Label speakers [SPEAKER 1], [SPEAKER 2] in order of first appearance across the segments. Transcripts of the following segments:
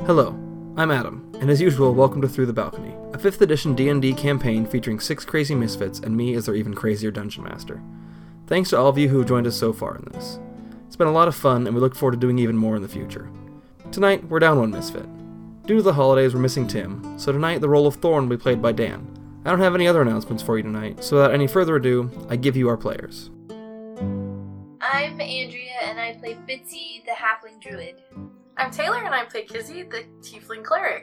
[SPEAKER 1] Hello, I'm Adam, and as usual, welcome to Through the Balcony, a 5th edition D&D campaign featuring six crazy misfits and me as their even crazier dungeon master. Thanks to all of you who have joined us so far in this. It's been a lot of fun, and we look forward to doing even more in the future. Tonight, we're down one misfit. Due to the holidays, we're missing Tim, so tonight the role of Thorn will be played by Dan. I don't have any other announcements for you tonight, so without any further ado, I give you our players.
[SPEAKER 2] I'm Andrea, and I play Bitsy, the halfling druid.
[SPEAKER 3] I'm Taylor, and I play Kizzy, the tiefling cleric.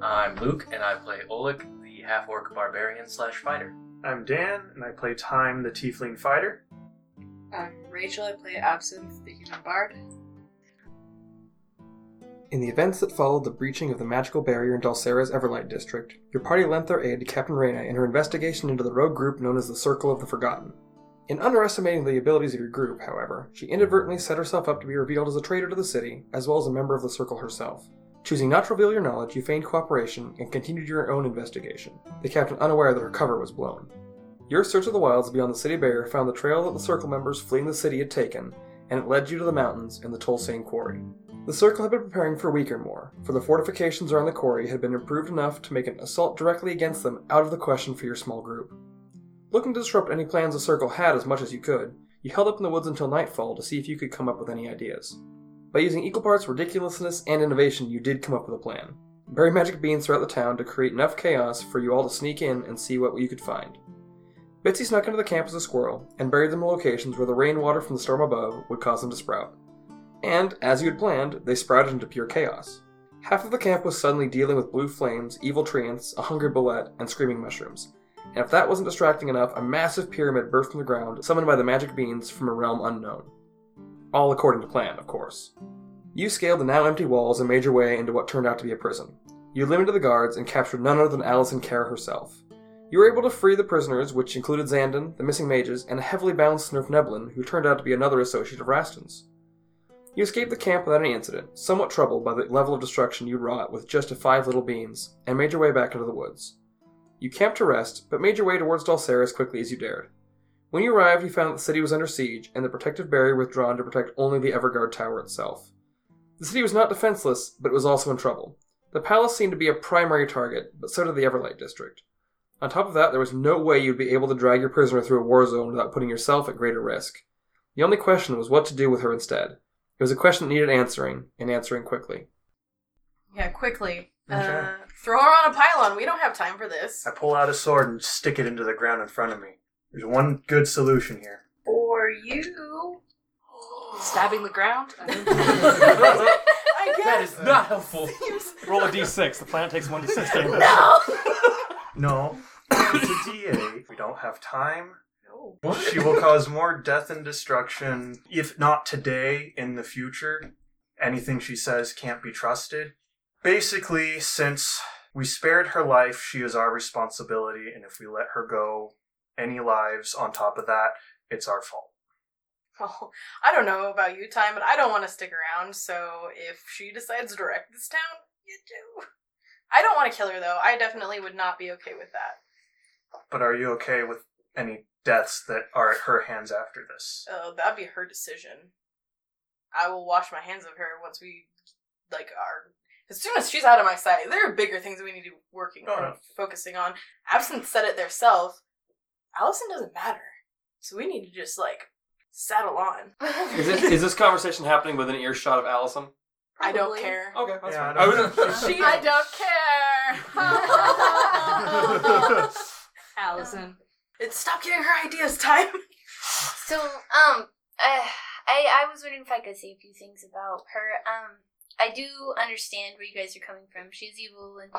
[SPEAKER 4] I'm Luke, and I play Oleg, the half orc barbarian slash fighter.
[SPEAKER 5] I'm Dan, and I play Time, the Tiefling Fighter.
[SPEAKER 6] I'm Um, Rachel. I play Absinthe, the human bard.
[SPEAKER 1] In the events that followed the breaching of the magical barrier in Dulcera's Everlight district, your party lent their aid to Captain Reyna in her investigation into the rogue group known as the Circle of the Forgotten. In underestimating the abilities of your group, however, she inadvertently set herself up to be revealed as a traitor to the city, as well as a member of the Circle herself. Choosing not to reveal your knowledge, you feigned cooperation and continued your own investigation, the captain unaware that her cover was blown. Your search of the wilds beyond the city barrier found the trail that the Circle members fleeing the city had taken, and it led you to the mountains and the Tolsane Quarry. The circle had been preparing for a week or more, for the fortifications around the quarry had been improved enough to make an assault directly against them out of the question for your small group. Looking to disrupt any plans the circle had as much as you could, you held up in the woods until nightfall to see if you could come up with any ideas. By using equal parts ridiculousness and innovation, you did come up with a plan. Bury magic beans throughout the town to create enough chaos for you all to sneak in and see what you could find. Bitsy snuck into the camp as a squirrel and buried them in locations where the rainwater from the storm above would cause them to sprout and, as you had planned, they sprouted into pure chaos. Half of the camp was suddenly dealing with blue flames, evil treants, a hungry bullet, and screaming mushrooms. And if that wasn't distracting enough, a massive pyramid burst from the ground, summoned by the magic beans from a realm unknown. All according to plan, of course. You scaled the now empty walls and made your way into what turned out to be a prison. You limited the guards and captured none other than Alison Kerr herself. You were able to free the prisoners, which included Xandon, the missing mages, and a heavily bound Snurf Neblin, who turned out to be another associate of Raston's. You escaped the camp without any incident, somewhat troubled by the level of destruction you wrought with just a five little beans, and made your way back into the woods. You camped to rest, but made your way towards Dulcera as quickly as you dared. When you arrived, you found that the city was under siege, and the protective barrier withdrawn to protect only the Everguard Tower itself. The city was not defenseless, but it was also in trouble. The palace seemed to be a primary target, but so did the Everlight District. On top of that, there was no way you'd be able to drag your prisoner through a war zone without putting yourself at greater risk. The only question was what to do with her instead. It was a question that needed answering, and answering quickly.
[SPEAKER 3] Yeah, quickly. Uh,
[SPEAKER 5] Okay.
[SPEAKER 3] throw her on a pylon. We don't have time for this.
[SPEAKER 5] I pull out a sword and stick it into the ground in front of me. There's one good solution here.
[SPEAKER 6] Or you.
[SPEAKER 3] Stabbing the ground. I
[SPEAKER 4] That
[SPEAKER 3] guess.
[SPEAKER 4] is not helpful.
[SPEAKER 7] Roll a d6. The planet takes one d6 damage.
[SPEAKER 3] No.
[SPEAKER 5] No, it's a DA. We don't have time.
[SPEAKER 3] No.
[SPEAKER 5] She will cause more death and destruction, if not today, in the future. Anything she says can't be trusted. Basically, since we spared her life, she is our responsibility, and if we let her go, any lives on top of that, it's our fault.
[SPEAKER 3] Well, Oh, I don't know about you, time, but I don't want to stick around. So if she decides to wreck this town, you do. I don't want to kill her though. I definitely would not be okay with that.
[SPEAKER 5] But are you okay with any deaths that are at her hands after this?
[SPEAKER 3] Oh, that'd be her decision. I will wash my hands of her once we, like, are. As soon as she's out of my sight, there are bigger things we need to be working
[SPEAKER 5] Oh,
[SPEAKER 3] on,
[SPEAKER 5] no.
[SPEAKER 3] focusing on. Absinthe said it herself. Allison doesn't matter, so we need to just like saddle on.
[SPEAKER 1] Is this, is this conversation happening with an earshot of Allison?
[SPEAKER 3] I don't
[SPEAKER 2] Probably.
[SPEAKER 3] care.
[SPEAKER 1] Okay, Oh, that's
[SPEAKER 5] Yeah,
[SPEAKER 1] fine.
[SPEAKER 5] I don't-
[SPEAKER 1] I was-
[SPEAKER 3] She, I don't care.
[SPEAKER 6] Allison.
[SPEAKER 3] it's stop getting her ideas time.
[SPEAKER 2] So, um, uh, I I was wondering if I could say a few things about her. Um, I do understand where you guys are coming from. She's evil, and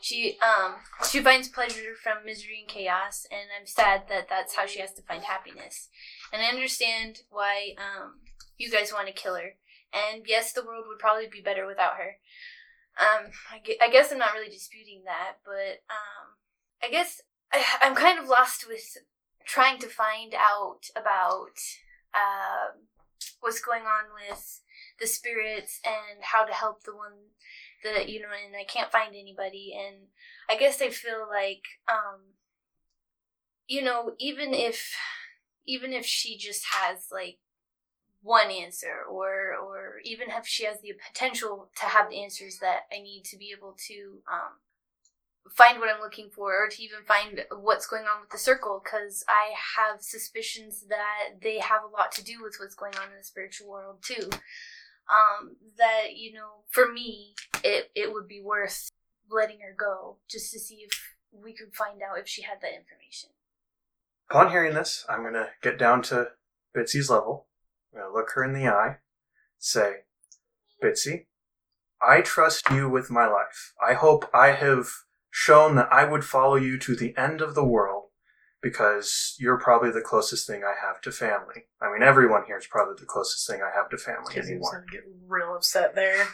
[SPEAKER 2] she um she finds pleasure from misery and chaos, and I'm sad that that's how she has to find happiness. And I understand why um you guys want to kill her. And yes, the world would probably be better without her. Um, I, gue- I guess I'm not really disputing that, but um, I guess I, I'm kind of lost with trying to find out about um, what's going on with the spirits and how to help the one that you know and i can't find anybody and i guess i feel like um you know even if even if she just has like one answer or or even if she has the potential to have the answers that I need to be able to um find what I'm looking for or to even find what's going on with the circle cuz I have suspicions that they have a lot to do with what's going on in the spiritual world too. Um that you know for me it it would be worth letting her go just to see if we could find out if she had that information.
[SPEAKER 5] Upon hearing this, I'm going to get down to Bitsy's level. I'm going to look her in the eye, say, Bitsy, I trust you with my life. I hope I have shown that I would follow you to the end of the world because you're probably the closest thing I have to family. I mean, everyone here is probably the closest thing I have to family
[SPEAKER 3] Because he was
[SPEAKER 5] anymore.
[SPEAKER 3] gonna get real upset there.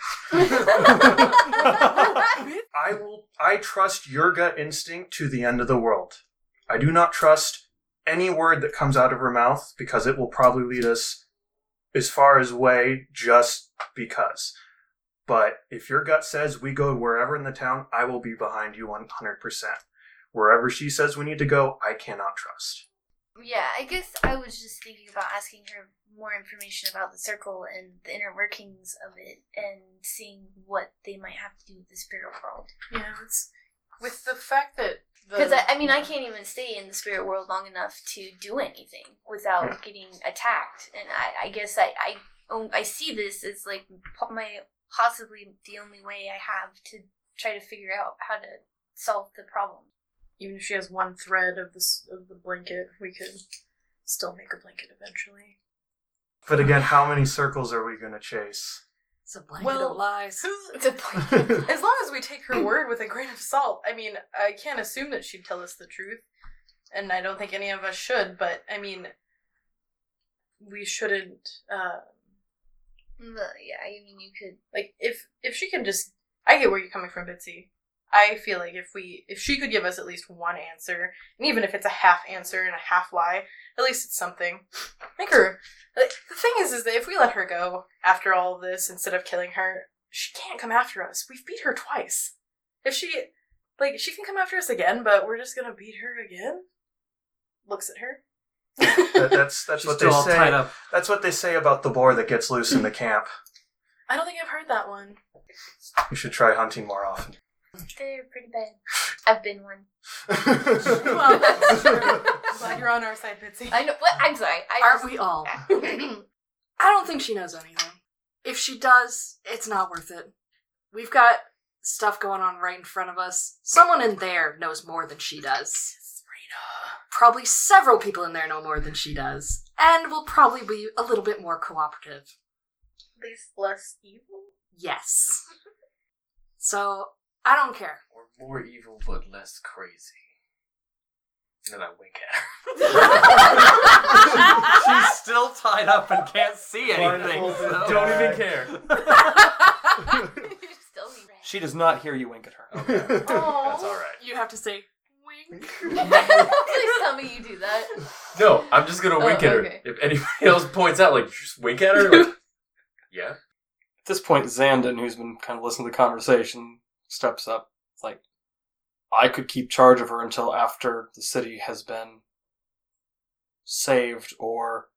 [SPEAKER 5] I will. I trust your gut instinct to the end of the world. I do not trust any word that comes out of her mouth because it will probably lead us as far as way just because. But if your gut says we go wherever in the town, I will be behind you 100%. Wherever she says we need to go, I cannot trust.
[SPEAKER 2] Yeah, I guess I was just thinking about asking her more information about the circle and the inner workings of it and seeing what they might have to do with the spirit world.
[SPEAKER 3] Yeah, it's with the fact that
[SPEAKER 2] Because, I, I mean, I can't even stay in the spirit world long enough to do anything without
[SPEAKER 5] Yeah.
[SPEAKER 2] getting attacked. And I, I guess I, I, oh, I see this as like po- my possibly the only way I have to try to figure out how to solve the problem.
[SPEAKER 3] even if she has one thread of this of the blanket, we could still make a blanket eventually.
[SPEAKER 5] But again, how many circles are we going to chase?
[SPEAKER 6] It's a blanket
[SPEAKER 3] Well-
[SPEAKER 6] of lies.
[SPEAKER 2] It's a point.
[SPEAKER 3] As long as we take her word with a grain of salt, I mean, I can't assume that she'd tell us the truth, and I don't think any of us should. But I mean, we shouldn't. Uh,
[SPEAKER 2] Well, yeah, I mean, you could.
[SPEAKER 3] like if if she can just, I get where you're coming from, Bitsy. I feel like if we if she could give us at least one answer, and even if it's a half answer and a half lie, at least it's something. Make her. Like, the thing is, is that if we let her go after all of this, instead of killing her, she can't come after us. We've beat her twice. If she, like, she can come after us again, but we're just gonna beat her again. Looks at her.
[SPEAKER 5] That, that's that's
[SPEAKER 7] She's
[SPEAKER 5] what
[SPEAKER 7] still
[SPEAKER 5] they
[SPEAKER 7] all tied
[SPEAKER 5] say.
[SPEAKER 7] up.
[SPEAKER 5] That's what they say about the boar that gets loose in the camp.
[SPEAKER 3] I don't think I've heard that one.
[SPEAKER 5] You should try hunting more often.
[SPEAKER 2] They're pretty bad. I've been one.
[SPEAKER 3] Well, Glad you're on our side, Bitsy.
[SPEAKER 2] I know. What? I'm sorry. I
[SPEAKER 6] Aren't
[SPEAKER 2] just-
[SPEAKER 6] we all? I don't think she knows anything. If she does, it's not worth it. We've got stuff going on right in front of us. Someone in there knows more than she does. Probably several people in there know more than she does. And will probably be a little bit more cooperative.
[SPEAKER 3] least less evil.
[SPEAKER 6] Yes. So, I don't care.
[SPEAKER 4] Or more evil but less crazy. And then I wink at her.
[SPEAKER 7] She's still tied up and can't see anything.
[SPEAKER 5] Blindfolded.
[SPEAKER 7] so-
[SPEAKER 5] Don't even
[SPEAKER 7] care.
[SPEAKER 2] You're just only red.
[SPEAKER 7] She does not hear you wink at her.
[SPEAKER 4] That's all right.
[SPEAKER 6] you have to say, wink.
[SPEAKER 2] Please tell me you do that.
[SPEAKER 4] No, I'm just gonna
[SPEAKER 2] Oh,
[SPEAKER 4] wink at her.
[SPEAKER 2] okay.
[SPEAKER 4] If anybody else points out, like, you just wink at her. Like, yeah.
[SPEAKER 7] At this point, Zandon, who's been kind of listening to the conversation, steps up. It's like, I could keep charge of her until after the city has been saved or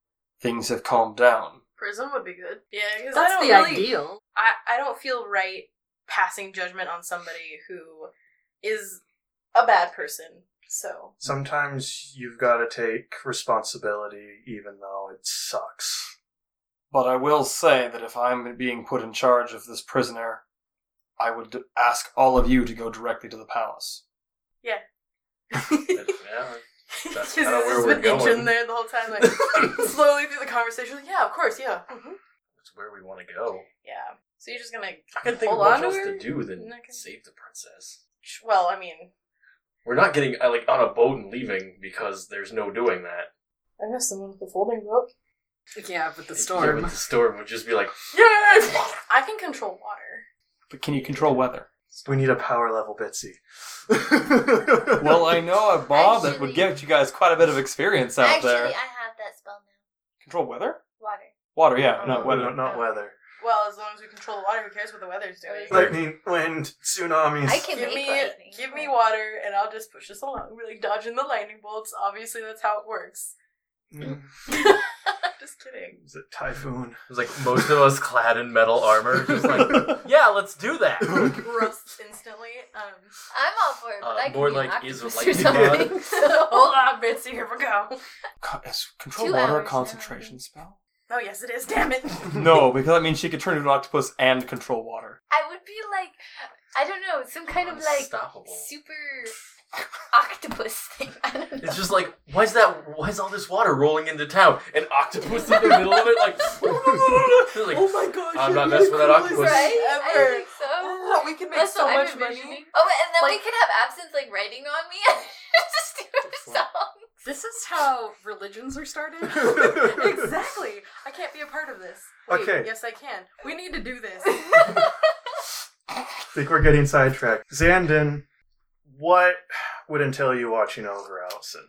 [SPEAKER 7] things have calmed down.
[SPEAKER 3] Prison would be good. Yeah, because I
[SPEAKER 6] That's
[SPEAKER 3] don't
[SPEAKER 6] the
[SPEAKER 3] really,
[SPEAKER 6] ideal.
[SPEAKER 3] I, I don't feel right passing judgment on somebody who is a bad person. So
[SPEAKER 5] Sometimes you've got to take responsibility, even though it sucks.
[SPEAKER 7] But I will say that if I'm being put in charge of this prisoner, I would d- ask all of you to go directly to the palace.
[SPEAKER 4] Yeah.
[SPEAKER 3] Because
[SPEAKER 4] That's
[SPEAKER 3] he's
[SPEAKER 4] kinda where
[SPEAKER 3] just
[SPEAKER 4] we're
[SPEAKER 3] been itching
[SPEAKER 4] going.
[SPEAKER 3] there the whole time, like slowly through the conversation. Like, yeah, of course, yeah, hmm
[SPEAKER 4] That's where we want to go.
[SPEAKER 3] yeah. So you're just gonna
[SPEAKER 4] I can think of
[SPEAKER 3] hold
[SPEAKER 4] much
[SPEAKER 3] on
[SPEAKER 4] else
[SPEAKER 3] to her?
[SPEAKER 4] to do than
[SPEAKER 3] Not gonna-
[SPEAKER 4] save the princess.
[SPEAKER 3] Well, I mean,
[SPEAKER 4] We're not getting uh, like on a boat and leaving because there's no doing that.
[SPEAKER 3] I know someone with a folding book.
[SPEAKER 6] Yeah, but
[SPEAKER 4] Yeah,
[SPEAKER 6] the
[SPEAKER 4] but
[SPEAKER 6] storm.
[SPEAKER 4] the storm would just be like,
[SPEAKER 3] Yes, I can control water.
[SPEAKER 7] But can you control weather?
[SPEAKER 5] We need a power level, Bitsy.
[SPEAKER 7] well, I know a bomb that
[SPEAKER 2] Actually-
[SPEAKER 7] would get you guys quite a bit of experience out
[SPEAKER 2] Actually,
[SPEAKER 7] there.
[SPEAKER 2] I have that spell now.
[SPEAKER 7] Control weather?
[SPEAKER 2] Water.
[SPEAKER 7] Water, yeah,
[SPEAKER 5] not
[SPEAKER 7] not
[SPEAKER 5] weather.
[SPEAKER 7] weather.
[SPEAKER 5] Not weather.
[SPEAKER 3] Well, as long as we control the water, who cares what the weather's doing?
[SPEAKER 5] Lightning, wind, tsunamis.
[SPEAKER 2] I can
[SPEAKER 3] give
[SPEAKER 2] make
[SPEAKER 3] me
[SPEAKER 2] lightning.
[SPEAKER 3] give me water and I'll just push this along. We're like dodging the lightning bolts. Obviously that's how it works.
[SPEAKER 5] Mm,
[SPEAKER 3] Just kidding.
[SPEAKER 5] Is it Typhoon?
[SPEAKER 4] It's like most of us clad in metal armor. Just like, yeah, let's do that.
[SPEAKER 3] Roast instantly. Um,
[SPEAKER 2] I'm all for it, but
[SPEAKER 4] Uh,
[SPEAKER 2] I can
[SPEAKER 4] more
[SPEAKER 2] be
[SPEAKER 4] like
[SPEAKER 2] an
[SPEAKER 4] is
[SPEAKER 2] octopus
[SPEAKER 4] like
[SPEAKER 2] or
[SPEAKER 4] Nimrod.
[SPEAKER 2] something. so.
[SPEAKER 3] hold on, Bitsy. Here we go.
[SPEAKER 7] Co- is control
[SPEAKER 2] Two
[SPEAKER 7] water
[SPEAKER 2] hours
[SPEAKER 7] a
[SPEAKER 2] now,
[SPEAKER 7] concentration spell?
[SPEAKER 3] Oh yes, it is. Damn it.
[SPEAKER 7] no, because that means she could turn into an octopus and control water.
[SPEAKER 2] I would be like, I don't know, some kind of like
[SPEAKER 4] Unstoppable.
[SPEAKER 2] super octopus thing. I don't know.
[SPEAKER 4] It's just like, why is that? Why is all this water rolling into town? An octopus in the middle of it, like, It's like,
[SPEAKER 3] Oh my gosh.
[SPEAKER 4] I'm not messing with that octopus.
[SPEAKER 2] right? I
[SPEAKER 3] Ever.
[SPEAKER 2] think so.
[SPEAKER 3] Oh, we can make
[SPEAKER 2] That's
[SPEAKER 3] so
[SPEAKER 2] what I'm
[SPEAKER 3] much money.
[SPEAKER 2] envisioning. Oh, and then we
[SPEAKER 3] Like-
[SPEAKER 2] could have absinthe like writing on me and just do a song.
[SPEAKER 6] This is how religions are started.
[SPEAKER 3] exactly. I can't be a part of this. Wait,
[SPEAKER 5] Okay.
[SPEAKER 3] Yes, I can. We need to do this.
[SPEAKER 5] think we're getting sidetracked. Xandon, what would entail you watching over Allison?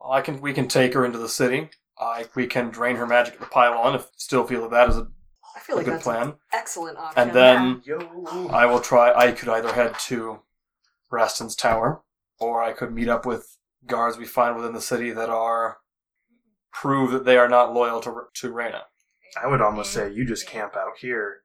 [SPEAKER 7] Well, I can we can take her into the city. I we can drain her magic at the pylon if still feel that that is a,
[SPEAKER 6] I feel
[SPEAKER 7] a
[SPEAKER 6] like
[SPEAKER 7] good
[SPEAKER 6] that's an
[SPEAKER 7] plan.
[SPEAKER 6] excellent option.
[SPEAKER 7] And then
[SPEAKER 5] Yo.
[SPEAKER 7] I will try. I could either head to Raston's tower, or I could meet up with guards we find within the city that are prove that they are not loyal to to Reyna.
[SPEAKER 5] I would almost say you just camp out here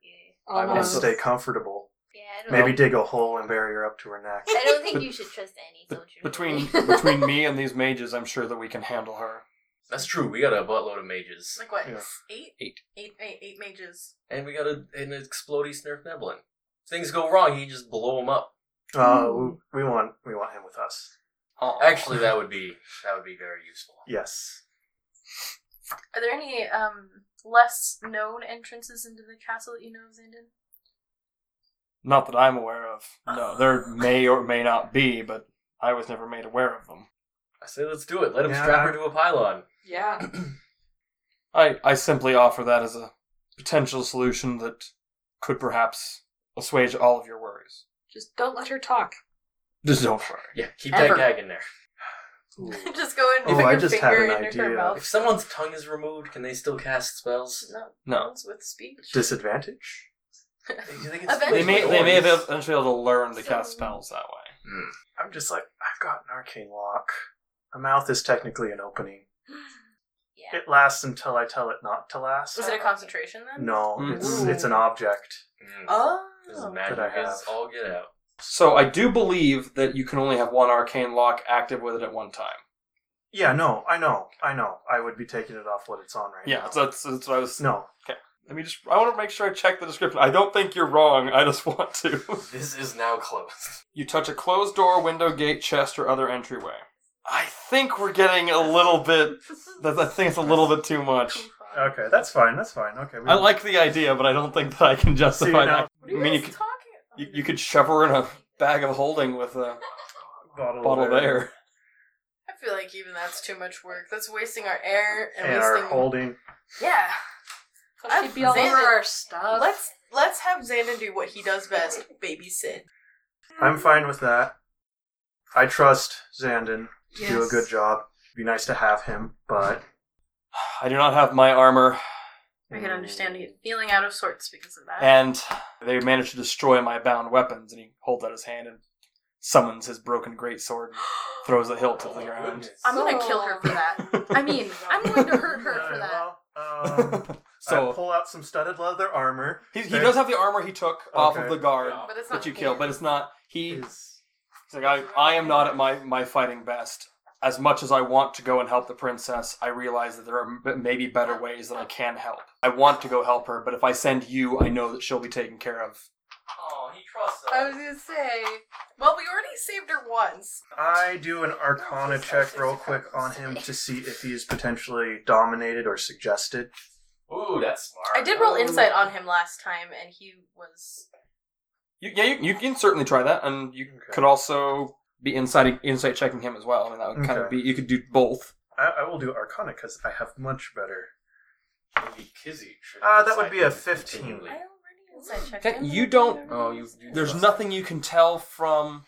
[SPEAKER 7] I will
[SPEAKER 5] and
[SPEAKER 7] Almost.
[SPEAKER 5] stay comfortable.
[SPEAKER 2] Yeah, I don't
[SPEAKER 5] Maybe
[SPEAKER 2] know.
[SPEAKER 5] dig a hole and bury her up to her neck.
[SPEAKER 2] I don't think
[SPEAKER 7] But-
[SPEAKER 2] you should trust any
[SPEAKER 7] Be-
[SPEAKER 2] soldier.
[SPEAKER 7] Between
[SPEAKER 2] really.
[SPEAKER 7] between me and these mages, I'm sure that we can handle her.
[SPEAKER 4] That's true. We got a buttload of mages,
[SPEAKER 3] like what?
[SPEAKER 5] Yeah.
[SPEAKER 3] Eight?
[SPEAKER 7] Eight.
[SPEAKER 3] Eight, eight, eight mages.
[SPEAKER 4] and we got a, an explodey snurf neblin. Things go wrong, you just blow them up.
[SPEAKER 5] Uh, we- we want we want him with us.
[SPEAKER 7] Oh,
[SPEAKER 4] Actually, that would be that would be very useful.
[SPEAKER 5] Yes.
[SPEAKER 3] Are there any um less known entrances into the castle that you know of, Zandon?
[SPEAKER 7] Not that I'm aware of. No, there may or may not be, but I was never made aware of them.
[SPEAKER 4] I say let's do it. Let him
[SPEAKER 5] Yeah.
[SPEAKER 4] strap her to a pylon.
[SPEAKER 6] yeah.
[SPEAKER 7] I, I simply offer that as a potential solution that could perhaps assuage all of your worries.
[SPEAKER 6] Just don't let her talk.
[SPEAKER 7] Just don't worry.
[SPEAKER 4] Yeah, keep
[SPEAKER 6] Ever.
[SPEAKER 4] that gag in there.
[SPEAKER 3] just go in and
[SPEAKER 5] Oh,
[SPEAKER 3] put
[SPEAKER 5] I
[SPEAKER 3] your
[SPEAKER 5] just had
[SPEAKER 3] finger
[SPEAKER 5] an
[SPEAKER 3] into her
[SPEAKER 5] idea.
[SPEAKER 4] If
[SPEAKER 3] mouth.
[SPEAKER 4] someone's tongue is removed, can they still cast spells?
[SPEAKER 3] No,
[SPEAKER 7] No.
[SPEAKER 3] it's with speech.
[SPEAKER 5] Disadvantage?
[SPEAKER 4] Do you think
[SPEAKER 7] They
[SPEAKER 3] Eventually.
[SPEAKER 7] may they may have
[SPEAKER 4] Orcs?
[SPEAKER 7] eventually able to learn to cast spells that way.
[SPEAKER 4] Hmm.
[SPEAKER 5] I'm just like, I've got an arcane lock. A mouth is technically an opening.
[SPEAKER 2] yeah.
[SPEAKER 5] It lasts until I tell it not to last.
[SPEAKER 3] Was it a concentration then?
[SPEAKER 5] No,
[SPEAKER 7] Mm.
[SPEAKER 5] it's it's an object.
[SPEAKER 4] Hmm.
[SPEAKER 3] Oh.
[SPEAKER 4] This is magic
[SPEAKER 5] That I have.
[SPEAKER 4] is all get out.
[SPEAKER 7] So I do believe that you can only have one arcane lock active with it at one time.
[SPEAKER 5] Yeah, no, I know, I know. I would be taking it off what it's on right
[SPEAKER 7] Yeah,
[SPEAKER 5] now.
[SPEAKER 7] so that's, that's what I was.
[SPEAKER 5] no,
[SPEAKER 7] Let me just. I want to make sure I check the description. I don't think you're wrong. I just want to.
[SPEAKER 4] This is now closed.
[SPEAKER 7] You touch a closed door, window, gate, chest, or other entryway. I think we're getting a little bit. that- I think it's a little bit too much.
[SPEAKER 5] okay, that's fine, that's fine. Okay, we
[SPEAKER 7] I like the idea, but I don't think that I can
[SPEAKER 5] See, now-
[SPEAKER 7] justify that.
[SPEAKER 3] What are you
[SPEAKER 7] I mean, you
[SPEAKER 3] guys
[SPEAKER 7] could-
[SPEAKER 3] talking
[SPEAKER 7] You, you could shove her in a bag of holding with a
[SPEAKER 5] bottle,
[SPEAKER 7] bottle of
[SPEAKER 5] there
[SPEAKER 7] air.
[SPEAKER 3] I feel like even that's too much work. That's wasting our air and,
[SPEAKER 5] and
[SPEAKER 3] wasting
[SPEAKER 5] our holding.
[SPEAKER 3] Yeah.
[SPEAKER 6] But she'd be all over
[SPEAKER 3] Xander-
[SPEAKER 6] our stuff.
[SPEAKER 3] Let's let's have Xander do what he does best, babysit.
[SPEAKER 5] I'm fine with that. I trust Xandon to do a
[SPEAKER 6] Yes.
[SPEAKER 5] good job. Be nice to have him, but
[SPEAKER 7] I do not have my armor,
[SPEAKER 3] I can understand you feeling out of sorts because of that.
[SPEAKER 7] and they managed to destroy my bound weapons. And he holds out his hand and summons his broken greatsword and throws the hilt to the ground.
[SPEAKER 3] I'm gonna kill her for that. I mean, I'm going to hurt her for that.
[SPEAKER 5] Alright, well, um, I
[SPEAKER 7] so
[SPEAKER 5] pull out some studded leather armor.
[SPEAKER 7] he, he does have the armor he took off of the guard
[SPEAKER 3] But it's not
[SPEAKER 7] that you killed, but it's not. He
[SPEAKER 5] Is-
[SPEAKER 7] He's like, I, I am not at my, my fighting best. As much as I want to go and help the princess, I realize that there are m- maybe better ways that I can help. I want to go help her, but if I send you, I know that she'll be taken care of.
[SPEAKER 4] Oh, he trusts
[SPEAKER 3] I was gonna say. Well, we already saved her once.
[SPEAKER 5] I do an Arcana check real quick on him to see if he's potentially dominated or suggested.
[SPEAKER 4] Ooh, that's smart. Oh.
[SPEAKER 3] I did roll insight on him last time, and he was.
[SPEAKER 7] You, yeah, you, you can certainly try that, and you
[SPEAKER 5] Okay.
[SPEAKER 7] could also be insight insight checking him as well. I mean, that would kind of
[SPEAKER 5] Okay.
[SPEAKER 7] be you could do both.
[SPEAKER 5] I, I will do Arcana because I have much better.
[SPEAKER 4] Maybe Kizzy should
[SPEAKER 5] Uh, that would be a
[SPEAKER 4] decide
[SPEAKER 5] 15.
[SPEAKER 4] continually.
[SPEAKER 3] I already insight checked.
[SPEAKER 7] Okay,
[SPEAKER 3] him.
[SPEAKER 7] you don't-
[SPEAKER 4] Oh, you- you-
[SPEAKER 7] There's nothing you can tell from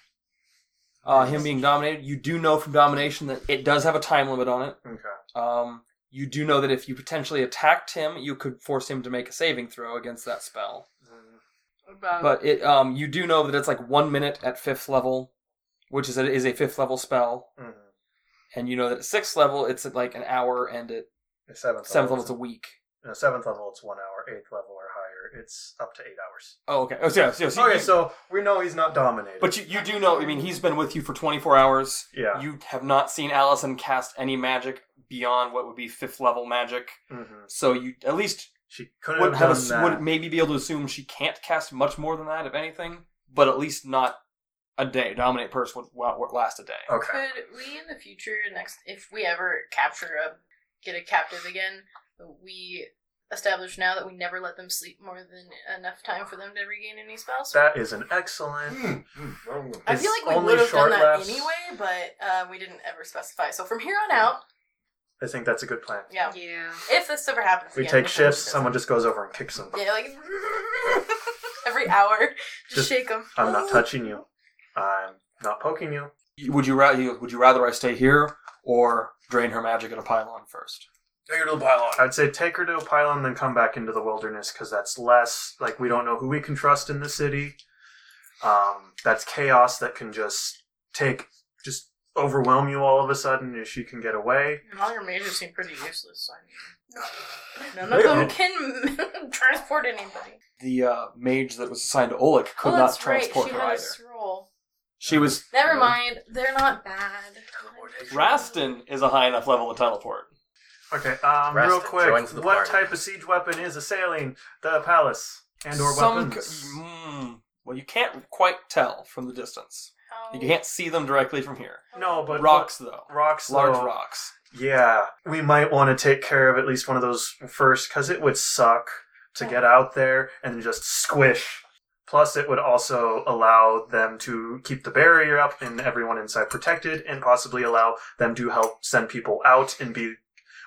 [SPEAKER 7] uh, him being dominated. You do know from domination that it does have a time limit on it.
[SPEAKER 5] Okay.
[SPEAKER 7] Um, you do know that if you potentially attacked him, you could force him to make a saving throw against that spell.
[SPEAKER 5] Mm-hmm.
[SPEAKER 3] About-
[SPEAKER 7] But it, um, you do know that it's like one minute at fifth level, which is a, is a fifth level spell,
[SPEAKER 5] Mhm.
[SPEAKER 7] And you know that at sixth level, it's at like an hour, and at
[SPEAKER 5] At seventh,
[SPEAKER 7] seventh level,
[SPEAKER 5] level,
[SPEAKER 7] it's a week.
[SPEAKER 5] it's- no, seventh level, it's one hour. Eighth level or higher, it's up to eight hours.
[SPEAKER 7] Oh, okay. Oh, so, yeah, so, so you-
[SPEAKER 5] okay, so we know he's not dominated.
[SPEAKER 7] but you, you do know, I mean, he's been with you for 24 hours.
[SPEAKER 5] yeah,
[SPEAKER 7] You have not seen Allison cast any magic beyond what would be fifth level magic.
[SPEAKER 5] Mhm.
[SPEAKER 7] So you at least
[SPEAKER 5] she couldn't
[SPEAKER 7] would,
[SPEAKER 5] have
[SPEAKER 7] have
[SPEAKER 5] done
[SPEAKER 7] ass-
[SPEAKER 5] that.
[SPEAKER 7] would maybe be able to assume she can't cast much more than that, if anything, but at least not a day. Dominate Purse would, wa- would last a day.
[SPEAKER 5] okay,
[SPEAKER 3] Could we in the future, next, if we ever capture a, get a captive again, we establish now that we never let them sleep more than enough time for them to regain any spells?
[SPEAKER 5] that is an excellent.
[SPEAKER 4] Hmm.
[SPEAKER 5] Hmm.
[SPEAKER 3] I feel
[SPEAKER 5] it's
[SPEAKER 3] like we
[SPEAKER 5] only
[SPEAKER 3] would have
[SPEAKER 5] short
[SPEAKER 3] done that
[SPEAKER 5] rests.
[SPEAKER 3] anyway, but uh, we didn't ever specify. So from here on out,
[SPEAKER 5] I think that's a good plan.
[SPEAKER 3] yeah.
[SPEAKER 6] Yeah.
[SPEAKER 3] If this ever happens,
[SPEAKER 5] We
[SPEAKER 3] again,
[SPEAKER 5] take
[SPEAKER 3] which
[SPEAKER 5] shifts.
[SPEAKER 3] doesn't.
[SPEAKER 5] Someone just goes over and kicks them.
[SPEAKER 3] Yeah, like every hour, just,
[SPEAKER 5] Just-
[SPEAKER 3] shake 'em. shake them.
[SPEAKER 5] I'm not touching you. I'm not poking you.
[SPEAKER 7] You- Would you, ra- you- would you rather I stay here or drain her magic at a pylon first?
[SPEAKER 4] Take her to the pylon.
[SPEAKER 5] I'd say take her to a pylon, then come back into the wilderness because that's less like we don't know who we can trust in the city. Um, that's chaos that can just take, just overwhelm you all of a sudden if she can get away.
[SPEAKER 3] All your mages seem pretty useless. So I mean, none of them can transport anybody.
[SPEAKER 7] The uh, mage that was assigned to Oleg could
[SPEAKER 3] oh,
[SPEAKER 7] not
[SPEAKER 3] that's right.
[SPEAKER 7] transport
[SPEAKER 3] She
[SPEAKER 7] her
[SPEAKER 3] had a
[SPEAKER 7] either.
[SPEAKER 3] scroll.
[SPEAKER 7] She was.
[SPEAKER 3] Never mind. They're not bad.
[SPEAKER 7] Rastin is a high enough level to teleport.
[SPEAKER 5] Okay, um,
[SPEAKER 4] Rest
[SPEAKER 5] real
[SPEAKER 4] and
[SPEAKER 5] quick,
[SPEAKER 4] joins the
[SPEAKER 5] what
[SPEAKER 4] party.
[SPEAKER 5] type of siege weapon is assailing the palace and or
[SPEAKER 7] Some
[SPEAKER 5] weapons?
[SPEAKER 7] c- mm, well, you can't quite tell from the distance.
[SPEAKER 3] How-
[SPEAKER 7] You can't see them directly from here.
[SPEAKER 5] no, but
[SPEAKER 7] rocks, though.
[SPEAKER 5] Rocks,
[SPEAKER 7] Large
[SPEAKER 5] though.
[SPEAKER 7] rocks.
[SPEAKER 5] Yeah, we might want to take care of at least one of those first because it would suck to get out there and just squish. Plus, it would also allow them to keep the barrier up and everyone inside protected, and possibly allow them to help send people out and be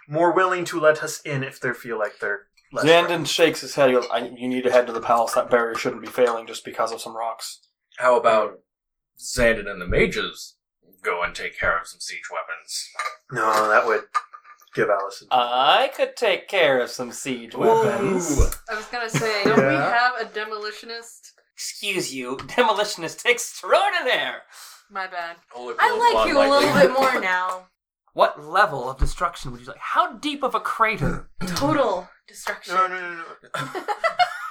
[SPEAKER 5] more willing to let us in if they feel like they're. less threatened.
[SPEAKER 7] Zandon shakes his head. He goes, I, You need to head to the palace. That barrier shouldn't be failing just because of some rocks.
[SPEAKER 4] How about Xandon and the mages go and take care of some siege weapons?
[SPEAKER 5] No, that would give Allison.
[SPEAKER 7] I could take care of some siege
[SPEAKER 6] I was gonna say, don't we
[SPEAKER 5] Yeah.
[SPEAKER 6] have a demolitionist?
[SPEAKER 7] Excuse you, demolitionist extraordinaire!
[SPEAKER 6] My bad.
[SPEAKER 3] I like you a little bit more now.
[SPEAKER 7] What level of destruction would you like? How deep of a crater?
[SPEAKER 3] Total destruction
[SPEAKER 5] no, no, no, no.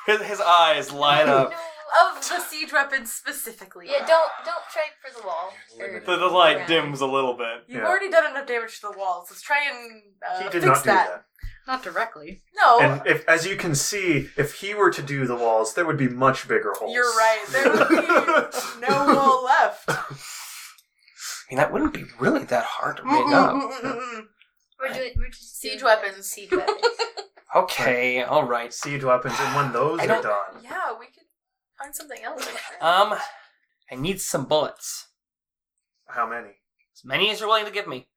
[SPEAKER 7] His, his eyes light
[SPEAKER 2] No,
[SPEAKER 7] up.
[SPEAKER 3] of the siege weapons specifically.
[SPEAKER 2] yeah, don't don't try for the wall. Or,
[SPEAKER 7] the, the light dims a little bit.
[SPEAKER 3] You've
[SPEAKER 5] Yeah.
[SPEAKER 3] already done enough damage to the walls. Let's try and uh,
[SPEAKER 5] He did
[SPEAKER 3] fix
[SPEAKER 5] not do
[SPEAKER 3] that.
[SPEAKER 5] that.
[SPEAKER 6] Not directly.
[SPEAKER 3] No,
[SPEAKER 5] And if, as you can see, if he were to do the walls, there would be much bigger holes.
[SPEAKER 3] you're right. There would be no wall left.
[SPEAKER 7] I mean, that wouldn't be really that hard to
[SPEAKER 3] Mm-mm, mm-mm, mm-mm.
[SPEAKER 2] We're doing we're just
[SPEAKER 3] Siege
[SPEAKER 2] doing
[SPEAKER 3] weapons.
[SPEAKER 2] Siege weapons.
[SPEAKER 7] Okay, alright.
[SPEAKER 5] siege weapons, and when those
[SPEAKER 7] I
[SPEAKER 5] are
[SPEAKER 7] don't-
[SPEAKER 5] done,
[SPEAKER 3] Yeah, we could find something else.
[SPEAKER 7] Um, I need some bullets.
[SPEAKER 5] how many?
[SPEAKER 7] As many as you're willing to give me.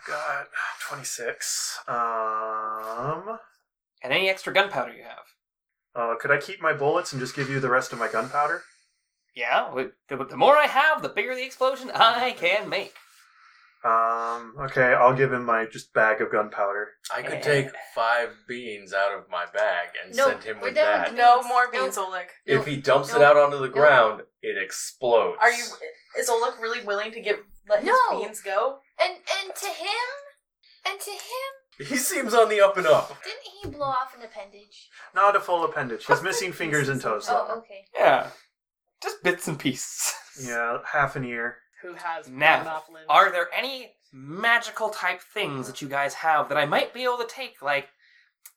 [SPEAKER 5] I've got 26. Um,
[SPEAKER 7] And any extra gunpowder you have.
[SPEAKER 5] uh, could I keep my bullets and just give you the rest of my gunpowder?
[SPEAKER 7] Yeah, we- the the more I have, the bigger the explosion I can make.
[SPEAKER 5] Um, okay, I'll give him my just bag of gunpowder.
[SPEAKER 4] I could take five beans out of my bag and
[SPEAKER 2] No,
[SPEAKER 4] send him
[SPEAKER 2] we're
[SPEAKER 4] with
[SPEAKER 2] done
[SPEAKER 4] that.
[SPEAKER 2] with
[SPEAKER 3] no more beans, Oleg.
[SPEAKER 4] If he dumps it
[SPEAKER 2] no,
[SPEAKER 4] out onto the ground, it explodes.
[SPEAKER 3] Are you? Is Oleg really willing to give let
[SPEAKER 2] No.
[SPEAKER 3] his beans go?
[SPEAKER 2] And and to him, and to him,
[SPEAKER 4] He seems on the up and up.
[SPEAKER 2] didn't he blow off an appendage?
[SPEAKER 5] Not a full appendage. He's missing fingers and toes,
[SPEAKER 2] Oh,
[SPEAKER 5] though.
[SPEAKER 2] okay.
[SPEAKER 7] Yeah, just bits and pieces.
[SPEAKER 5] Yeah, half an ear.
[SPEAKER 6] Who has
[SPEAKER 7] Now,
[SPEAKER 6] off limb?
[SPEAKER 7] Are there any magical type things that you guys have that I might be able to take, like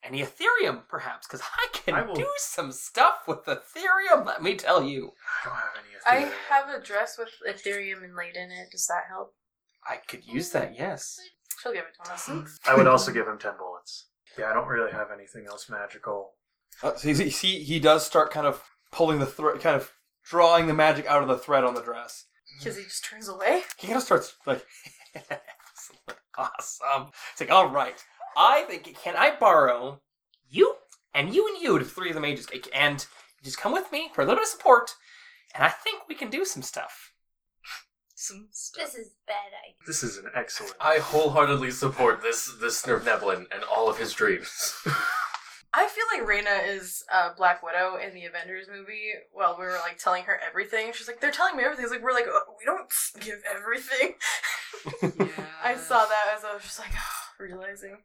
[SPEAKER 7] any Ethereum, perhaps? Because I can
[SPEAKER 5] I will-
[SPEAKER 7] do some stuff with Ethereum. Let me tell you,
[SPEAKER 5] I don't have any of
[SPEAKER 3] I
[SPEAKER 5] these.
[SPEAKER 3] have a dress with Ethereum inlaid in it. Does that help?
[SPEAKER 7] I could use that. Yes.
[SPEAKER 3] She'll give it to us.
[SPEAKER 5] I would also give him 10 bullets. Yeah, I don't really have anything else magical.
[SPEAKER 7] Uh, so he, he he does start kind of pulling the thread, kind of drawing the magic out of the thread on the dress.
[SPEAKER 3] Because he just turns away.
[SPEAKER 7] he kind of starts like awesome it's like all right i think can i borrow you and you and you to three of the mages and just come with me for a little bit of support and i think we can do some stuff
[SPEAKER 6] Some stuff.
[SPEAKER 2] This is bad idea.
[SPEAKER 5] This is an excellent.
[SPEAKER 4] I wholeheartedly support this this Nerf Neblin and all of his dreams.
[SPEAKER 3] I feel like Reyna is uh, Black Widow in the Avengers movie. While "Uh, we were like telling her everything, she's like, "They're telling me everything." It's like we're like, oh, "We don't give everything." I saw that as I was just like realizing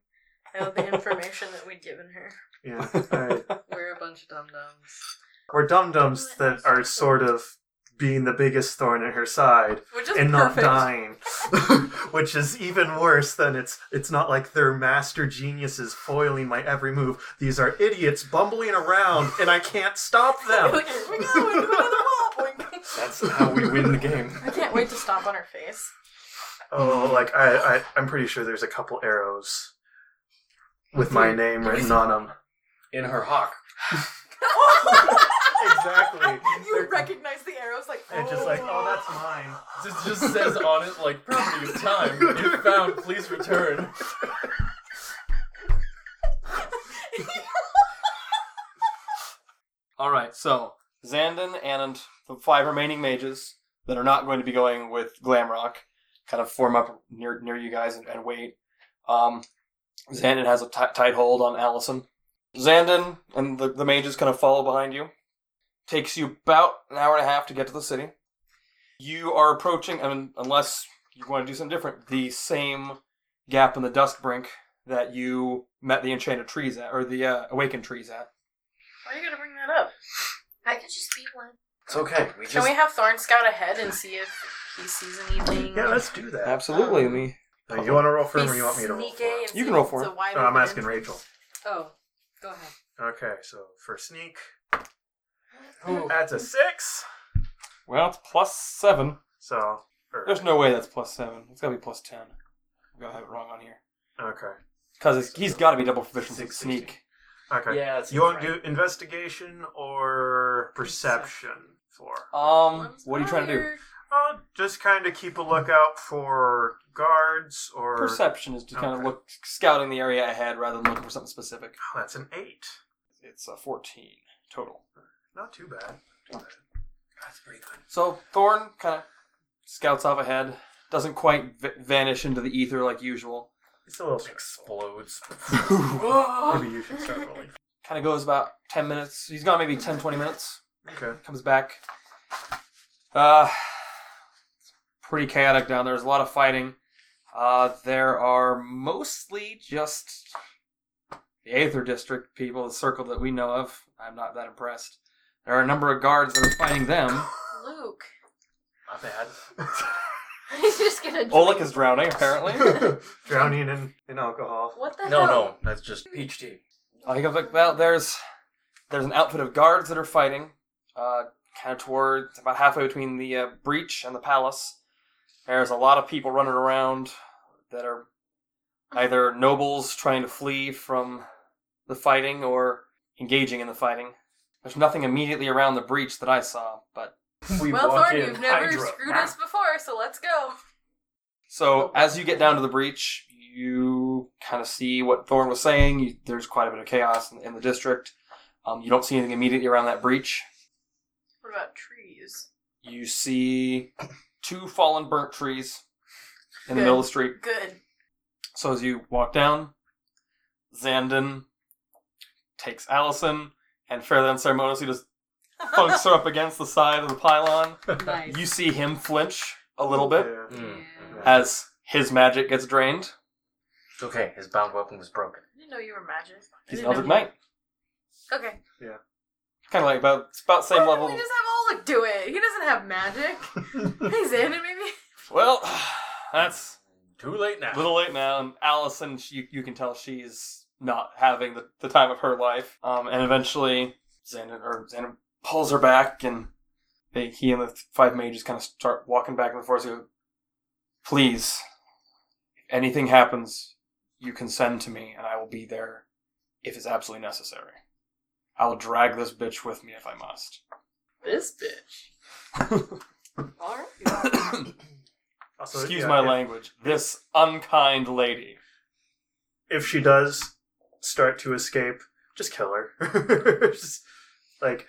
[SPEAKER 3] all the information that we'd given her.
[SPEAKER 5] Yeah. I-
[SPEAKER 6] We're a bunch of dum dums.
[SPEAKER 5] we're dum dums that are sort of being the biggest thorn in her side
[SPEAKER 3] Which is
[SPEAKER 5] and
[SPEAKER 3] perfect.
[SPEAKER 5] not dying, which is even worse than it's. It's not like they're master geniuses foiling my every move. These are idiots bumbling around, and I can't stop them.
[SPEAKER 3] Like, here we go, into another wall. Boink.
[SPEAKER 4] That's how we win the game.
[SPEAKER 3] I can't wait to stomp on her face.
[SPEAKER 5] Oh, like I, I, I'm pretty sure there's a couple arrows with my name written on them.
[SPEAKER 4] In her hawk.
[SPEAKER 5] Exactly.
[SPEAKER 3] you recognize the arrows like
[SPEAKER 5] And just like, oh, that's mine.
[SPEAKER 4] It just says on it, like, property of time. If found, please return.
[SPEAKER 7] All right, so Xandon and the five remaining mages that are not going to be going with Glamrock kind of form up near near you guys and, and wait. Um, Xandon has a ti- tight hold on Allison. Xandon and the, the mages kind of follow behind you. Takes you about an hour and a half to get to the city. You are approaching, I mean, unless you want to do something different, the same gap in the dusk brink that you met the enchanted trees at, or the uh, awakened trees at.
[SPEAKER 3] Why are you gonna bring that up?
[SPEAKER 2] I could just be one.
[SPEAKER 4] It's okay. We
[SPEAKER 3] Can
[SPEAKER 4] just.
[SPEAKER 3] we have Thorn scout ahead and see if he sees anything?
[SPEAKER 5] Yeah, let's do that.
[SPEAKER 7] Absolutely, let me
[SPEAKER 5] Now, you want to roll for him,
[SPEAKER 3] Be
[SPEAKER 5] or you want me to roll? For
[SPEAKER 3] sneaky
[SPEAKER 5] him?
[SPEAKER 3] and
[SPEAKER 7] You
[SPEAKER 3] see
[SPEAKER 7] can roll
[SPEAKER 3] if
[SPEAKER 7] for
[SPEAKER 3] it's
[SPEAKER 7] it.
[SPEAKER 3] a wide
[SPEAKER 5] No, I'm
[SPEAKER 3] open-
[SPEAKER 5] asking Rachel.
[SPEAKER 6] Oh, go ahead.
[SPEAKER 5] Okay, so for sneak,
[SPEAKER 4] Oh,
[SPEAKER 7] Ooh.
[SPEAKER 5] that's a six.
[SPEAKER 7] Well, it's plus seven.
[SPEAKER 5] So, or-
[SPEAKER 7] There's no way that's plus seven. It's gotta be plus ten. I'm gonna have it wrong on here.
[SPEAKER 5] okay,
[SPEAKER 7] Because he's gotta be double proficient in
[SPEAKER 4] Six,
[SPEAKER 7] sneak.
[SPEAKER 5] okay.
[SPEAKER 4] Yeah, it's
[SPEAKER 5] You want to do investigation or perception for?
[SPEAKER 7] Um, what are you trying to do?
[SPEAKER 5] Oh, just kind of keep a lookout for guards or.
[SPEAKER 7] Perception is just kind of
[SPEAKER 5] Okay.
[SPEAKER 7] look scouting the area ahead rather than looking for something specific.
[SPEAKER 5] Oh, that's an eight.
[SPEAKER 7] It's a fourteen total.
[SPEAKER 5] Not too bad.
[SPEAKER 4] That's pretty good.
[SPEAKER 7] So Thorn kind of scouts off ahead. Doesn't quite v- vanish into the ether like usual.
[SPEAKER 5] It's a little
[SPEAKER 4] Explodes.
[SPEAKER 7] kind
[SPEAKER 5] Maybe you should start rolling.
[SPEAKER 7] of goes about ten minutes. He's gone maybe 10, 20 minutes.
[SPEAKER 5] Okay.
[SPEAKER 7] comes back. Uh, pretty chaotic down there. There's a lot of fighting. Uh, there are mostly just the Aether District people, the circle that we know of. I'm not that impressed. There are a number of guards that are fighting them.
[SPEAKER 3] Luke.
[SPEAKER 4] My bad.
[SPEAKER 2] He's just gonna.
[SPEAKER 4] Oh.
[SPEAKER 7] Oleg is drowning, apparently.
[SPEAKER 5] Drowning in, in alcohol.
[SPEAKER 3] What the
[SPEAKER 4] No,
[SPEAKER 3] hell?
[SPEAKER 4] no, that's just peach tea.
[SPEAKER 7] I think I was like, well, there's there's an outfit of guards that are fighting, uh, kind of towards about halfway between the uh, breach and the palace. There's a lot of people running around that are either nobles trying to flee from the fighting or engaging in the fighting. There's nothing immediately around the breach that I saw, but
[SPEAKER 4] We
[SPEAKER 3] Well,
[SPEAKER 4] walk
[SPEAKER 3] Thorn,
[SPEAKER 4] in,
[SPEAKER 3] you've never
[SPEAKER 4] Hydra.
[SPEAKER 3] screwed us before, so let's go.
[SPEAKER 7] so as you get down to the breach, you kind of see what Thorn was saying. You, there's quite a bit of chaos in, in the district. Um, you don't see anything immediately around that breach.
[SPEAKER 3] What about trees?
[SPEAKER 7] you see two fallen burnt trees in the
[SPEAKER 3] Good.
[SPEAKER 7] middle of the street.
[SPEAKER 3] Good.
[SPEAKER 7] So as you walk down, Xandon takes Allison and fairly unceremoniously just funks her up against the side of the pylon.
[SPEAKER 6] Nice.
[SPEAKER 7] You see him flinch a little bit
[SPEAKER 5] Yeah.
[SPEAKER 4] Mm.
[SPEAKER 6] Yeah.
[SPEAKER 7] as his magic gets drained.
[SPEAKER 4] It's okay. His bound weapon was broken.
[SPEAKER 3] I didn't know you were magic. I
[SPEAKER 7] He's an
[SPEAKER 3] didn't
[SPEAKER 7] Eldritch
[SPEAKER 3] know you-
[SPEAKER 7] Knight.
[SPEAKER 3] Okay.
[SPEAKER 7] Kind of like about, it's about same
[SPEAKER 3] Why don't
[SPEAKER 7] level.
[SPEAKER 3] We just have Oleg do it. He doesn't have magic. He's in it, maybe.
[SPEAKER 7] Well, that's
[SPEAKER 4] Too late now.
[SPEAKER 7] a little late now. And Allison, she, you, you can tell she's not having the, the time of her life. Um, and eventually, Xander, or Xander pulls her back, and they, he and the five mages kind of start walking back and forth. They Go, please, if anything happens, you can send to me, and I will be there if it's absolutely necessary. I'll drag this bitch with me if I must.
[SPEAKER 3] This bitch.
[SPEAKER 6] Alright.
[SPEAKER 5] Also,
[SPEAKER 7] Excuse
[SPEAKER 5] yeah,
[SPEAKER 7] my
[SPEAKER 5] if-
[SPEAKER 7] language. This unkind lady.
[SPEAKER 5] If she does start to escape, just kill her. Just, like,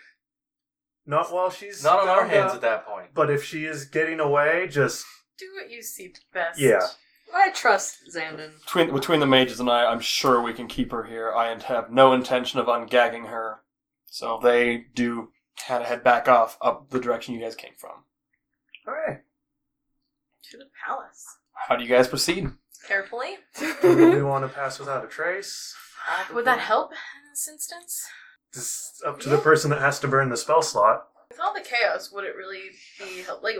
[SPEAKER 5] not while she's
[SPEAKER 4] Not on our
[SPEAKER 5] bound
[SPEAKER 4] hands
[SPEAKER 5] up,
[SPEAKER 4] at that point.
[SPEAKER 5] But if she is getting away, just
[SPEAKER 3] Do what you see best.
[SPEAKER 5] Yeah.
[SPEAKER 6] I trust Xandon.
[SPEAKER 7] Between, between the mages and I, I'm sure we can keep her here. I have no intention of ungagging her. So they do kind of head back off up the direction you guys came from.
[SPEAKER 5] all right.
[SPEAKER 3] To the palace.
[SPEAKER 7] How do you guys proceed?
[SPEAKER 3] Carefully.
[SPEAKER 5] Do we want to pass without a trace?
[SPEAKER 3] Would that help in this instance?
[SPEAKER 5] This is up to the person that has to burn the spell slot.
[SPEAKER 3] With all the chaos, would it really be help? Like,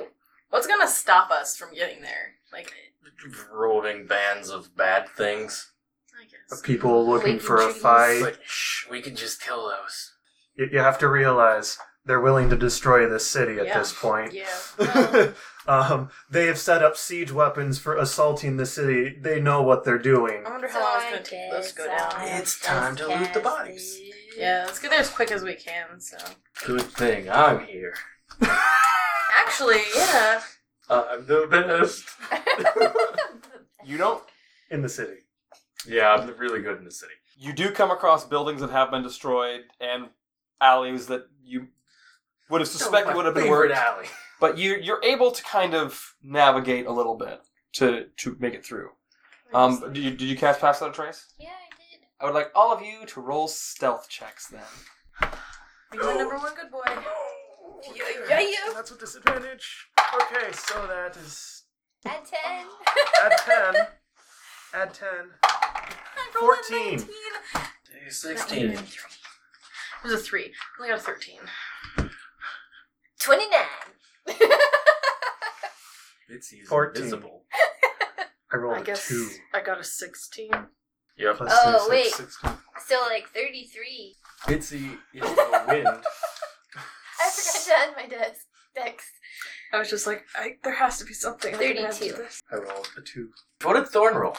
[SPEAKER 3] what's gonna stop us from getting there? Like,
[SPEAKER 4] Roving bands of bad things.
[SPEAKER 3] I guess.
[SPEAKER 5] Of people looking
[SPEAKER 2] Waiting
[SPEAKER 5] for a
[SPEAKER 2] trees.
[SPEAKER 4] It's
[SPEAKER 5] fight.
[SPEAKER 4] like, shh, we can just kill those.
[SPEAKER 5] You, you have to realize they're willing to destroy this city at
[SPEAKER 3] Yeah.
[SPEAKER 5] this point.
[SPEAKER 3] Yeah.
[SPEAKER 5] um, they have set up siege weapons for assaulting the city. They know what they're doing.
[SPEAKER 3] I wonder how long it's gonna take those to go down.
[SPEAKER 4] It's time to loot the bodies.
[SPEAKER 3] Yeah, let's get there as quick as we can. So,
[SPEAKER 4] Good thing I'm here.
[SPEAKER 3] actually, yeah.
[SPEAKER 4] Uh, I'm the best.
[SPEAKER 7] You don't.
[SPEAKER 5] In the city.
[SPEAKER 4] yeah, I'm really good in the city.
[SPEAKER 7] You do come across buildings that have been destroyed and alleys that you would have suspected would have been
[SPEAKER 4] Favorite
[SPEAKER 7] worked,
[SPEAKER 4] alley.
[SPEAKER 7] but you you're able to kind of navigate a little bit to to make it through. Um, did you, did you cast pass without a trace?
[SPEAKER 2] Yeah, I
[SPEAKER 7] I would like all of you to roll stealth checks then.
[SPEAKER 3] You're the number one good boy. Yeah, yeah, yeah.
[SPEAKER 5] That's with disadvantage. Okay, so that is
[SPEAKER 2] did. At 10.
[SPEAKER 5] add 10. add 10.
[SPEAKER 3] I rolled a
[SPEAKER 5] 14.
[SPEAKER 3] 19.
[SPEAKER 4] Sixteen.
[SPEAKER 3] It was a three. I only got a thirteen.
[SPEAKER 2] 29.
[SPEAKER 4] It's easy.
[SPEAKER 5] 14.
[SPEAKER 4] Invisible.
[SPEAKER 5] I rolled
[SPEAKER 3] I
[SPEAKER 5] a
[SPEAKER 3] guess
[SPEAKER 5] 2.
[SPEAKER 3] I got a sixteen.
[SPEAKER 4] Yep.
[SPEAKER 5] Plus
[SPEAKER 2] Oh,
[SPEAKER 5] six,
[SPEAKER 2] wait.
[SPEAKER 5] That's 16.
[SPEAKER 2] so, like 33.
[SPEAKER 4] Bitsy is the wind.
[SPEAKER 2] I forgot to add my dex. dex.
[SPEAKER 3] I was just like, I, there has to be something. I can add to
[SPEAKER 2] 32.
[SPEAKER 3] this.
[SPEAKER 5] I rolled a 2.
[SPEAKER 4] What did Thorn roll?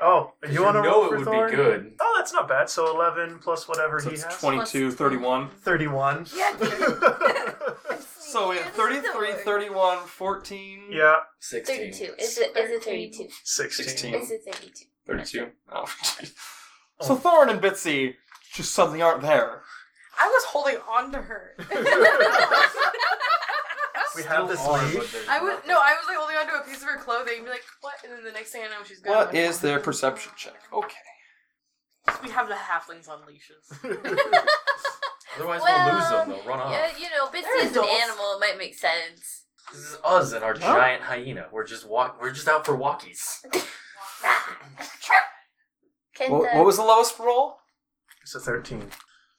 [SPEAKER 5] Oh,
[SPEAKER 4] If
[SPEAKER 5] you want to
[SPEAKER 4] know
[SPEAKER 5] roll
[SPEAKER 4] it
[SPEAKER 5] for
[SPEAKER 4] would
[SPEAKER 5] Thorn?
[SPEAKER 4] be good.
[SPEAKER 5] Oh, that's not bad. So 11 plus whatever
[SPEAKER 7] So
[SPEAKER 5] he
[SPEAKER 7] it's
[SPEAKER 5] has.
[SPEAKER 7] 22, 31.
[SPEAKER 5] 31.
[SPEAKER 2] Yeah,
[SPEAKER 7] So we have 33, 31, 14.
[SPEAKER 5] yeah,
[SPEAKER 4] Sixteen.
[SPEAKER 2] 32. It's a, it's a 32.
[SPEAKER 5] 16.
[SPEAKER 7] 16.
[SPEAKER 2] It's a 32.
[SPEAKER 7] 32. Oh, geez. so Thorin and Bitsy just suddenly aren't there.
[SPEAKER 3] I was holding on to her.
[SPEAKER 5] We have this leash.
[SPEAKER 3] I was no, I was like holding onto a piece of her clothing and be like, what? And then the next thing I know, she's gone.
[SPEAKER 7] What is their perception check? Okay.
[SPEAKER 3] We have the halflings on leashes.
[SPEAKER 4] Otherwise,
[SPEAKER 2] Well,
[SPEAKER 4] we'll lose them. They'll run off.
[SPEAKER 2] Yeah, you know,
[SPEAKER 3] They're
[SPEAKER 2] Bitsy is an
[SPEAKER 3] adults.
[SPEAKER 2] animal. It might make sense.
[SPEAKER 4] This is us and our giant hyena. We're just walk. We're just out for walkies.
[SPEAKER 2] Can
[SPEAKER 7] What,
[SPEAKER 2] the-
[SPEAKER 7] what was the lowest roll?
[SPEAKER 5] It's a 13.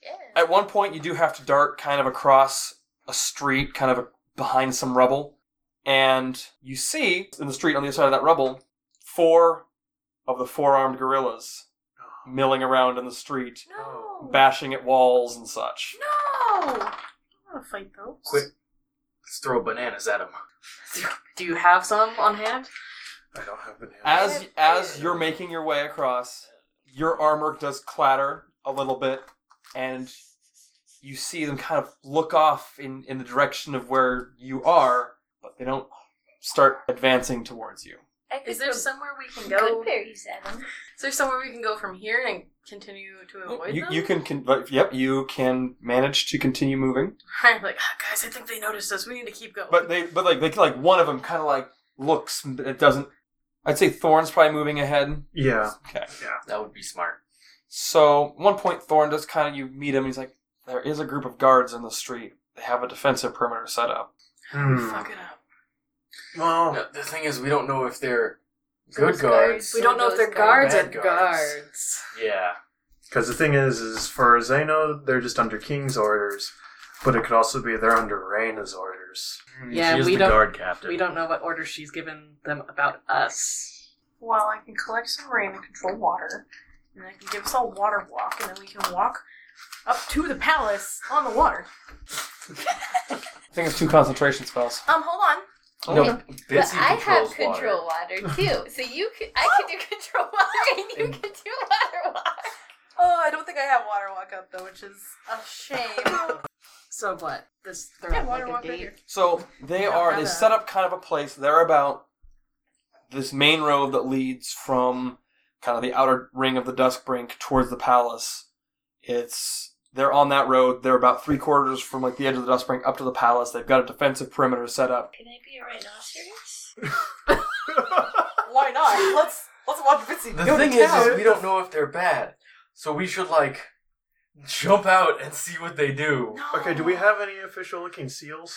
[SPEAKER 2] Yeah.
[SPEAKER 7] At one point, you do have to dart kind of across a street, kind of behind some rubble, and you see in the street on the other side of that rubble four of the four armed gorillas milling around in the street,
[SPEAKER 3] No.
[SPEAKER 7] bashing at walls and such.
[SPEAKER 3] No. I don't want to fight those.
[SPEAKER 4] Quick. Let's throw bananas at them.
[SPEAKER 3] Do you have some on hand?
[SPEAKER 5] I don't have an hand.
[SPEAKER 7] As as you're making your way across, your armor does clatter a little bit, and you see them kind of look off in, in the direction of where you are, but they don't start advancing towards you.
[SPEAKER 2] I could
[SPEAKER 3] Is there
[SPEAKER 2] put
[SPEAKER 3] somewhere we can go?
[SPEAKER 2] good berries at them.
[SPEAKER 3] Is there somewhere we can go from here and continue to avoid
[SPEAKER 7] Oh, you,
[SPEAKER 3] them?
[SPEAKER 7] you can, con- like, yep, you can manage to continue moving,
[SPEAKER 3] I'm like, "Ah, guys, I think they noticed us. We need to keep going.
[SPEAKER 7] but they, but like, they, like one of them kind of like looks, but it doesn't. I'd say Thorn's probably moving ahead.
[SPEAKER 5] Yeah.
[SPEAKER 7] Okay,
[SPEAKER 4] That would be smart.
[SPEAKER 7] so one point Thorn does kind of you meet him. He's like, there is a group of guards in the street. They have a defensive perimeter set up.
[SPEAKER 5] Hmm.
[SPEAKER 3] fuck it up.
[SPEAKER 5] Well,
[SPEAKER 4] No, the thing is, we don't know if they're good
[SPEAKER 2] Those guards.
[SPEAKER 4] guards.
[SPEAKER 6] We don't know if they're
[SPEAKER 2] Those
[SPEAKER 6] guards or
[SPEAKER 4] guards. Bad guards.
[SPEAKER 6] guards.
[SPEAKER 4] Yeah.
[SPEAKER 5] because the thing is, is for Zeno, they're just under King's orders, but it could also be they're under Reyna's orders.
[SPEAKER 6] Yeah,
[SPEAKER 4] Hmm, she is
[SPEAKER 6] we
[SPEAKER 4] the
[SPEAKER 6] don't-
[SPEAKER 4] guard captain.
[SPEAKER 6] We don't know what order she's given them about us.
[SPEAKER 3] Well, I can collect some rain and control water, and I can give us all water walk, and then we can walk up to the palace on the water.
[SPEAKER 7] I think it's two concentration spells.
[SPEAKER 3] Um, hold on.
[SPEAKER 7] No,
[SPEAKER 2] But
[SPEAKER 4] Bitsy
[SPEAKER 2] I have
[SPEAKER 4] controls
[SPEAKER 2] control
[SPEAKER 4] water.
[SPEAKER 2] water, too. So you could, I could do control water and you could do water walk.
[SPEAKER 3] Oh, I don't think I have water walk up though, which is a shame.
[SPEAKER 6] So what? This they're
[SPEAKER 3] yeah,
[SPEAKER 6] at,
[SPEAKER 3] water
[SPEAKER 6] like
[SPEAKER 3] walk
[SPEAKER 6] a
[SPEAKER 3] right
[SPEAKER 6] gate.
[SPEAKER 3] here.
[SPEAKER 7] so they
[SPEAKER 3] don't
[SPEAKER 7] are.
[SPEAKER 3] have
[SPEAKER 7] They
[SPEAKER 3] that.
[SPEAKER 7] set up kind of a place. They're about this main road that leads from kind of the outer ring of the dusk brink towards the palace. It's they're on that road. They're about three quarters from like the edge of the dusk brink up to the palace. They've got a defensive perimeter set up.
[SPEAKER 2] Can I be a rhinoceros?
[SPEAKER 3] Why not? Let's let's walk Bitsy.
[SPEAKER 4] The
[SPEAKER 3] go
[SPEAKER 4] thing
[SPEAKER 3] to
[SPEAKER 4] is,
[SPEAKER 3] town.
[SPEAKER 4] is, we don't know if they're bad, so we should like jump out and see what they do.
[SPEAKER 5] Okay, do we have any official looking seals?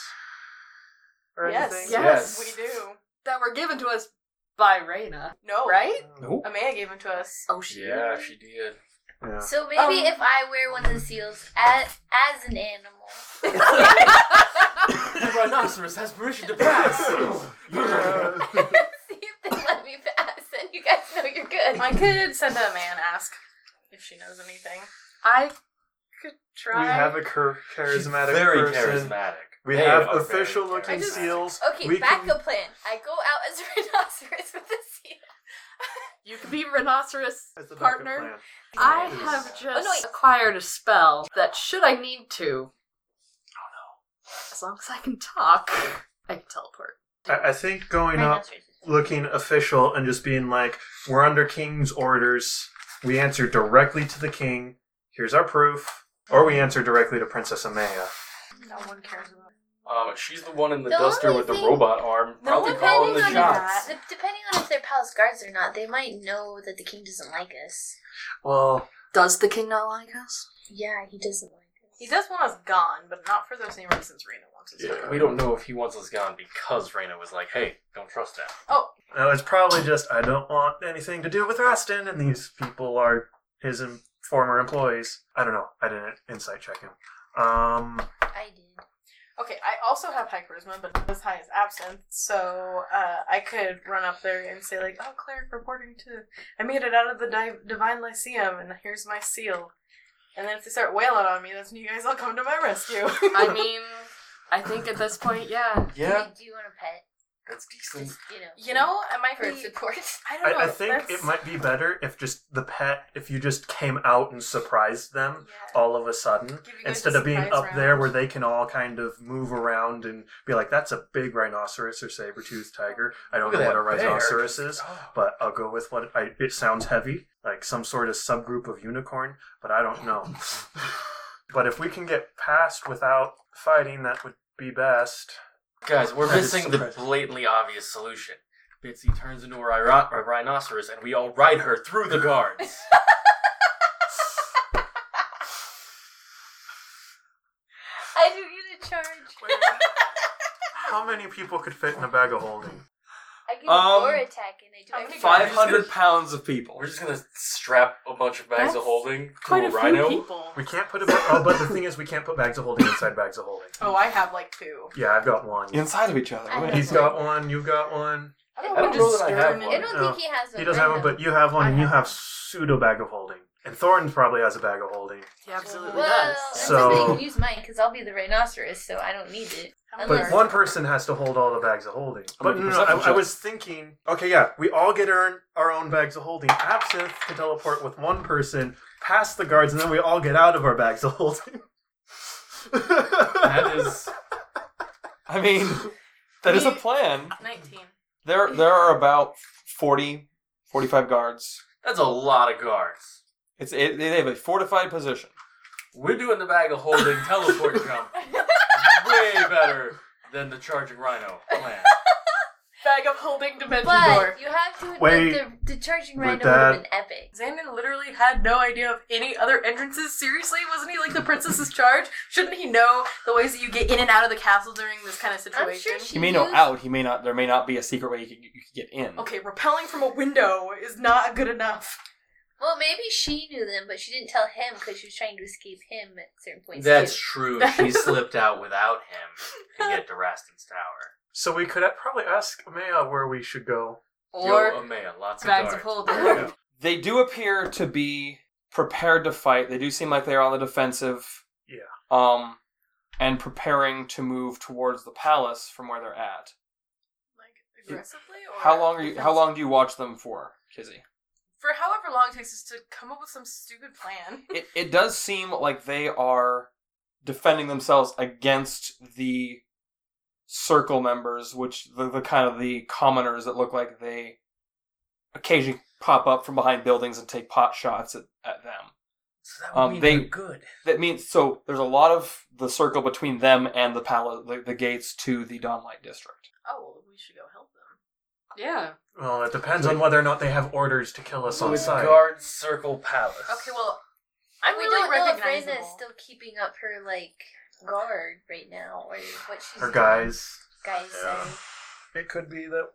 [SPEAKER 5] Or
[SPEAKER 3] Yes,
[SPEAKER 5] anything?
[SPEAKER 3] yes,
[SPEAKER 4] Yes.
[SPEAKER 3] we do.
[SPEAKER 6] that were given to us by Reyna,
[SPEAKER 3] No.
[SPEAKER 6] right?
[SPEAKER 1] Nope.
[SPEAKER 3] Amaya gave them to us.
[SPEAKER 6] Oh, she
[SPEAKER 4] Yeah, she did.
[SPEAKER 5] Yeah.
[SPEAKER 2] So maybe
[SPEAKER 3] Um,
[SPEAKER 2] if I wear one of the seals as, as an animal.
[SPEAKER 4] The rhinoceros has permission to pass.
[SPEAKER 2] See if they let me pass, and you guys know you're good.
[SPEAKER 3] I could send a man ask if she knows anything.
[SPEAKER 6] I could try.
[SPEAKER 5] We have a char-
[SPEAKER 4] She's
[SPEAKER 5] charismatic
[SPEAKER 4] very
[SPEAKER 5] person.
[SPEAKER 4] charismatic.
[SPEAKER 5] We
[SPEAKER 4] They
[SPEAKER 5] have
[SPEAKER 4] are very
[SPEAKER 5] official looking
[SPEAKER 4] charismatic.
[SPEAKER 2] just-
[SPEAKER 5] seals.
[SPEAKER 2] Okay,
[SPEAKER 5] we
[SPEAKER 2] backup
[SPEAKER 5] can-
[SPEAKER 2] plan. I go out as a rhinoceros with a seal.
[SPEAKER 6] You could be rhinoceros
[SPEAKER 5] As the backup
[SPEAKER 6] partner.
[SPEAKER 5] plan.
[SPEAKER 6] I
[SPEAKER 5] Yes.
[SPEAKER 6] have just
[SPEAKER 2] Oh, no, wait.
[SPEAKER 6] acquired a spell that, should I need to, Oh, as long as I can talk, I can teleport.
[SPEAKER 5] I, I think going up looking official and just being like, we're under king's orders. We answer directly to the king. Here's our proof. Or we answer directly to Princess Amaya.
[SPEAKER 3] No one cares about
[SPEAKER 4] Um, she's the one in the,
[SPEAKER 2] The
[SPEAKER 4] duster
[SPEAKER 2] only
[SPEAKER 4] with the
[SPEAKER 2] thing-
[SPEAKER 4] robot arm,
[SPEAKER 3] The
[SPEAKER 4] probably
[SPEAKER 3] only
[SPEAKER 4] calling the
[SPEAKER 3] thing I
[SPEAKER 4] shots.
[SPEAKER 2] Dep- depending on if they're palace guards or not, they might know that the king doesn't like us.
[SPEAKER 5] Well,
[SPEAKER 6] Does the king not like us?
[SPEAKER 2] Yeah, he doesn't like us.
[SPEAKER 3] He does want us gone, but not for those same reasons Rena wants us
[SPEAKER 4] Yeah,
[SPEAKER 3] gone.
[SPEAKER 4] we don't know if he wants us gone because Reyna was like, "Hey, don't trust that."
[SPEAKER 3] Oh,
[SPEAKER 5] no, it's probably just I don't want anything to do with Rastin, and these people are his em- former employees. I don't know. I didn't insight check him. Um,
[SPEAKER 2] I did.
[SPEAKER 3] okay. I also have high charisma, but not as high as absinthe, so uh, I could run up there and say like, "Oh, cleric reporting to. I made it out of the di- divine lyceum, and here's my seal." And then if they start wailing on me, that's when you guys all come to my rescue.
[SPEAKER 6] I mean, I think at this point, yeah.
[SPEAKER 4] Yeah,
[SPEAKER 2] Do you want a pet?
[SPEAKER 4] that's decent.
[SPEAKER 2] Just, you know.
[SPEAKER 3] you know, I might
[SPEAKER 2] For
[SPEAKER 3] be.
[SPEAKER 2] support.
[SPEAKER 3] I don't know.
[SPEAKER 5] I, I think
[SPEAKER 3] that's-
[SPEAKER 5] it might be better if just the pet, if you just came out and surprised them
[SPEAKER 3] Yeah.
[SPEAKER 5] all of a sudden,
[SPEAKER 3] Give you guys
[SPEAKER 5] instead
[SPEAKER 3] a
[SPEAKER 5] of being
[SPEAKER 3] surprise
[SPEAKER 5] up there
[SPEAKER 3] round.
[SPEAKER 5] where they can all kind of move around and be like, that's a big rhinoceros or saber-toothed tiger. I don't
[SPEAKER 4] Look at
[SPEAKER 5] know what
[SPEAKER 4] that
[SPEAKER 5] a rhinoceros
[SPEAKER 4] bear.
[SPEAKER 5] is, but I'll go with what I, it sounds heavy, like some sort of subgroup of unicorn, but I don't know. but if we can get past without fighting, that would be best.
[SPEAKER 4] Guys, we're
[SPEAKER 5] That is
[SPEAKER 4] missing the
[SPEAKER 5] surprising.
[SPEAKER 4] blatantly obvious solution. Bitsy turns into a, rhino- a rhinoceros, and we all ride her through the guards.
[SPEAKER 2] I do need a charge.
[SPEAKER 5] How many people could fit in a bag of holding?
[SPEAKER 2] I get a
[SPEAKER 7] Um,
[SPEAKER 2] gore attack and I do
[SPEAKER 3] I'm
[SPEAKER 2] everything.
[SPEAKER 7] Five hundred pounds of people.
[SPEAKER 4] We're just gonna strap a bunch of bags of
[SPEAKER 6] That's
[SPEAKER 4] holding to
[SPEAKER 6] Quite
[SPEAKER 4] a,
[SPEAKER 6] a
[SPEAKER 4] rhino.
[SPEAKER 6] few people.
[SPEAKER 5] We can't put a bag. Oh, but the thing is, we can't put bags of holding inside bags of holding.
[SPEAKER 3] Oh, I have like two.
[SPEAKER 5] Yeah, I've got one.
[SPEAKER 7] Inside of each other.
[SPEAKER 2] I
[SPEAKER 7] right?
[SPEAKER 5] He's got one. You've got one.
[SPEAKER 3] I
[SPEAKER 4] I
[SPEAKER 3] don't,
[SPEAKER 4] don't
[SPEAKER 3] know
[SPEAKER 4] know
[SPEAKER 3] just
[SPEAKER 4] that I
[SPEAKER 3] stir
[SPEAKER 4] have
[SPEAKER 3] them in.
[SPEAKER 4] one.
[SPEAKER 2] I don't
[SPEAKER 5] No.
[SPEAKER 2] think he has one.
[SPEAKER 5] He doesn't have one, but you have one, and you have pseudo bag of holding. And Thorn probably has a bag of holding.
[SPEAKER 6] He absolutely
[SPEAKER 2] Well,
[SPEAKER 6] does.
[SPEAKER 5] So-
[SPEAKER 2] somebody can use mine because I'll be the rhinoceros, so I don't need it.
[SPEAKER 3] How many
[SPEAKER 5] But
[SPEAKER 3] are-
[SPEAKER 5] one person has to hold all the bags of holding. But
[SPEAKER 7] making
[SPEAKER 5] no, no, I, I
[SPEAKER 7] perception
[SPEAKER 5] was thinking. Okay, yeah, we all get our, our own bags of holding. Absinthe can teleport with one person past the guards, and then we all get out of our bags of holding.
[SPEAKER 4] That is
[SPEAKER 7] I mean, that is a plan.
[SPEAKER 3] 19.
[SPEAKER 7] There, there are about 40, 45 guards.
[SPEAKER 4] that's a lot of guards.
[SPEAKER 7] It's it, they have a fortified position.
[SPEAKER 4] We're doing the bag of holding teleport jump way better than the charging rhino plan.
[SPEAKER 3] Bag of holding dimension door.
[SPEAKER 2] But you have to admit
[SPEAKER 5] Wait.
[SPEAKER 2] the, the charging
[SPEAKER 5] But
[SPEAKER 2] rhino would have
[SPEAKER 5] that-
[SPEAKER 2] been epic.
[SPEAKER 3] Xander literally had no idea of any other entrances. Seriously, wasn't he like the princess's charge? Shouldn't he know the ways that you get in and out of the castle during this kind of
[SPEAKER 2] I'm
[SPEAKER 3] situation?
[SPEAKER 2] sure she
[SPEAKER 7] He may know
[SPEAKER 2] used-
[SPEAKER 7] out. He may not. There may not be a secret way you could, you could get in.
[SPEAKER 3] Okay, repelling from a window is not good enough.
[SPEAKER 2] Well, maybe she knew them, but she didn't tell him because she was trying to escape him at certain points.
[SPEAKER 4] That's
[SPEAKER 2] too.
[SPEAKER 4] true. She slipped out without him to get to Rastin's tower.
[SPEAKER 5] so we could probably ask Maya where we should go.
[SPEAKER 4] Yo,
[SPEAKER 6] Or
[SPEAKER 4] Amaya, lots
[SPEAKER 6] bags of
[SPEAKER 4] of guards.
[SPEAKER 6] holding.
[SPEAKER 7] They do appear to be prepared to fight. They do seem like they are on the defensive.
[SPEAKER 5] Yeah.
[SPEAKER 7] Um, and preparing to move towards the palace from where they're at.
[SPEAKER 3] Like aggressively or
[SPEAKER 7] How long are you? How long do you watch them for, Kizzy?
[SPEAKER 3] For however long it takes us to come up with some stupid plan.
[SPEAKER 7] it, it does seem like they are defending themselves against the circle members, which the, the kind of the commoners that look like they occasionally pop up from behind buildings and take pot shots at, at them.
[SPEAKER 4] So that
[SPEAKER 7] Um, they-
[SPEAKER 4] they're good.
[SPEAKER 7] That means so there's a lot of the circle between them and the palace, the, the gates to the Dawnlight district.
[SPEAKER 3] Oh, well, we should go help them.
[SPEAKER 6] yeah.
[SPEAKER 5] Well, it depends on whether or not they have orders to kill us on
[SPEAKER 4] With
[SPEAKER 5] site.
[SPEAKER 4] guard circle palace.
[SPEAKER 3] Okay, well, I'm
[SPEAKER 2] we
[SPEAKER 3] really
[SPEAKER 2] don't know if Reyna
[SPEAKER 3] recognizable.
[SPEAKER 2] is still keeping up her like guard right now, or what she's
[SPEAKER 5] Or guys.
[SPEAKER 2] Guys,
[SPEAKER 5] Yeah.
[SPEAKER 2] sorry.
[SPEAKER 5] It could be that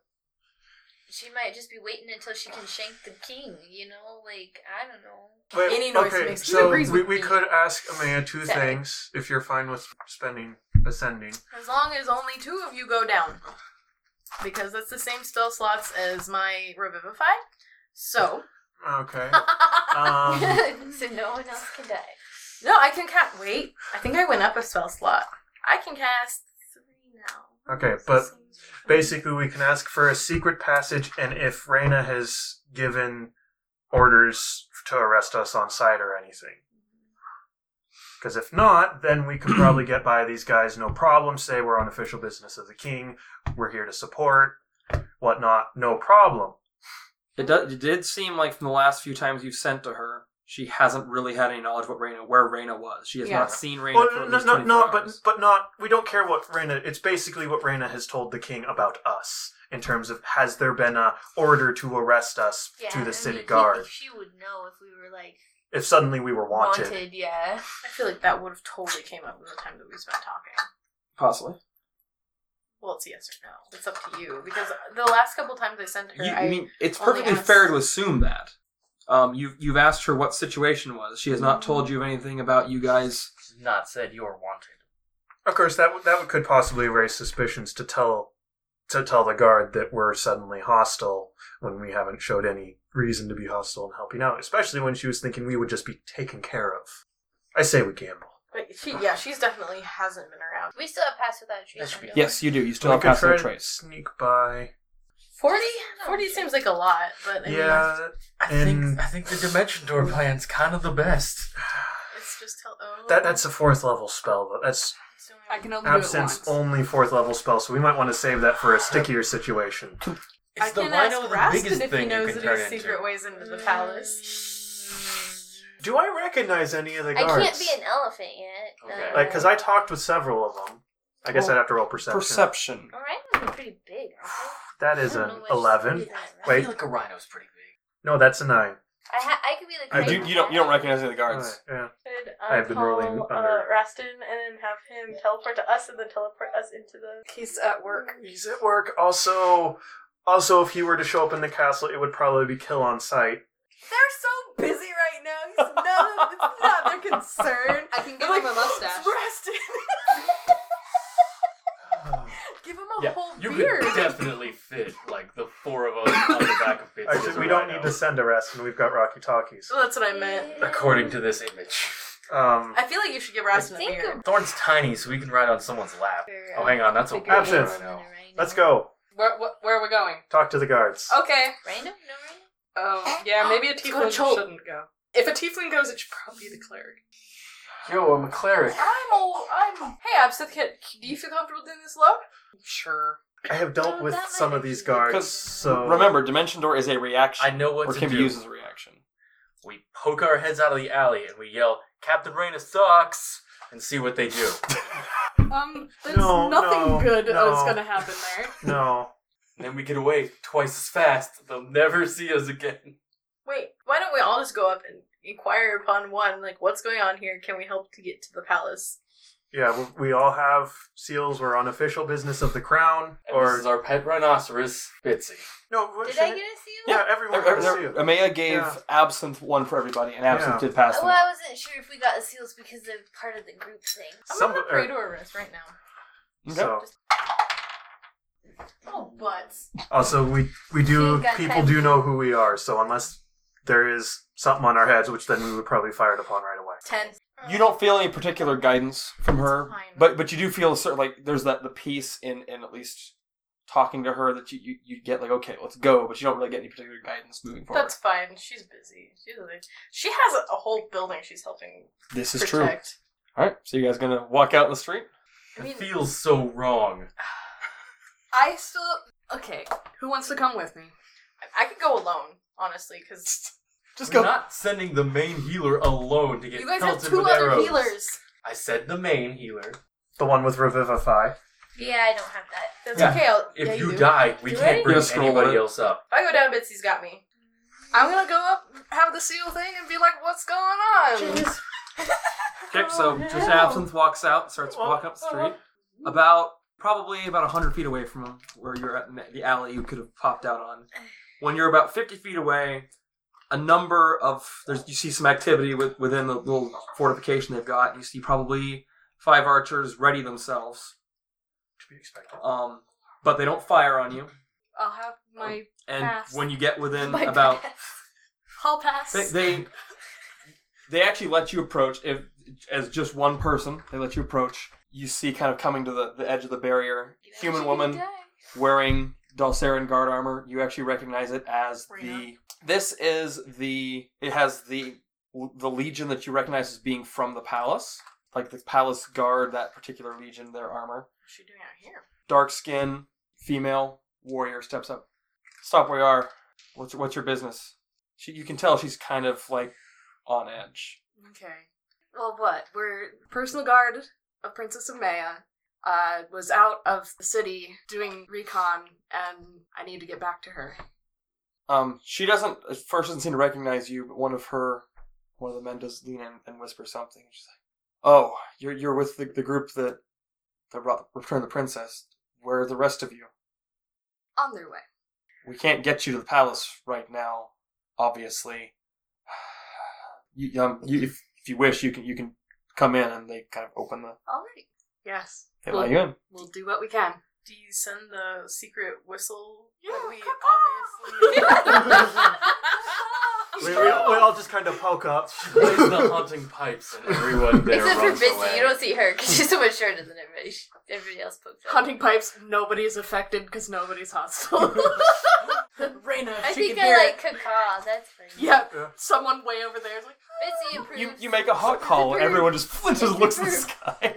[SPEAKER 2] she might just be waiting until she can shank the king. You know, like I don't know.
[SPEAKER 5] Wait,
[SPEAKER 3] Any noise makes- he
[SPEAKER 5] so
[SPEAKER 3] agrees
[SPEAKER 5] we,
[SPEAKER 3] with
[SPEAKER 5] we
[SPEAKER 3] me.
[SPEAKER 5] could ask Amaya two
[SPEAKER 2] Sorry.
[SPEAKER 5] things if you're fine with spending ascending.
[SPEAKER 3] As long as only two of you go down. Because that's the same spell slots as my Revivify. So.
[SPEAKER 5] Okay. Um,
[SPEAKER 2] so no one else can die.
[SPEAKER 3] No, I can cast. Wait, I think I went up a spell slot. I can cast three now.
[SPEAKER 5] Okay, but basically, we can ask for a secret passage, and if Reyna has given orders to arrest us on site or anything. Because if not, then we could probably get by these guys no problem. Say we're on official business of the king, we're here to support, whatnot, no problem.
[SPEAKER 7] It, do, it did seem like from the last few times you've sent to her, she hasn't really had any knowledge what Reyna, where Reyna was. She has
[SPEAKER 3] Yeah.
[SPEAKER 7] not seen Reyna
[SPEAKER 5] Well,
[SPEAKER 7] for at
[SPEAKER 5] no,
[SPEAKER 7] least
[SPEAKER 5] no,
[SPEAKER 7] 24
[SPEAKER 5] no, but
[SPEAKER 7] hours.
[SPEAKER 5] but not. We don't care what Reyna. It's basically what Reyna has told the king about us in terms of has there been a order to arrest us to the city guard?
[SPEAKER 2] She would know if we were like
[SPEAKER 5] if suddenly we were wanted,
[SPEAKER 2] wanted. yeah.
[SPEAKER 3] I feel like that would have totally came up in the time that we spent talking.
[SPEAKER 7] possibly.
[SPEAKER 3] Well, it's yes or no. It's up to you. Because the last couple times I sent her,
[SPEAKER 7] You,
[SPEAKER 3] I.
[SPEAKER 7] I mean, it's
[SPEAKER 3] only
[SPEAKER 7] perfectly
[SPEAKER 3] asked-
[SPEAKER 7] fair to assume that. Um, you've you've asked her what situation was. She has
[SPEAKER 3] Mm-hmm.
[SPEAKER 7] not told you anything about you guys.
[SPEAKER 4] Not said you are wanted.
[SPEAKER 5] of course that would- that would- could possibly raise suspicions to tell to tell the guard that we're suddenly hostile when we haven't showed any reason to be hostile and helping out, especially when she was thinking we would just be taken care of. I say we gamble.
[SPEAKER 3] but she, yeah, she's definitely hasn't been around.
[SPEAKER 2] We still have passed without a trace.
[SPEAKER 4] That should be-
[SPEAKER 2] on Dylan.
[SPEAKER 7] Yes, you do. You still
[SPEAKER 5] we
[SPEAKER 7] have
[SPEAKER 5] could
[SPEAKER 7] pass
[SPEAKER 5] try
[SPEAKER 7] no
[SPEAKER 5] to
[SPEAKER 7] trace.
[SPEAKER 5] Sneak by.
[SPEAKER 3] 40? 40 seems like a lot, but I mean,
[SPEAKER 5] Yeah,
[SPEAKER 4] I
[SPEAKER 5] And-
[SPEAKER 4] think I think the dimension door plan's kind of the best.
[SPEAKER 3] it's just till. Oh,
[SPEAKER 5] that that's a fourth level spell, but that's
[SPEAKER 3] it's only-
[SPEAKER 6] I can only
[SPEAKER 5] Absence
[SPEAKER 6] do it once.
[SPEAKER 5] only fourth level spell, so we might want to save that for a stickier situation.
[SPEAKER 3] I
[SPEAKER 4] It's the
[SPEAKER 3] can
[SPEAKER 4] rhino
[SPEAKER 3] ask
[SPEAKER 4] the
[SPEAKER 3] Rastin
[SPEAKER 4] biggest
[SPEAKER 3] if
[SPEAKER 4] thing
[SPEAKER 3] he knows
[SPEAKER 4] you can
[SPEAKER 3] that
[SPEAKER 4] turn
[SPEAKER 3] his secret
[SPEAKER 4] into.
[SPEAKER 3] ways into the palace.
[SPEAKER 5] Do I recognize any of the
[SPEAKER 2] I
[SPEAKER 5] guards?
[SPEAKER 2] can't be an elephant yet.
[SPEAKER 4] Okay.
[SPEAKER 5] like because I talked with several of them. I guess
[SPEAKER 7] Well,
[SPEAKER 5] I'd have to roll perception.
[SPEAKER 7] Perception.
[SPEAKER 2] All right, pretty big. aren't
[SPEAKER 5] that
[SPEAKER 2] they?
[SPEAKER 5] is
[SPEAKER 2] I don't
[SPEAKER 5] an
[SPEAKER 2] know why she's
[SPEAKER 5] eleven.
[SPEAKER 2] doing that, right?
[SPEAKER 4] I
[SPEAKER 5] Wait.
[SPEAKER 4] feel like a rhino's pretty big.
[SPEAKER 5] No, that's a nine.
[SPEAKER 2] I ha- I could be like.
[SPEAKER 5] I do-
[SPEAKER 2] Raven.
[SPEAKER 7] you don't you don't recognize any of the guards.
[SPEAKER 5] Alright, yeah.
[SPEAKER 3] Could,
[SPEAKER 5] I have been rolling
[SPEAKER 3] call,
[SPEAKER 5] under-
[SPEAKER 3] uh, Rastin and then have him teleport to us and then teleport us into the.
[SPEAKER 6] He's at work.
[SPEAKER 5] He's at work. Also, also, if he were to show up in the castle, it would probably be kill on sight.
[SPEAKER 3] They're so busy right now. It's not, it's not their concern.
[SPEAKER 6] I can give him a mustache.
[SPEAKER 3] Rastin. Give him a
[SPEAKER 4] Yeah,
[SPEAKER 3] whole
[SPEAKER 4] You
[SPEAKER 3] beard.
[SPEAKER 4] could definitely fit like the four of us on the back of Fitz. as
[SPEAKER 5] Actually,
[SPEAKER 4] a
[SPEAKER 5] we don't
[SPEAKER 4] rhino,
[SPEAKER 5] need to send a rest, and we've got Rocky Talkies.
[SPEAKER 3] Well, that's what I meant.
[SPEAKER 4] According to this image,
[SPEAKER 2] Oh,
[SPEAKER 5] Um,
[SPEAKER 3] I feel like you should give Rastin a
[SPEAKER 2] Think
[SPEAKER 3] beard.
[SPEAKER 2] of-
[SPEAKER 4] Thorn's tiny, so we can ride on someone's lap. Oh, hang on, that's a
[SPEAKER 2] Bigger
[SPEAKER 5] Absinthe.
[SPEAKER 2] than a
[SPEAKER 4] rhino.
[SPEAKER 2] rhino.
[SPEAKER 5] let's go.
[SPEAKER 6] Where, wh- where are we going?
[SPEAKER 5] Talk to the guards.
[SPEAKER 6] Okay.
[SPEAKER 2] Rhino? No rhino.
[SPEAKER 6] Oh, yeah, maybe a
[SPEAKER 3] Let's go to
[SPEAKER 6] tiefling
[SPEAKER 3] Chol.
[SPEAKER 6] shouldn't go. If a tiefling goes, it should probably be the cleric.
[SPEAKER 4] Yo, I'm a cleric.
[SPEAKER 3] I'm old. I'm. Hey, Absinthe, can, do you feel comfortable doing this low?
[SPEAKER 6] Sure.
[SPEAKER 5] I have dealt
[SPEAKER 2] Oh,
[SPEAKER 5] with
[SPEAKER 2] that might
[SPEAKER 5] some of
[SPEAKER 2] be-
[SPEAKER 5] these guards,
[SPEAKER 7] 'Cause
[SPEAKER 5] so
[SPEAKER 7] Remember, dimension door is a
[SPEAKER 4] Um, I
[SPEAKER 7] reaction,
[SPEAKER 4] know what
[SPEAKER 7] or
[SPEAKER 4] to
[SPEAKER 7] can
[SPEAKER 4] do.
[SPEAKER 7] be used as a reaction.
[SPEAKER 4] We poke our heads out of the alley and we yell, "Captain Raina sucks!" and see what they do.
[SPEAKER 6] Um, there's
[SPEAKER 5] No,
[SPEAKER 6] nothing
[SPEAKER 5] no,
[SPEAKER 6] good that's
[SPEAKER 5] no.
[SPEAKER 6] gonna happen there.
[SPEAKER 5] No.
[SPEAKER 4] And then we get away twice as fast. They'll never see us again.
[SPEAKER 3] Wait, why don't we all just go up and inquire upon one? Like, what's going on here? Can we help to get to the palace?
[SPEAKER 5] Yeah, w- we all have seals. We're on official business of the crown.
[SPEAKER 4] And this
[SPEAKER 5] Or
[SPEAKER 4] is our pet rhinoceros, Bitsy.
[SPEAKER 5] no, what
[SPEAKER 2] Did
[SPEAKER 5] should
[SPEAKER 2] I
[SPEAKER 5] it-
[SPEAKER 2] get a seal?
[SPEAKER 5] Oh, Yeah, everyone
[SPEAKER 7] There-
[SPEAKER 5] got a
[SPEAKER 7] there-
[SPEAKER 5] seal.
[SPEAKER 7] Amaya gave
[SPEAKER 5] Yeah.
[SPEAKER 7] absinthe one for everybody, and absinthe
[SPEAKER 5] Yeah.
[SPEAKER 7] did pass them.
[SPEAKER 2] Oh, Well, I wasn't sure if we got the seals because they're part of the group thing.
[SPEAKER 3] I'm
[SPEAKER 5] Some-
[SPEAKER 3] gonna
[SPEAKER 5] or-
[SPEAKER 3] pray to Arrest right now.
[SPEAKER 7] Okay.
[SPEAKER 5] So
[SPEAKER 3] Oh, butts.
[SPEAKER 5] also we we
[SPEAKER 2] You
[SPEAKER 5] do
[SPEAKER 2] got
[SPEAKER 5] people
[SPEAKER 2] time.
[SPEAKER 5] do know who we are. So unless there is something on our heads, which then we would probably fire it upon right away.
[SPEAKER 3] Ten.
[SPEAKER 2] Oh,
[SPEAKER 7] you don't feel any particular guidance from
[SPEAKER 3] That's
[SPEAKER 7] her,
[SPEAKER 3] fine.
[SPEAKER 7] but but you do feel a certain like there's that the peace in in at least talking to her that you, you you get like okay let's go, but you don't really get any particular guidance moving forward.
[SPEAKER 3] That's fine. She's busy. She's like, she has a, a whole building she's helping
[SPEAKER 7] this is true.
[SPEAKER 3] protect.
[SPEAKER 7] All right, so you guys gonna walk out in the street?
[SPEAKER 6] I mean,
[SPEAKER 4] It feels so wrong.
[SPEAKER 6] I still. Okay, who wants to come with me?
[SPEAKER 3] I, I could go alone, honestly, because
[SPEAKER 7] Just
[SPEAKER 4] We're
[SPEAKER 7] go.
[SPEAKER 4] not sending the main healer alone to get
[SPEAKER 3] you guys have
[SPEAKER 4] pelted
[SPEAKER 3] two
[SPEAKER 4] with
[SPEAKER 3] other
[SPEAKER 4] arrows.
[SPEAKER 3] healers.
[SPEAKER 4] I said the main healer.
[SPEAKER 5] The one with revivify.
[SPEAKER 2] Yeah, I don't have that.
[SPEAKER 3] That's
[SPEAKER 4] Yeah.
[SPEAKER 3] okay. I'll,
[SPEAKER 4] If
[SPEAKER 3] yeah,
[SPEAKER 4] you,
[SPEAKER 3] do.
[SPEAKER 4] die, we
[SPEAKER 2] Do I?
[SPEAKER 4] can't bring
[SPEAKER 7] Yeah, scroll
[SPEAKER 4] anybody
[SPEAKER 7] it.
[SPEAKER 4] else up.
[SPEAKER 3] If I go down, Bitsy's got me.
[SPEAKER 6] I'm gonna go up, have the seal thing, and be like, what's going on?
[SPEAKER 7] Okay, so just absinthe walks out, starts walking up the street. About probably about 100 feet away from where you're at in the alley you could have popped out on. When you're about 50 feet away, a number of there's you see some activity with, within the little fortification they've got. You see probably five archers ready themselves,
[SPEAKER 5] To be expected.
[SPEAKER 7] um, but they don't fire on you.
[SPEAKER 6] I'll have my
[SPEAKER 7] And
[SPEAKER 6] Pass.
[SPEAKER 7] when you get within
[SPEAKER 2] My
[SPEAKER 7] about
[SPEAKER 2] bad.
[SPEAKER 6] hall pass.
[SPEAKER 7] they, they they actually let you approach if as just one person. They let you approach. You see, kind of coming to the, the edge of the barrier,
[SPEAKER 2] You
[SPEAKER 7] human
[SPEAKER 2] actually
[SPEAKER 7] woman
[SPEAKER 2] die.
[SPEAKER 7] wearing Dalsaran guard armor, you actually recognize it as
[SPEAKER 3] Rena.
[SPEAKER 7] the. This is the. It has the the legion that you recognize as being from the palace, like the palace guard. That particular legion, their armor,
[SPEAKER 3] What's she doing out here?
[SPEAKER 7] dark skin, female warrior steps up. Stop where you are. What's what's your business? She, you can tell she's kind of like on edge.
[SPEAKER 6] Okay. Well, what? We're personal guard of Princess of Maya. Uh, was out of the city doing recon, and I need to get back to her.
[SPEAKER 7] Um, she doesn't at first doesn't seem to recognize you, but one of her one of the men does lean in and whisper something. She's like, "Oh, you're you're with the, the group that that brought returned the princess. Where are the rest of you?
[SPEAKER 6] On their way.
[SPEAKER 7] We can't get you to the palace right now, obviously. You, um, you if, if you wish, you can you can come in." And they kind of open the
[SPEAKER 6] All right. Yes.
[SPEAKER 7] they let you in.
[SPEAKER 6] We'll do what we can.
[SPEAKER 3] Do you send the secret whistle? that
[SPEAKER 6] Yeah,
[SPEAKER 3] we
[SPEAKER 5] We,
[SPEAKER 3] obviously.
[SPEAKER 5] we, we all just kind of poke up.
[SPEAKER 4] Plays the haunting pipes and everyone there
[SPEAKER 2] Except for
[SPEAKER 4] runs
[SPEAKER 2] Bitsy,
[SPEAKER 4] away.
[SPEAKER 2] you don't see her because she's so much shorter than everybody. Everybody else pokes up.
[SPEAKER 6] Hunting pipes, nobody's affected because nobody's hostile.
[SPEAKER 3] Raina,
[SPEAKER 2] I
[SPEAKER 3] she
[SPEAKER 2] think I
[SPEAKER 3] can hear
[SPEAKER 2] like
[SPEAKER 3] it.
[SPEAKER 2] caca. That's funny.
[SPEAKER 6] yep.
[SPEAKER 5] Yeah.
[SPEAKER 6] Someone way over there is like,
[SPEAKER 2] Bitsy approves.
[SPEAKER 7] You you make a hot call, and everyone just flinches, and looks at the sky.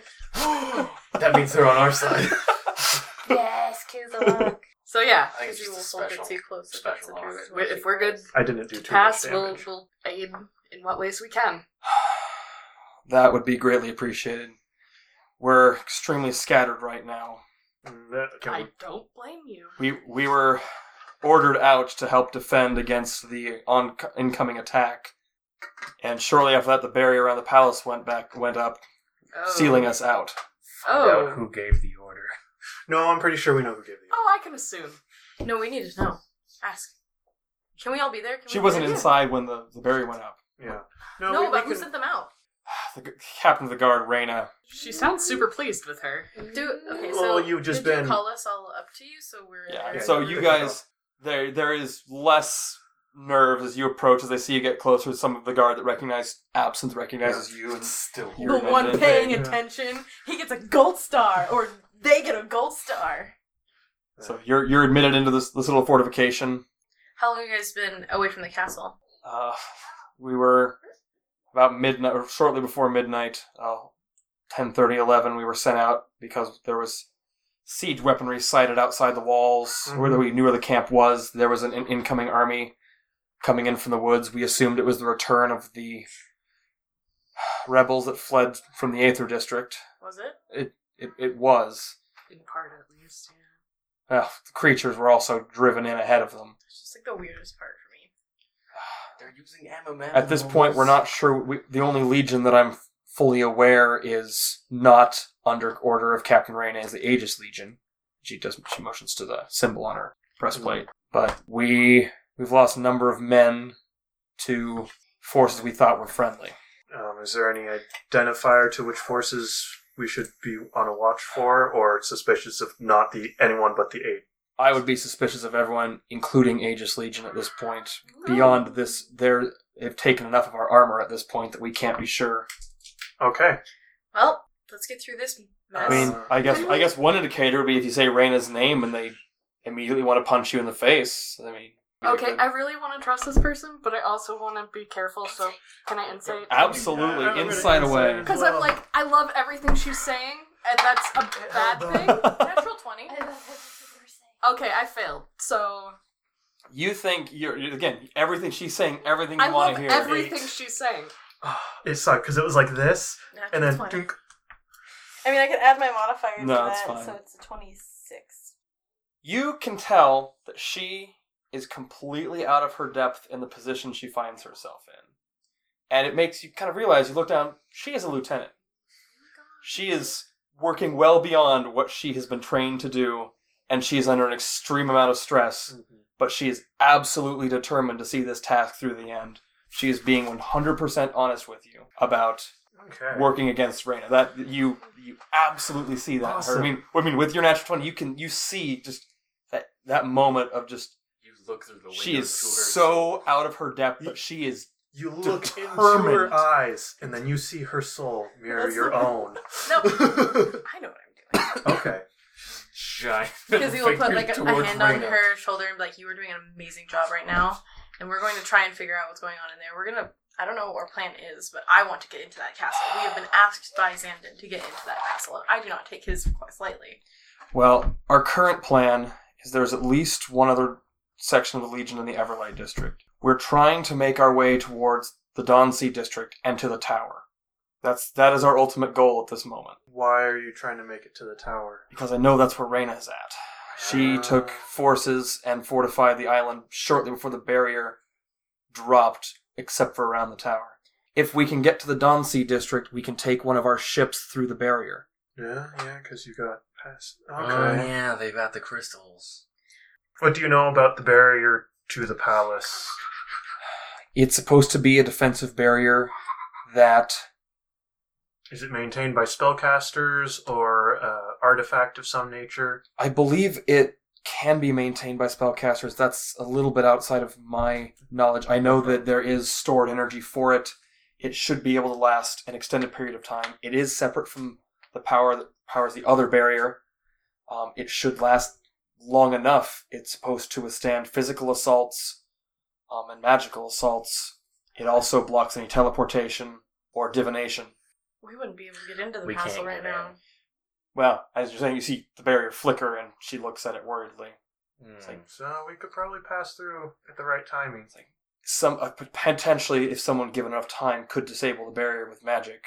[SPEAKER 4] That means they're on our side.
[SPEAKER 2] Yes, kiss the rock.
[SPEAKER 6] so yeah.
[SPEAKER 4] I think it's
[SPEAKER 3] Because you will
[SPEAKER 4] just a
[SPEAKER 3] hold it
[SPEAKER 4] special-
[SPEAKER 3] too close if
[SPEAKER 4] special
[SPEAKER 3] that's a
[SPEAKER 4] offer.
[SPEAKER 3] true
[SPEAKER 6] We- If we're good,
[SPEAKER 5] I didn't do too
[SPEAKER 6] pass.
[SPEAKER 5] much
[SPEAKER 6] We'll
[SPEAKER 5] damage.
[SPEAKER 6] we'll aid in what ways we can.
[SPEAKER 7] That would be greatly appreciated. We're extremely scattered right now.
[SPEAKER 5] Mm, that- can
[SPEAKER 6] I
[SPEAKER 5] we-
[SPEAKER 6] don't blame you.
[SPEAKER 7] We we were ordered out to help defend against the on incoming attack, and shortly after that, the barrier around the palace went back went up,
[SPEAKER 6] Oh.
[SPEAKER 7] sealing us out.
[SPEAKER 5] find
[SPEAKER 6] Oh.
[SPEAKER 5] out who gave the order? No, I'm pretty sure we know who gave the order.
[SPEAKER 6] Oh, I can assume.
[SPEAKER 3] No, we need to know. Ask. Can we all be there? Can
[SPEAKER 7] She
[SPEAKER 3] we be
[SPEAKER 7] wasn't
[SPEAKER 3] there?
[SPEAKER 7] inside when the, the barrier went up.
[SPEAKER 5] Yeah.
[SPEAKER 3] No,
[SPEAKER 5] we- we
[SPEAKER 3] but who
[SPEAKER 5] can-
[SPEAKER 3] sent them out?
[SPEAKER 7] The g- captain of the guard, Reyna.
[SPEAKER 6] She sounds super pleased with her.
[SPEAKER 3] Do okay. so
[SPEAKER 5] Well, you've just
[SPEAKER 3] did
[SPEAKER 5] been-
[SPEAKER 3] you call us all up to you, so we're
[SPEAKER 7] Yeah.
[SPEAKER 3] there.
[SPEAKER 7] So you guys, there there is less nerves as you approach as they see you get closer. Some of the guard that recognized absinthe recognizes you and
[SPEAKER 4] Still
[SPEAKER 7] you're
[SPEAKER 3] the
[SPEAKER 7] not
[SPEAKER 3] one
[SPEAKER 7] doing
[SPEAKER 3] paying
[SPEAKER 5] anything.
[SPEAKER 3] attention, he gets a gold star, or they get a gold star.
[SPEAKER 7] So you're you're admitted into this this little fortification.
[SPEAKER 3] How long have you guys been away from the castle?
[SPEAKER 7] Uh, we were about midnight, or shortly before midnight, uh, 10.30, 11, we were sent out because there was siege weaponry sighted outside the walls where we knew where the camp was. There was an in- incoming army coming in from the woods. We assumed it was the return of the rebels that fled from the Aether District.
[SPEAKER 3] Was it?
[SPEAKER 7] It, it was.
[SPEAKER 6] In part, at least. Yeah.
[SPEAKER 7] Ugh, the creatures were also driven in ahead of them.
[SPEAKER 3] It's just like the weirdest part for me.
[SPEAKER 4] They're using ammo
[SPEAKER 7] At this point, we're not sure. We, the only legion that I'm fully aware is not under order of Captain Reyna is the Aegis Legion. She does. She motions to the symbol on her breastplate. But we we've lost a number of men to forces we thought were friendly.
[SPEAKER 5] Um, is there any identifier to which forces we should be on a watch for, or suspicious of not the anyone but the eight?
[SPEAKER 7] I would be suspicious of everyone, including Aegis Legion, at this point. Beyond this, they're they've taken enough of our armor at this point that we can't be sure.
[SPEAKER 5] Okay. Uh,
[SPEAKER 3] Well, let's get through this mess.
[SPEAKER 7] I mean, I guess I guess one indicator would be if you say Reyna's name and they immediately want to punch you in the face. I mean,
[SPEAKER 6] Okay, I really want to trust this person, but I also want to be careful. So, can I insight?
[SPEAKER 7] absolutely
[SPEAKER 5] I'm gonna insight
[SPEAKER 7] inside away.
[SPEAKER 5] as
[SPEAKER 6] Because
[SPEAKER 5] well.
[SPEAKER 6] I'm like, I love everything she's saying, and that's a bad thing.
[SPEAKER 3] Natural twenty.
[SPEAKER 2] I love everything you're
[SPEAKER 6] Okay, I failed. So
[SPEAKER 7] You think you're you're- again everything she's saying, everything
[SPEAKER 6] I
[SPEAKER 7] you want
[SPEAKER 6] love
[SPEAKER 7] to hear.
[SPEAKER 6] everything she's saying.
[SPEAKER 5] it sucked because it was like this,
[SPEAKER 3] Natural
[SPEAKER 5] and then
[SPEAKER 3] 20.
[SPEAKER 5] dunk.
[SPEAKER 3] I mean, I could add my modifier
[SPEAKER 7] No,
[SPEAKER 3] to
[SPEAKER 7] it's
[SPEAKER 3] that,
[SPEAKER 7] fine.
[SPEAKER 3] so it's a twenty-six.
[SPEAKER 7] You can tell that she is completely out of her depth in the position she finds herself in, and it makes you kind of realize. You look down. She is a lieutenant. She is working well beyond what she has been trained to do, and she is under an extreme amount of stress,
[SPEAKER 4] Mm-hmm.
[SPEAKER 7] but she is absolutely determined to see this task through the end. She is being 100% honest with you about
[SPEAKER 5] Okay.
[SPEAKER 7] working against Reyna. That you you absolutely see that. in her.
[SPEAKER 4] Awesome.
[SPEAKER 7] I mean, I mean, with your natural twenty, you can you see just that that moment of just
[SPEAKER 4] You look through the window.
[SPEAKER 7] she is
[SPEAKER 4] to her
[SPEAKER 7] so out of her depth, but she is
[SPEAKER 5] You look into
[SPEAKER 7] Determined.
[SPEAKER 5] her eyes, and then you see her soul mirror
[SPEAKER 3] That's
[SPEAKER 5] your
[SPEAKER 3] not-
[SPEAKER 5] own.
[SPEAKER 3] No, I know what I'm doing.
[SPEAKER 5] Okay.
[SPEAKER 4] giant.
[SPEAKER 3] Because he will put like a, a
[SPEAKER 4] towards
[SPEAKER 3] hand on
[SPEAKER 4] Reyna.
[SPEAKER 3] her shoulder and be like, "You are doing an amazing job right now, and we're going to try and figure out what's going on in there. We're gonna." I don't know what our plan is, but I want to get into that castle. We have been asked by Zandon to get into that castle, and I do not take his request lightly.
[SPEAKER 7] Well, our current plan is there's at least one other section of the Legion in the Everlight District. We're trying to make our way towards the Dawn Sea District and to the Tower. That's that is our ultimate goal at this moment.
[SPEAKER 5] Why are you trying to make it to the tower?
[SPEAKER 7] Because I know that's where Reyna is at. She
[SPEAKER 5] Ah.
[SPEAKER 7] took forces and fortified the island shortly before the barrier dropped, except for around the tower. If we can get to the Dawn Sea District, we can take one of our ships through the barrier.
[SPEAKER 5] Yeah, yeah, because you got past. Okay.
[SPEAKER 4] Oh yeah, they've got the crystals.
[SPEAKER 5] Um, What do you know about the barrier to the palace?
[SPEAKER 7] It's supposed to be a defensive barrier that
[SPEAKER 5] Is it maintained by spellcasters or uh, artifact of some nature?
[SPEAKER 7] I believe it can be maintained by spellcasters. That's a little bit outside of my knowledge. I know that there is stored energy for it. It should be able to last an extended period of time. It is separate from the power that powers the other barrier. Um, it should last long enough. It's supposed to withstand physical assaults um, and magical assaults. It also blocks any teleportation or divination.
[SPEAKER 3] We wouldn't be able to get into the
[SPEAKER 4] We can't
[SPEAKER 3] castle right
[SPEAKER 4] get in.
[SPEAKER 3] now.
[SPEAKER 7] Well, as you're saying, you see the barrier flicker, and she looks at it worriedly.
[SPEAKER 4] It's
[SPEAKER 7] like-
[SPEAKER 5] So we could probably pass through at the right timing.
[SPEAKER 7] It's like some uh, p- potentially, if someone given enough time, could disable the barrier with magic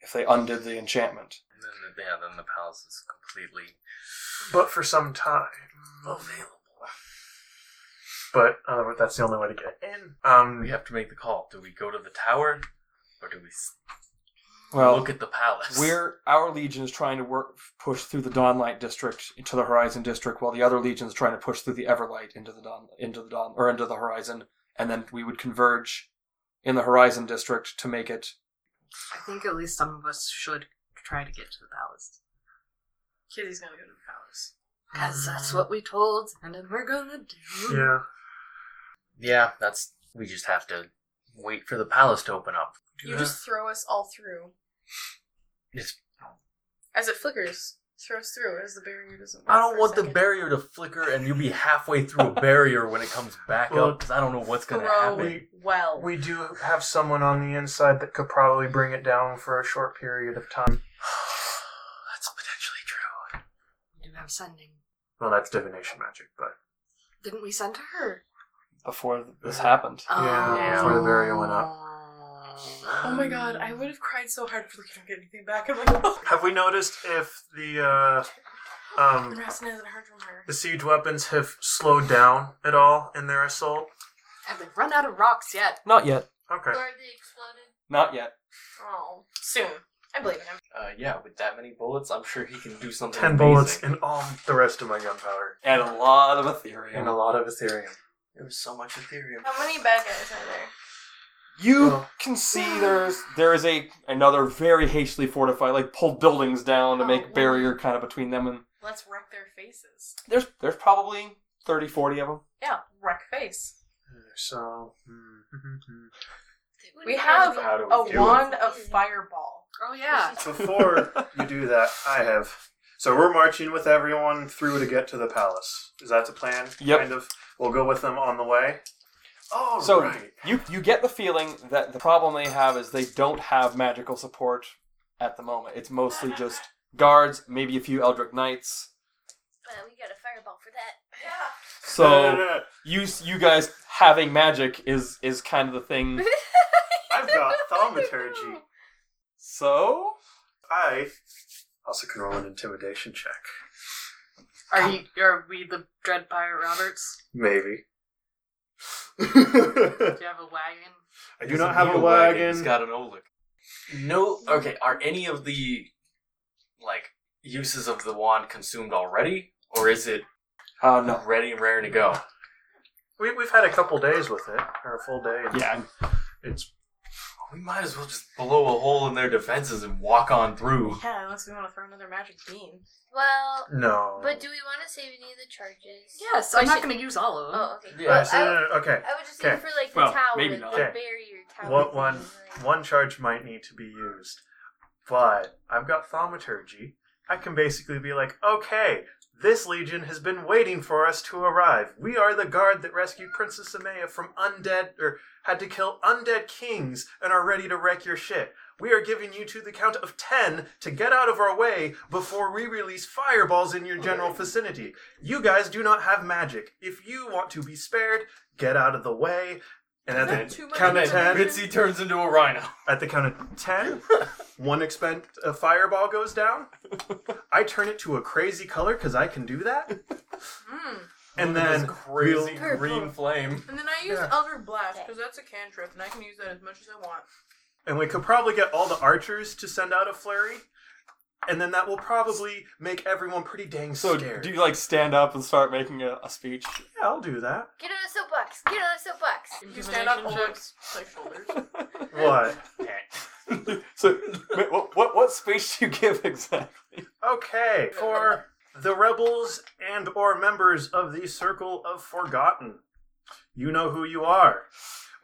[SPEAKER 7] if they undid the enchantment.
[SPEAKER 4] And then, yeah, then the palace is completely
[SPEAKER 5] But for some time.
[SPEAKER 4] available.
[SPEAKER 5] But uh, that's the only way to get in. Um,
[SPEAKER 4] We have to make the call. Do we go to the tower, or do we s-
[SPEAKER 7] Well,
[SPEAKER 4] look at the palace?
[SPEAKER 7] we're our legion is trying to work push through the Dawnlight district into the Horizon district, while the other legion is trying to push through the Everlight into the Dawn into the Dawn or into the Horizon, and then we would converge in the Horizon district to make it.
[SPEAKER 6] I think at least some of us should try to get to the palace.
[SPEAKER 3] Kitty's gonna go to the palace.
[SPEAKER 6] Because that's what we told, and then we're gonna do.
[SPEAKER 5] Yeah.
[SPEAKER 4] yeah. That's we just have to wait for the palace to open up.
[SPEAKER 3] You just throw us all through
[SPEAKER 4] It's,
[SPEAKER 3] as it flickers. Throw us through as the barrier doesn't. Work
[SPEAKER 4] I don't
[SPEAKER 3] for a
[SPEAKER 4] want the
[SPEAKER 3] second.
[SPEAKER 4] barrier to flicker and you'll be halfway through a barrier when it comes back up 'cause
[SPEAKER 5] Well,
[SPEAKER 4] up because I don't know what's going to
[SPEAKER 3] Throw
[SPEAKER 4] happen.
[SPEAKER 3] well.
[SPEAKER 5] We do have someone on the inside that could probably bring it down for a short period of time.
[SPEAKER 4] That's potentially true.
[SPEAKER 6] We do have sending.
[SPEAKER 5] Well, that's divination magic, but
[SPEAKER 6] Didn't we send to her? Um,
[SPEAKER 7] Before this happened,
[SPEAKER 5] Yeah,
[SPEAKER 4] Yeah.
[SPEAKER 5] before the barrier went up.
[SPEAKER 3] oh my god, I would have cried so hard if we couldn't get anything back. I'm like, oh.
[SPEAKER 5] Have we noticed if the uh,
[SPEAKER 3] And
[SPEAKER 5] um,
[SPEAKER 3] Rastin hasn't heard from her.
[SPEAKER 5] the siege weapons have slowed down at all in their assault?
[SPEAKER 6] Have they run out of rocks yet?
[SPEAKER 7] not yet,
[SPEAKER 5] Okay.
[SPEAKER 2] Or they exploded.
[SPEAKER 7] not yet.
[SPEAKER 3] Oh, soon. I believe in him.
[SPEAKER 4] Uh, yeah, with that many bullets, I'm sure he can do something.
[SPEAKER 5] Ten bullets and all the rest of my gunpowder.
[SPEAKER 7] And a lot of Ethereum.
[SPEAKER 5] And a lot of Ethereum.
[SPEAKER 4] There was so much Ethereum.
[SPEAKER 3] How many bad guys are there?
[SPEAKER 7] You
[SPEAKER 4] Oh.
[SPEAKER 5] Well-
[SPEAKER 7] can see there's there is a another very hastily fortified, like pulled buildings down to
[SPEAKER 3] Oh,
[SPEAKER 7] make
[SPEAKER 3] wow.
[SPEAKER 7] barrier kind of between them, and
[SPEAKER 3] Let's wreck their faces.
[SPEAKER 7] there's there's probably 30, 40 of them.
[SPEAKER 3] Yeah, wreck face.
[SPEAKER 5] So, mm,
[SPEAKER 3] We have
[SPEAKER 4] How do we
[SPEAKER 3] a
[SPEAKER 4] do it?
[SPEAKER 3] wand of fireball.
[SPEAKER 6] Oh yeah.
[SPEAKER 5] before you do that, I have. So we're marching with everyone through to get to the palace. Is that the plan?
[SPEAKER 7] Yep.
[SPEAKER 5] Kind of. We'll go with them on the way. Oh,
[SPEAKER 7] So you you get the feeling that the problem they have is they don't have magical support at the moment. It's mostly just guards, maybe a few Eldritch Knights.
[SPEAKER 2] But we got a fireball for that.
[SPEAKER 7] So you s- you guys having magic is is kind of the thing.
[SPEAKER 5] I've got thaumaturgy.
[SPEAKER 7] So
[SPEAKER 5] I also can roll an intimidation check.
[SPEAKER 6] Are you? Are we the Dread Pirate Roberts?
[SPEAKER 5] Maybe.
[SPEAKER 6] Do
[SPEAKER 5] I
[SPEAKER 6] you have a wagon?
[SPEAKER 5] do not have a wagon.
[SPEAKER 4] He's got an Oleg. No. Okay. Are any of the like uses of the wand consumed already, or is it
[SPEAKER 7] Uh, no.
[SPEAKER 4] ready and raring to go?
[SPEAKER 5] We, we've had a couple days with it, or a full day. and
[SPEAKER 7] Yeah.
[SPEAKER 5] It's
[SPEAKER 4] We might as well just blow a hole in their defenses and walk on through.
[SPEAKER 3] Yeah, unless we want to throw another magic bean.
[SPEAKER 2] Well,
[SPEAKER 5] no.
[SPEAKER 2] but do we want to save any of the charges?
[SPEAKER 6] Yes,
[SPEAKER 2] Or
[SPEAKER 6] I'm not
[SPEAKER 2] should-
[SPEAKER 6] going to use all of them.
[SPEAKER 2] Oh, okay.
[SPEAKER 4] Yeah,
[SPEAKER 5] Uh,
[SPEAKER 2] Well,
[SPEAKER 5] so-
[SPEAKER 2] I,
[SPEAKER 5] no, no, no, okay.
[SPEAKER 2] I would just
[SPEAKER 5] Okay.
[SPEAKER 2] look for like the
[SPEAKER 7] Well,
[SPEAKER 2] tower,
[SPEAKER 7] maybe
[SPEAKER 2] the
[SPEAKER 7] not.
[SPEAKER 5] Okay.
[SPEAKER 2] barrier tower.
[SPEAKER 5] What
[SPEAKER 2] thing,
[SPEAKER 5] one?
[SPEAKER 2] like-
[SPEAKER 5] One charge might need to be used, but I've got thaumaturgy. I can basically be like, okay, this legion has been waiting for us to arrive. We are the guard that rescued Princess Amaya from undead, or had to kill undead kings, and are ready to wreck your shit. We are giving you to the count of ten to get out of our way before we release fireballs in your general vicinity. You guys do not have magic. If you want to be spared, get out of the way. And at
[SPEAKER 3] Is
[SPEAKER 5] the
[SPEAKER 3] that too much
[SPEAKER 5] count of
[SPEAKER 3] information?
[SPEAKER 5] ten,
[SPEAKER 4] Mitzi turns into a rhino.
[SPEAKER 5] at the count of 10, one expend a fireball goes down. I turn it to a crazy color because I can do that.
[SPEAKER 3] Mm.
[SPEAKER 5] And
[SPEAKER 4] Look at
[SPEAKER 5] then
[SPEAKER 4] this crazy
[SPEAKER 2] we'll-
[SPEAKER 4] green flame.
[SPEAKER 3] And then I use
[SPEAKER 5] Yeah.
[SPEAKER 3] Elder Blast because that's a cantrip, and I can use that as much as I want.
[SPEAKER 5] and we could probably get all the archers to send out a flurry. And then that will probably make everyone pretty dang
[SPEAKER 7] So
[SPEAKER 5] scared.
[SPEAKER 7] do you like stand up and start making a, a speech?
[SPEAKER 5] yeah, I'll do that.
[SPEAKER 2] Get on a soapbox. Get on a soapbox.
[SPEAKER 3] You stand on
[SPEAKER 6] Intimidation check.
[SPEAKER 3] Oleg's like shoulders.
[SPEAKER 5] What?
[SPEAKER 7] so wait, what, what what speech do you give exactly?
[SPEAKER 5] Okay, for the rebels and or members of the Circle of Forgotten. You know who you are.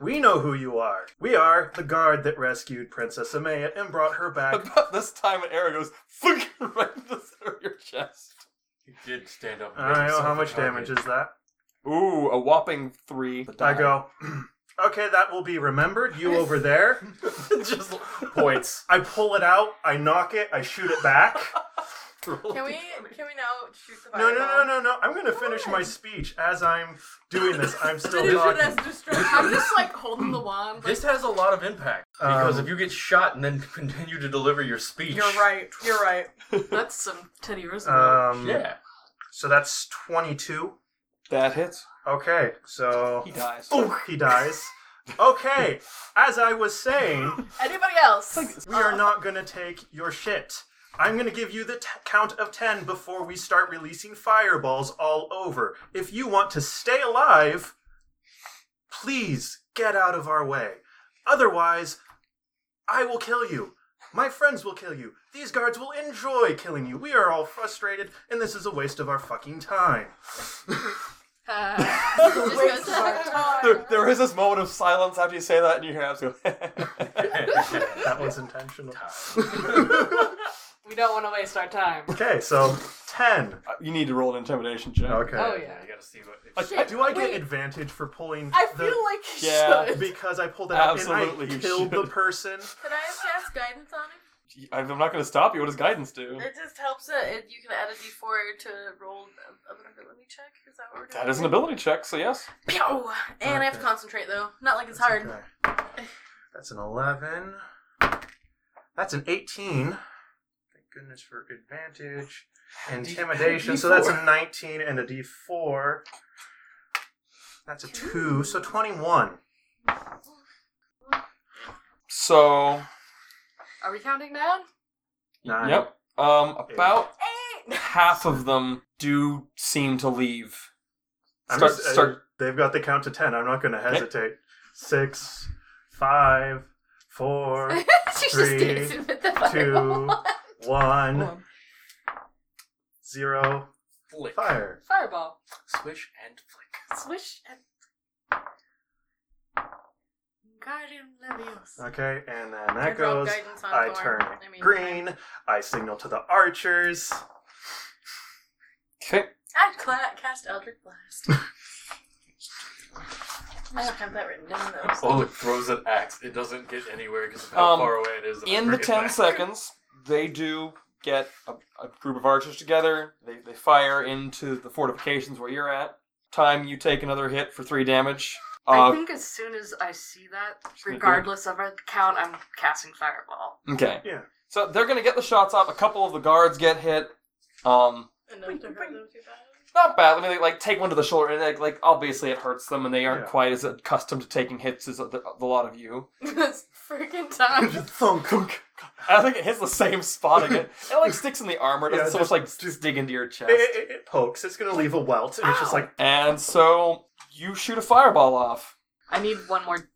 [SPEAKER 5] We know who you are. We are the guard that rescued Princess Amaya and brought her back
[SPEAKER 7] About this time, an arrow goes right in the center of your chest.
[SPEAKER 4] He did stand up. and
[SPEAKER 5] I don't
[SPEAKER 4] make
[SPEAKER 5] know how
[SPEAKER 4] himself
[SPEAKER 5] much
[SPEAKER 4] a
[SPEAKER 5] damage
[SPEAKER 4] target.
[SPEAKER 5] is that.
[SPEAKER 7] Ooh, a whopping three.
[SPEAKER 5] I go. Okay, that will be remembered. You over there.
[SPEAKER 4] Just points.
[SPEAKER 5] I pull it out. I knock it. I shoot it back.
[SPEAKER 3] Can we? Can we now shoot the
[SPEAKER 5] No, no,
[SPEAKER 3] fireball?
[SPEAKER 5] no, no, no. I'm gonna finish my speech as I'm doing this. I'm still
[SPEAKER 3] Finish it as
[SPEAKER 5] talking.
[SPEAKER 3] destruction.
[SPEAKER 6] I'm just like holding the wand. Like,
[SPEAKER 4] This has a lot of impact because
[SPEAKER 5] Um,
[SPEAKER 4] if you get shot and then continue to deliver your speech,
[SPEAKER 3] You're right. You're right.
[SPEAKER 6] that's some Teddy Roosevelt.
[SPEAKER 5] Um,
[SPEAKER 4] Yeah,
[SPEAKER 5] So that's 22.
[SPEAKER 7] That hits. Oh.
[SPEAKER 5] Okay, so Oh,
[SPEAKER 7] He dies.
[SPEAKER 5] he dies. Okay, as I was saying,
[SPEAKER 3] Anybody else?
[SPEAKER 5] we are not gonna take your shit. I'm gonna give you the t- count of 10 before we start releasing fireballs all over. If you want to stay alive, please get out of our way. Otherwise, I will kill you. My friends will kill you. These guards will enjoy killing you. We are all frustrated, and this is a waste of our fucking time.
[SPEAKER 6] Uh, just goes to-
[SPEAKER 7] There, there is this moment of silence after you say that, and you hear abs go.
[SPEAKER 3] Oh,
[SPEAKER 5] That was intentional.
[SPEAKER 6] we don't want to waste our time.
[SPEAKER 5] Okay, so 10.
[SPEAKER 7] you need to roll an intimidation check.
[SPEAKER 5] Okay.
[SPEAKER 6] Oh
[SPEAKER 4] yeah,
[SPEAKER 6] yeah.
[SPEAKER 4] you gotta see what. If,
[SPEAKER 7] Like,
[SPEAKER 5] Do I get
[SPEAKER 3] Wait.
[SPEAKER 5] advantage for pulling
[SPEAKER 3] I
[SPEAKER 5] the-
[SPEAKER 3] feel like you
[SPEAKER 7] Yeah.
[SPEAKER 3] should.
[SPEAKER 5] because I pulled it out and I
[SPEAKER 7] Absolutely, you
[SPEAKER 5] killed the
[SPEAKER 7] should.
[SPEAKER 5] person?
[SPEAKER 3] Can I cast guidance on him?
[SPEAKER 7] I'm not going to stop you. What does guidance do?
[SPEAKER 3] It just helps that it, you can add a d4 to roll a- an ability check. Is that what we're doing?
[SPEAKER 7] That is an ability check, so yes.
[SPEAKER 3] Pew! And I have to
[SPEAKER 5] Okay.
[SPEAKER 3] concentrate though. Not like it's
[SPEAKER 5] That's
[SPEAKER 3] hard.
[SPEAKER 5] okay. That's an 11. That's an 18. Thank goodness for advantage. Intimidation. So that's a 19 and a d4. That's a 2. So 21.
[SPEAKER 7] So,
[SPEAKER 6] Are we counting down?
[SPEAKER 5] Nine.
[SPEAKER 7] yep. Um,
[SPEAKER 5] Eight.
[SPEAKER 7] about
[SPEAKER 3] Eight.
[SPEAKER 7] half of them do seem to leave.
[SPEAKER 5] I'm
[SPEAKER 7] Start,
[SPEAKER 5] just- I-
[SPEAKER 7] start.
[SPEAKER 5] they've got the count to 10. I'm not going to hesitate. Six, five, four,
[SPEAKER 2] She's
[SPEAKER 5] Three,
[SPEAKER 2] just dancing with the fireball.
[SPEAKER 5] two, one,
[SPEAKER 7] on.
[SPEAKER 5] zero,
[SPEAKER 4] flick,
[SPEAKER 5] fire.
[SPEAKER 6] Fireball.
[SPEAKER 4] swish, and flick.
[SPEAKER 6] Swish and. Guardian Leviosa.
[SPEAKER 5] Okay, and then
[SPEAKER 3] I
[SPEAKER 5] that
[SPEAKER 3] drop
[SPEAKER 5] goes.
[SPEAKER 3] guidance on
[SPEAKER 5] I
[SPEAKER 3] Thorn.
[SPEAKER 5] turn
[SPEAKER 3] I mean,
[SPEAKER 5] green. I signal to the archers.
[SPEAKER 7] Okay.
[SPEAKER 3] I cla- cast Eldritch Blast. I don't have that written down though. so-
[SPEAKER 4] Oh, it throws an axe. It doesn't get anywhere because of how
[SPEAKER 7] Um,
[SPEAKER 4] far away it is. and I
[SPEAKER 7] In the
[SPEAKER 4] bring it
[SPEAKER 7] 10
[SPEAKER 4] back.
[SPEAKER 7] seconds, they do get a, a group of archers together. They, they fire into the fortifications where you're at. Time you take another hit for three damage.
[SPEAKER 6] I
[SPEAKER 7] Uh,
[SPEAKER 6] think as soon as I see that,
[SPEAKER 7] gonna do it.
[SPEAKER 6] regardless of our count, I'm casting Fireball.
[SPEAKER 7] Okay.
[SPEAKER 5] Yeah.
[SPEAKER 7] So they're gonna get the shots off. A couple of the guards get hit. Um,
[SPEAKER 3] Enough to hurt them too bad.
[SPEAKER 7] Not bad. I mean, they, like take one to the shoulder, and like, like obviously it hurts them, and they aren't
[SPEAKER 5] Yeah.
[SPEAKER 7] quite as accustomed to taking hits as the, the lot of you.
[SPEAKER 6] This freaking time.
[SPEAKER 5] Thunk.
[SPEAKER 7] I think it hits the same spot again. It like sticks in the armor. It doesn't
[SPEAKER 5] Yeah,
[SPEAKER 7] so much like just dig into your chest.
[SPEAKER 5] It, it, it pokes. It's gonna leave a welt, and it's just like
[SPEAKER 7] And so you shoot a fireball off.
[SPEAKER 6] I need one more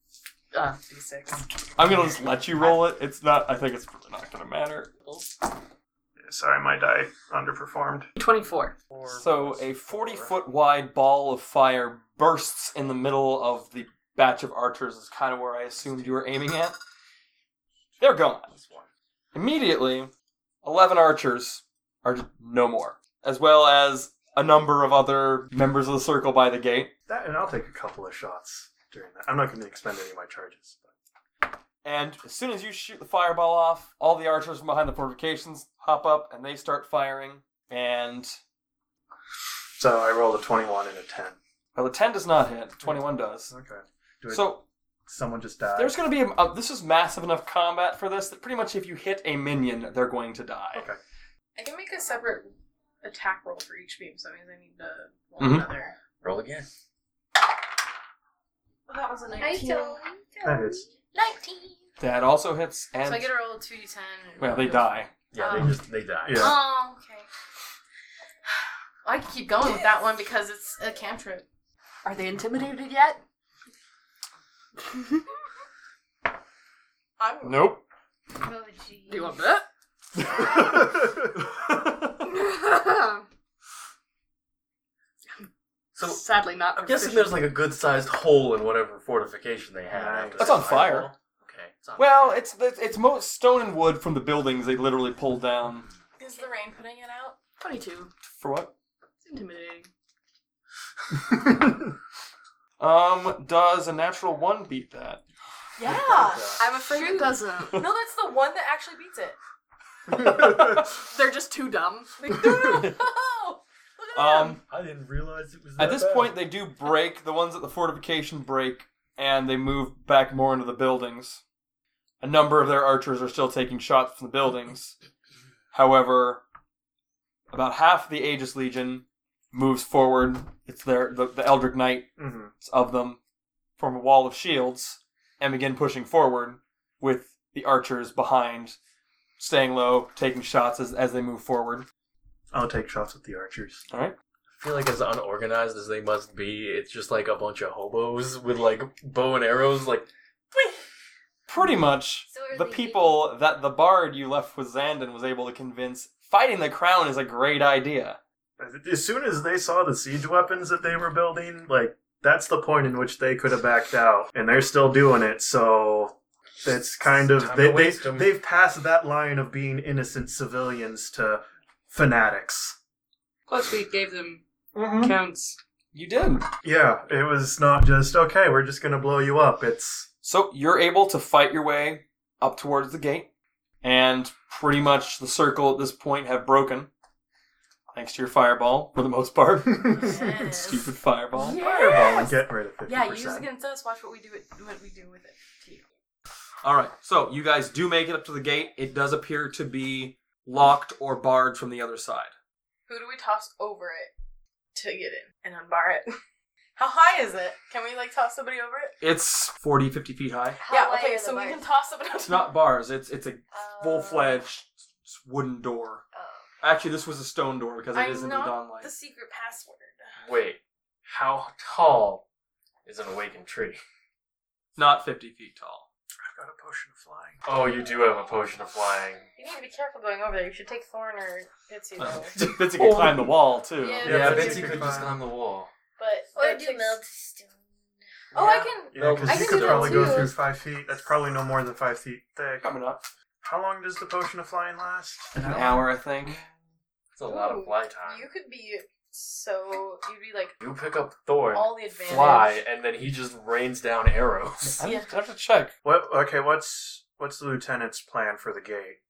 [SPEAKER 6] uh, d6.
[SPEAKER 7] I'm gonna just let you roll it. It's not. I think it's really not gonna matter.
[SPEAKER 5] sorry, my die underperformed.
[SPEAKER 6] 24.
[SPEAKER 7] So a 40 foot wide ball of fire bursts in the middle of the batch of archers. Is kind of where I assumed you were aiming at. They're gone. Immediately, 11 archers are just no more, as well as a number of other members of the circle by the gate.
[SPEAKER 5] That, and I'll take a couple of shots during that. I'm not gonna expend any of my charges.
[SPEAKER 7] And as soon as you shoot the fireball off, all the archers from behind the fortifications hop up and they start firing. And
[SPEAKER 5] So I rolled a 21 and a 10.
[SPEAKER 7] well, the 10 does not hit, 21 does.
[SPEAKER 5] Okay. Do it,
[SPEAKER 7] So
[SPEAKER 5] someone just died.
[SPEAKER 7] there's going to be a, uh, this is massive enough combat for this that pretty much if you hit a minion, they're going to die.
[SPEAKER 5] Okay.
[SPEAKER 3] I can make a separate attack roll for each beam, so that means I need to roll
[SPEAKER 5] Mm-hmm.
[SPEAKER 7] Mhm.
[SPEAKER 3] another.
[SPEAKER 4] Roll again.
[SPEAKER 3] Well, that was a
[SPEAKER 2] I
[SPEAKER 3] nineteen.
[SPEAKER 2] don't.
[SPEAKER 5] That is-
[SPEAKER 2] Nineteen.
[SPEAKER 7] That also hits, and
[SPEAKER 3] So I get to roll two d ten.
[SPEAKER 7] well, they die.
[SPEAKER 4] Yeah,
[SPEAKER 3] Oh.
[SPEAKER 4] they just they die.
[SPEAKER 5] Yeah.
[SPEAKER 3] Oh, okay. I can keep going with that one because it's a cantrip.
[SPEAKER 6] Are they intimidated yet?
[SPEAKER 3] I'm
[SPEAKER 7] Nope.
[SPEAKER 2] Oh, gee.
[SPEAKER 6] Do you want that?
[SPEAKER 4] So
[SPEAKER 6] Sadly, not.
[SPEAKER 4] I'm guessing there's like a good sized hole in whatever fortification they have.
[SPEAKER 5] Nice.
[SPEAKER 4] after
[SPEAKER 7] That's
[SPEAKER 4] that
[SPEAKER 7] on fire.
[SPEAKER 4] fireball. Okay. It's on
[SPEAKER 7] Well, it's it's mo- stone and wood from the buildings they literally pulled down.
[SPEAKER 3] Is the rain putting it out?
[SPEAKER 6] 22.
[SPEAKER 7] For what?
[SPEAKER 6] It's intimidating.
[SPEAKER 5] Mm-hmm.
[SPEAKER 7] Um, does a natural one beat that?
[SPEAKER 3] Yeah.
[SPEAKER 6] I'm afraid it doesn't.
[SPEAKER 3] No, that's the one that actually beats it.
[SPEAKER 6] They're just too dumb.
[SPEAKER 3] Like, no, no, no. Look at
[SPEAKER 7] Um,
[SPEAKER 3] them.
[SPEAKER 4] I didn't realize it was.
[SPEAKER 7] At this point, they do break the ones at the fortification break, and they move back more into the buildings. A number of their archers are still taking shots from the buildings. However, about half the Aegis Legion moves forward. It's their the, the Eldric Knight
[SPEAKER 5] hmm
[SPEAKER 7] of them form a wall of shields and begin pushing forward with the archers behind, staying low, taking shots as as they move forward.
[SPEAKER 5] I'll take shots with the archers.
[SPEAKER 4] I feel like as unorganized as they must be, it's just like a bunch of hobos with like bow and arrows. Like
[SPEAKER 7] Pretty much
[SPEAKER 2] So are
[SPEAKER 7] the
[SPEAKER 2] they
[SPEAKER 7] people that the bard you left with Zandon was able to convince fighting the crown is a great idea.
[SPEAKER 5] As soon as they saw the siege weapons that they were building, like, that's the point in which they could have backed out. And they're still doing it, so it's kind of.
[SPEAKER 4] Time to
[SPEAKER 5] They, they,
[SPEAKER 4] waste 'em.
[SPEAKER 5] they've passed that line of being innocent civilians to fanatics.
[SPEAKER 6] Plus, we gave them counts.
[SPEAKER 7] Mm-hmm. You did.
[SPEAKER 5] Yeah, it was not just, okay, we're just going to blow you up. It's.
[SPEAKER 7] So you're able to fight your way up towards the gate, and pretty much the circle at this point have broken. Thanks to your fireball, for the most part.
[SPEAKER 3] Yes.
[SPEAKER 7] Stupid fireball.
[SPEAKER 5] Fireball and get rid of 50%.
[SPEAKER 3] Yeah, use it against us. Watch what we do. It, what we do with it. to you.
[SPEAKER 7] All right, so you guys do make it up to the gate. It does appear to be locked or barred from the other side.
[SPEAKER 3] Who do we toss over it to get in and unbar it? How high is it? Can we like toss somebody over it?
[SPEAKER 7] It's 40, 50 feet high.
[SPEAKER 2] How
[SPEAKER 3] yeah.
[SPEAKER 2] wide
[SPEAKER 3] Okay.
[SPEAKER 2] are the
[SPEAKER 3] So we
[SPEAKER 2] bars?
[SPEAKER 3] can toss somebody.
[SPEAKER 7] It's not bars. It's it's a
[SPEAKER 2] Oh.
[SPEAKER 7] full fledged wooden door.
[SPEAKER 2] Oh.
[SPEAKER 7] Actually, this was a stone door because it
[SPEAKER 3] I'm
[SPEAKER 7] is in the
[SPEAKER 3] not
[SPEAKER 7] dawn light.
[SPEAKER 3] the secret password.
[SPEAKER 4] wait, how tall is an awakened tree?
[SPEAKER 7] Not fifty feet tall.
[SPEAKER 5] I've got a potion of flying.
[SPEAKER 4] Oh, you do have a potion of flying.
[SPEAKER 3] You need to be careful going over there. You should take Thorn or Bitsy though.
[SPEAKER 7] Bitsy can climb the wall too.
[SPEAKER 3] Oh. Yeah.
[SPEAKER 4] Yeah,
[SPEAKER 5] Bitsy
[SPEAKER 4] Bitsy
[SPEAKER 5] could
[SPEAKER 4] could just climb
[SPEAKER 5] climb.
[SPEAKER 4] the wall.
[SPEAKER 3] but
[SPEAKER 2] Or
[SPEAKER 3] that
[SPEAKER 2] do
[SPEAKER 3] takes-
[SPEAKER 2] melt stone.
[SPEAKER 3] Oh, I can.
[SPEAKER 5] Yeah,
[SPEAKER 4] I
[SPEAKER 5] because you
[SPEAKER 4] can
[SPEAKER 5] could
[SPEAKER 4] do that
[SPEAKER 5] probably go
[SPEAKER 4] too.
[SPEAKER 5] through five feet. That's probably no more than five feet thick.
[SPEAKER 7] Coming up
[SPEAKER 5] How long does the potion of flying last?
[SPEAKER 7] an hour, I think.
[SPEAKER 4] It's a lot
[SPEAKER 3] Ooh,
[SPEAKER 4] of fly time.
[SPEAKER 3] You could be so you'd be like
[SPEAKER 4] You pick up Thorn,
[SPEAKER 3] all the advantage.
[SPEAKER 4] fly, and then he just rains down arrows.
[SPEAKER 7] I
[SPEAKER 3] Yeah.
[SPEAKER 7] have to- I have to check.
[SPEAKER 5] What? Okay, what's what's the lieutenant's plan for the gate?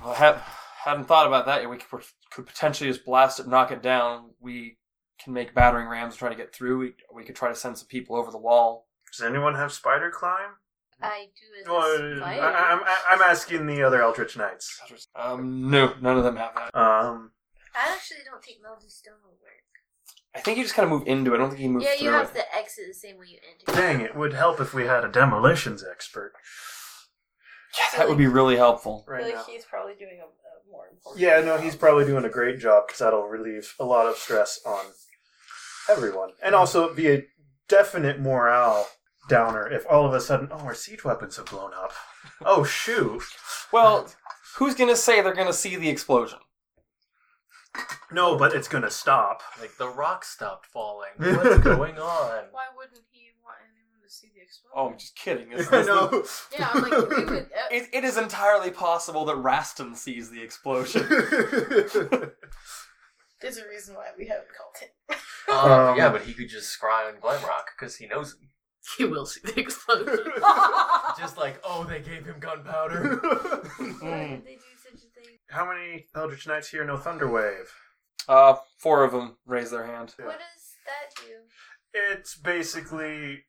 [SPEAKER 7] Well, I have, hadn't thought about that yet. We could, could potentially just blast it, knock it down. We can make battering rams and try to get through. We, we could try to send some people over the wall.
[SPEAKER 5] Does anyone have spider climb?
[SPEAKER 2] I do as a
[SPEAKER 5] Well, I,
[SPEAKER 2] spider.
[SPEAKER 5] I- I'm I'm asking the other Eldritch Knights.
[SPEAKER 7] Um, no, none of them have that.
[SPEAKER 5] Um,
[SPEAKER 2] I actually don't think Melded Stone will work.
[SPEAKER 1] I think you just kind of move into it. I don't think you move
[SPEAKER 2] yeah,
[SPEAKER 1] through
[SPEAKER 2] you have
[SPEAKER 1] it.
[SPEAKER 2] to exit the same way you entered.
[SPEAKER 5] Dang, it would help if we had a demolitions expert
[SPEAKER 1] Yeah, that would be really helpful.
[SPEAKER 5] right now.
[SPEAKER 3] he's probably doing a, a more important.
[SPEAKER 5] Yeah, no, he's probably doing a great job because that'll relieve a lot of stress on everyone.
[SPEAKER 1] Mm.
[SPEAKER 5] And also be a definite morale downer if all of a sudden, oh, our siege weapons have blown up. Oh, shoot.
[SPEAKER 1] Well, who's gonna say they're gonna see the explosion?
[SPEAKER 5] No, but it's going to stop.
[SPEAKER 4] Like the rock stopped falling. What's going on?
[SPEAKER 3] Why wouldn't he want anyone to see the explosion?
[SPEAKER 1] Oh, I'm just kidding. It's-
[SPEAKER 5] no.
[SPEAKER 3] Yeah, I'm like, we would. Uh,
[SPEAKER 1] It, it is entirely possible that Raston sees the explosion.
[SPEAKER 3] there's a reason why we haven't called him.
[SPEAKER 4] Uh,
[SPEAKER 5] Um,
[SPEAKER 4] yeah, but he could just scry on Glenrock because he knows him.
[SPEAKER 6] He will see the explosion.
[SPEAKER 4] Just like, oh, they gave him gunpowder. Mm.
[SPEAKER 2] Why would they do such a thing?
[SPEAKER 5] How many Eldritch Knights here know Thunderwave?
[SPEAKER 1] Uh, four of them raise their hand.
[SPEAKER 5] Yeah.
[SPEAKER 2] What does that do?
[SPEAKER 5] It's basically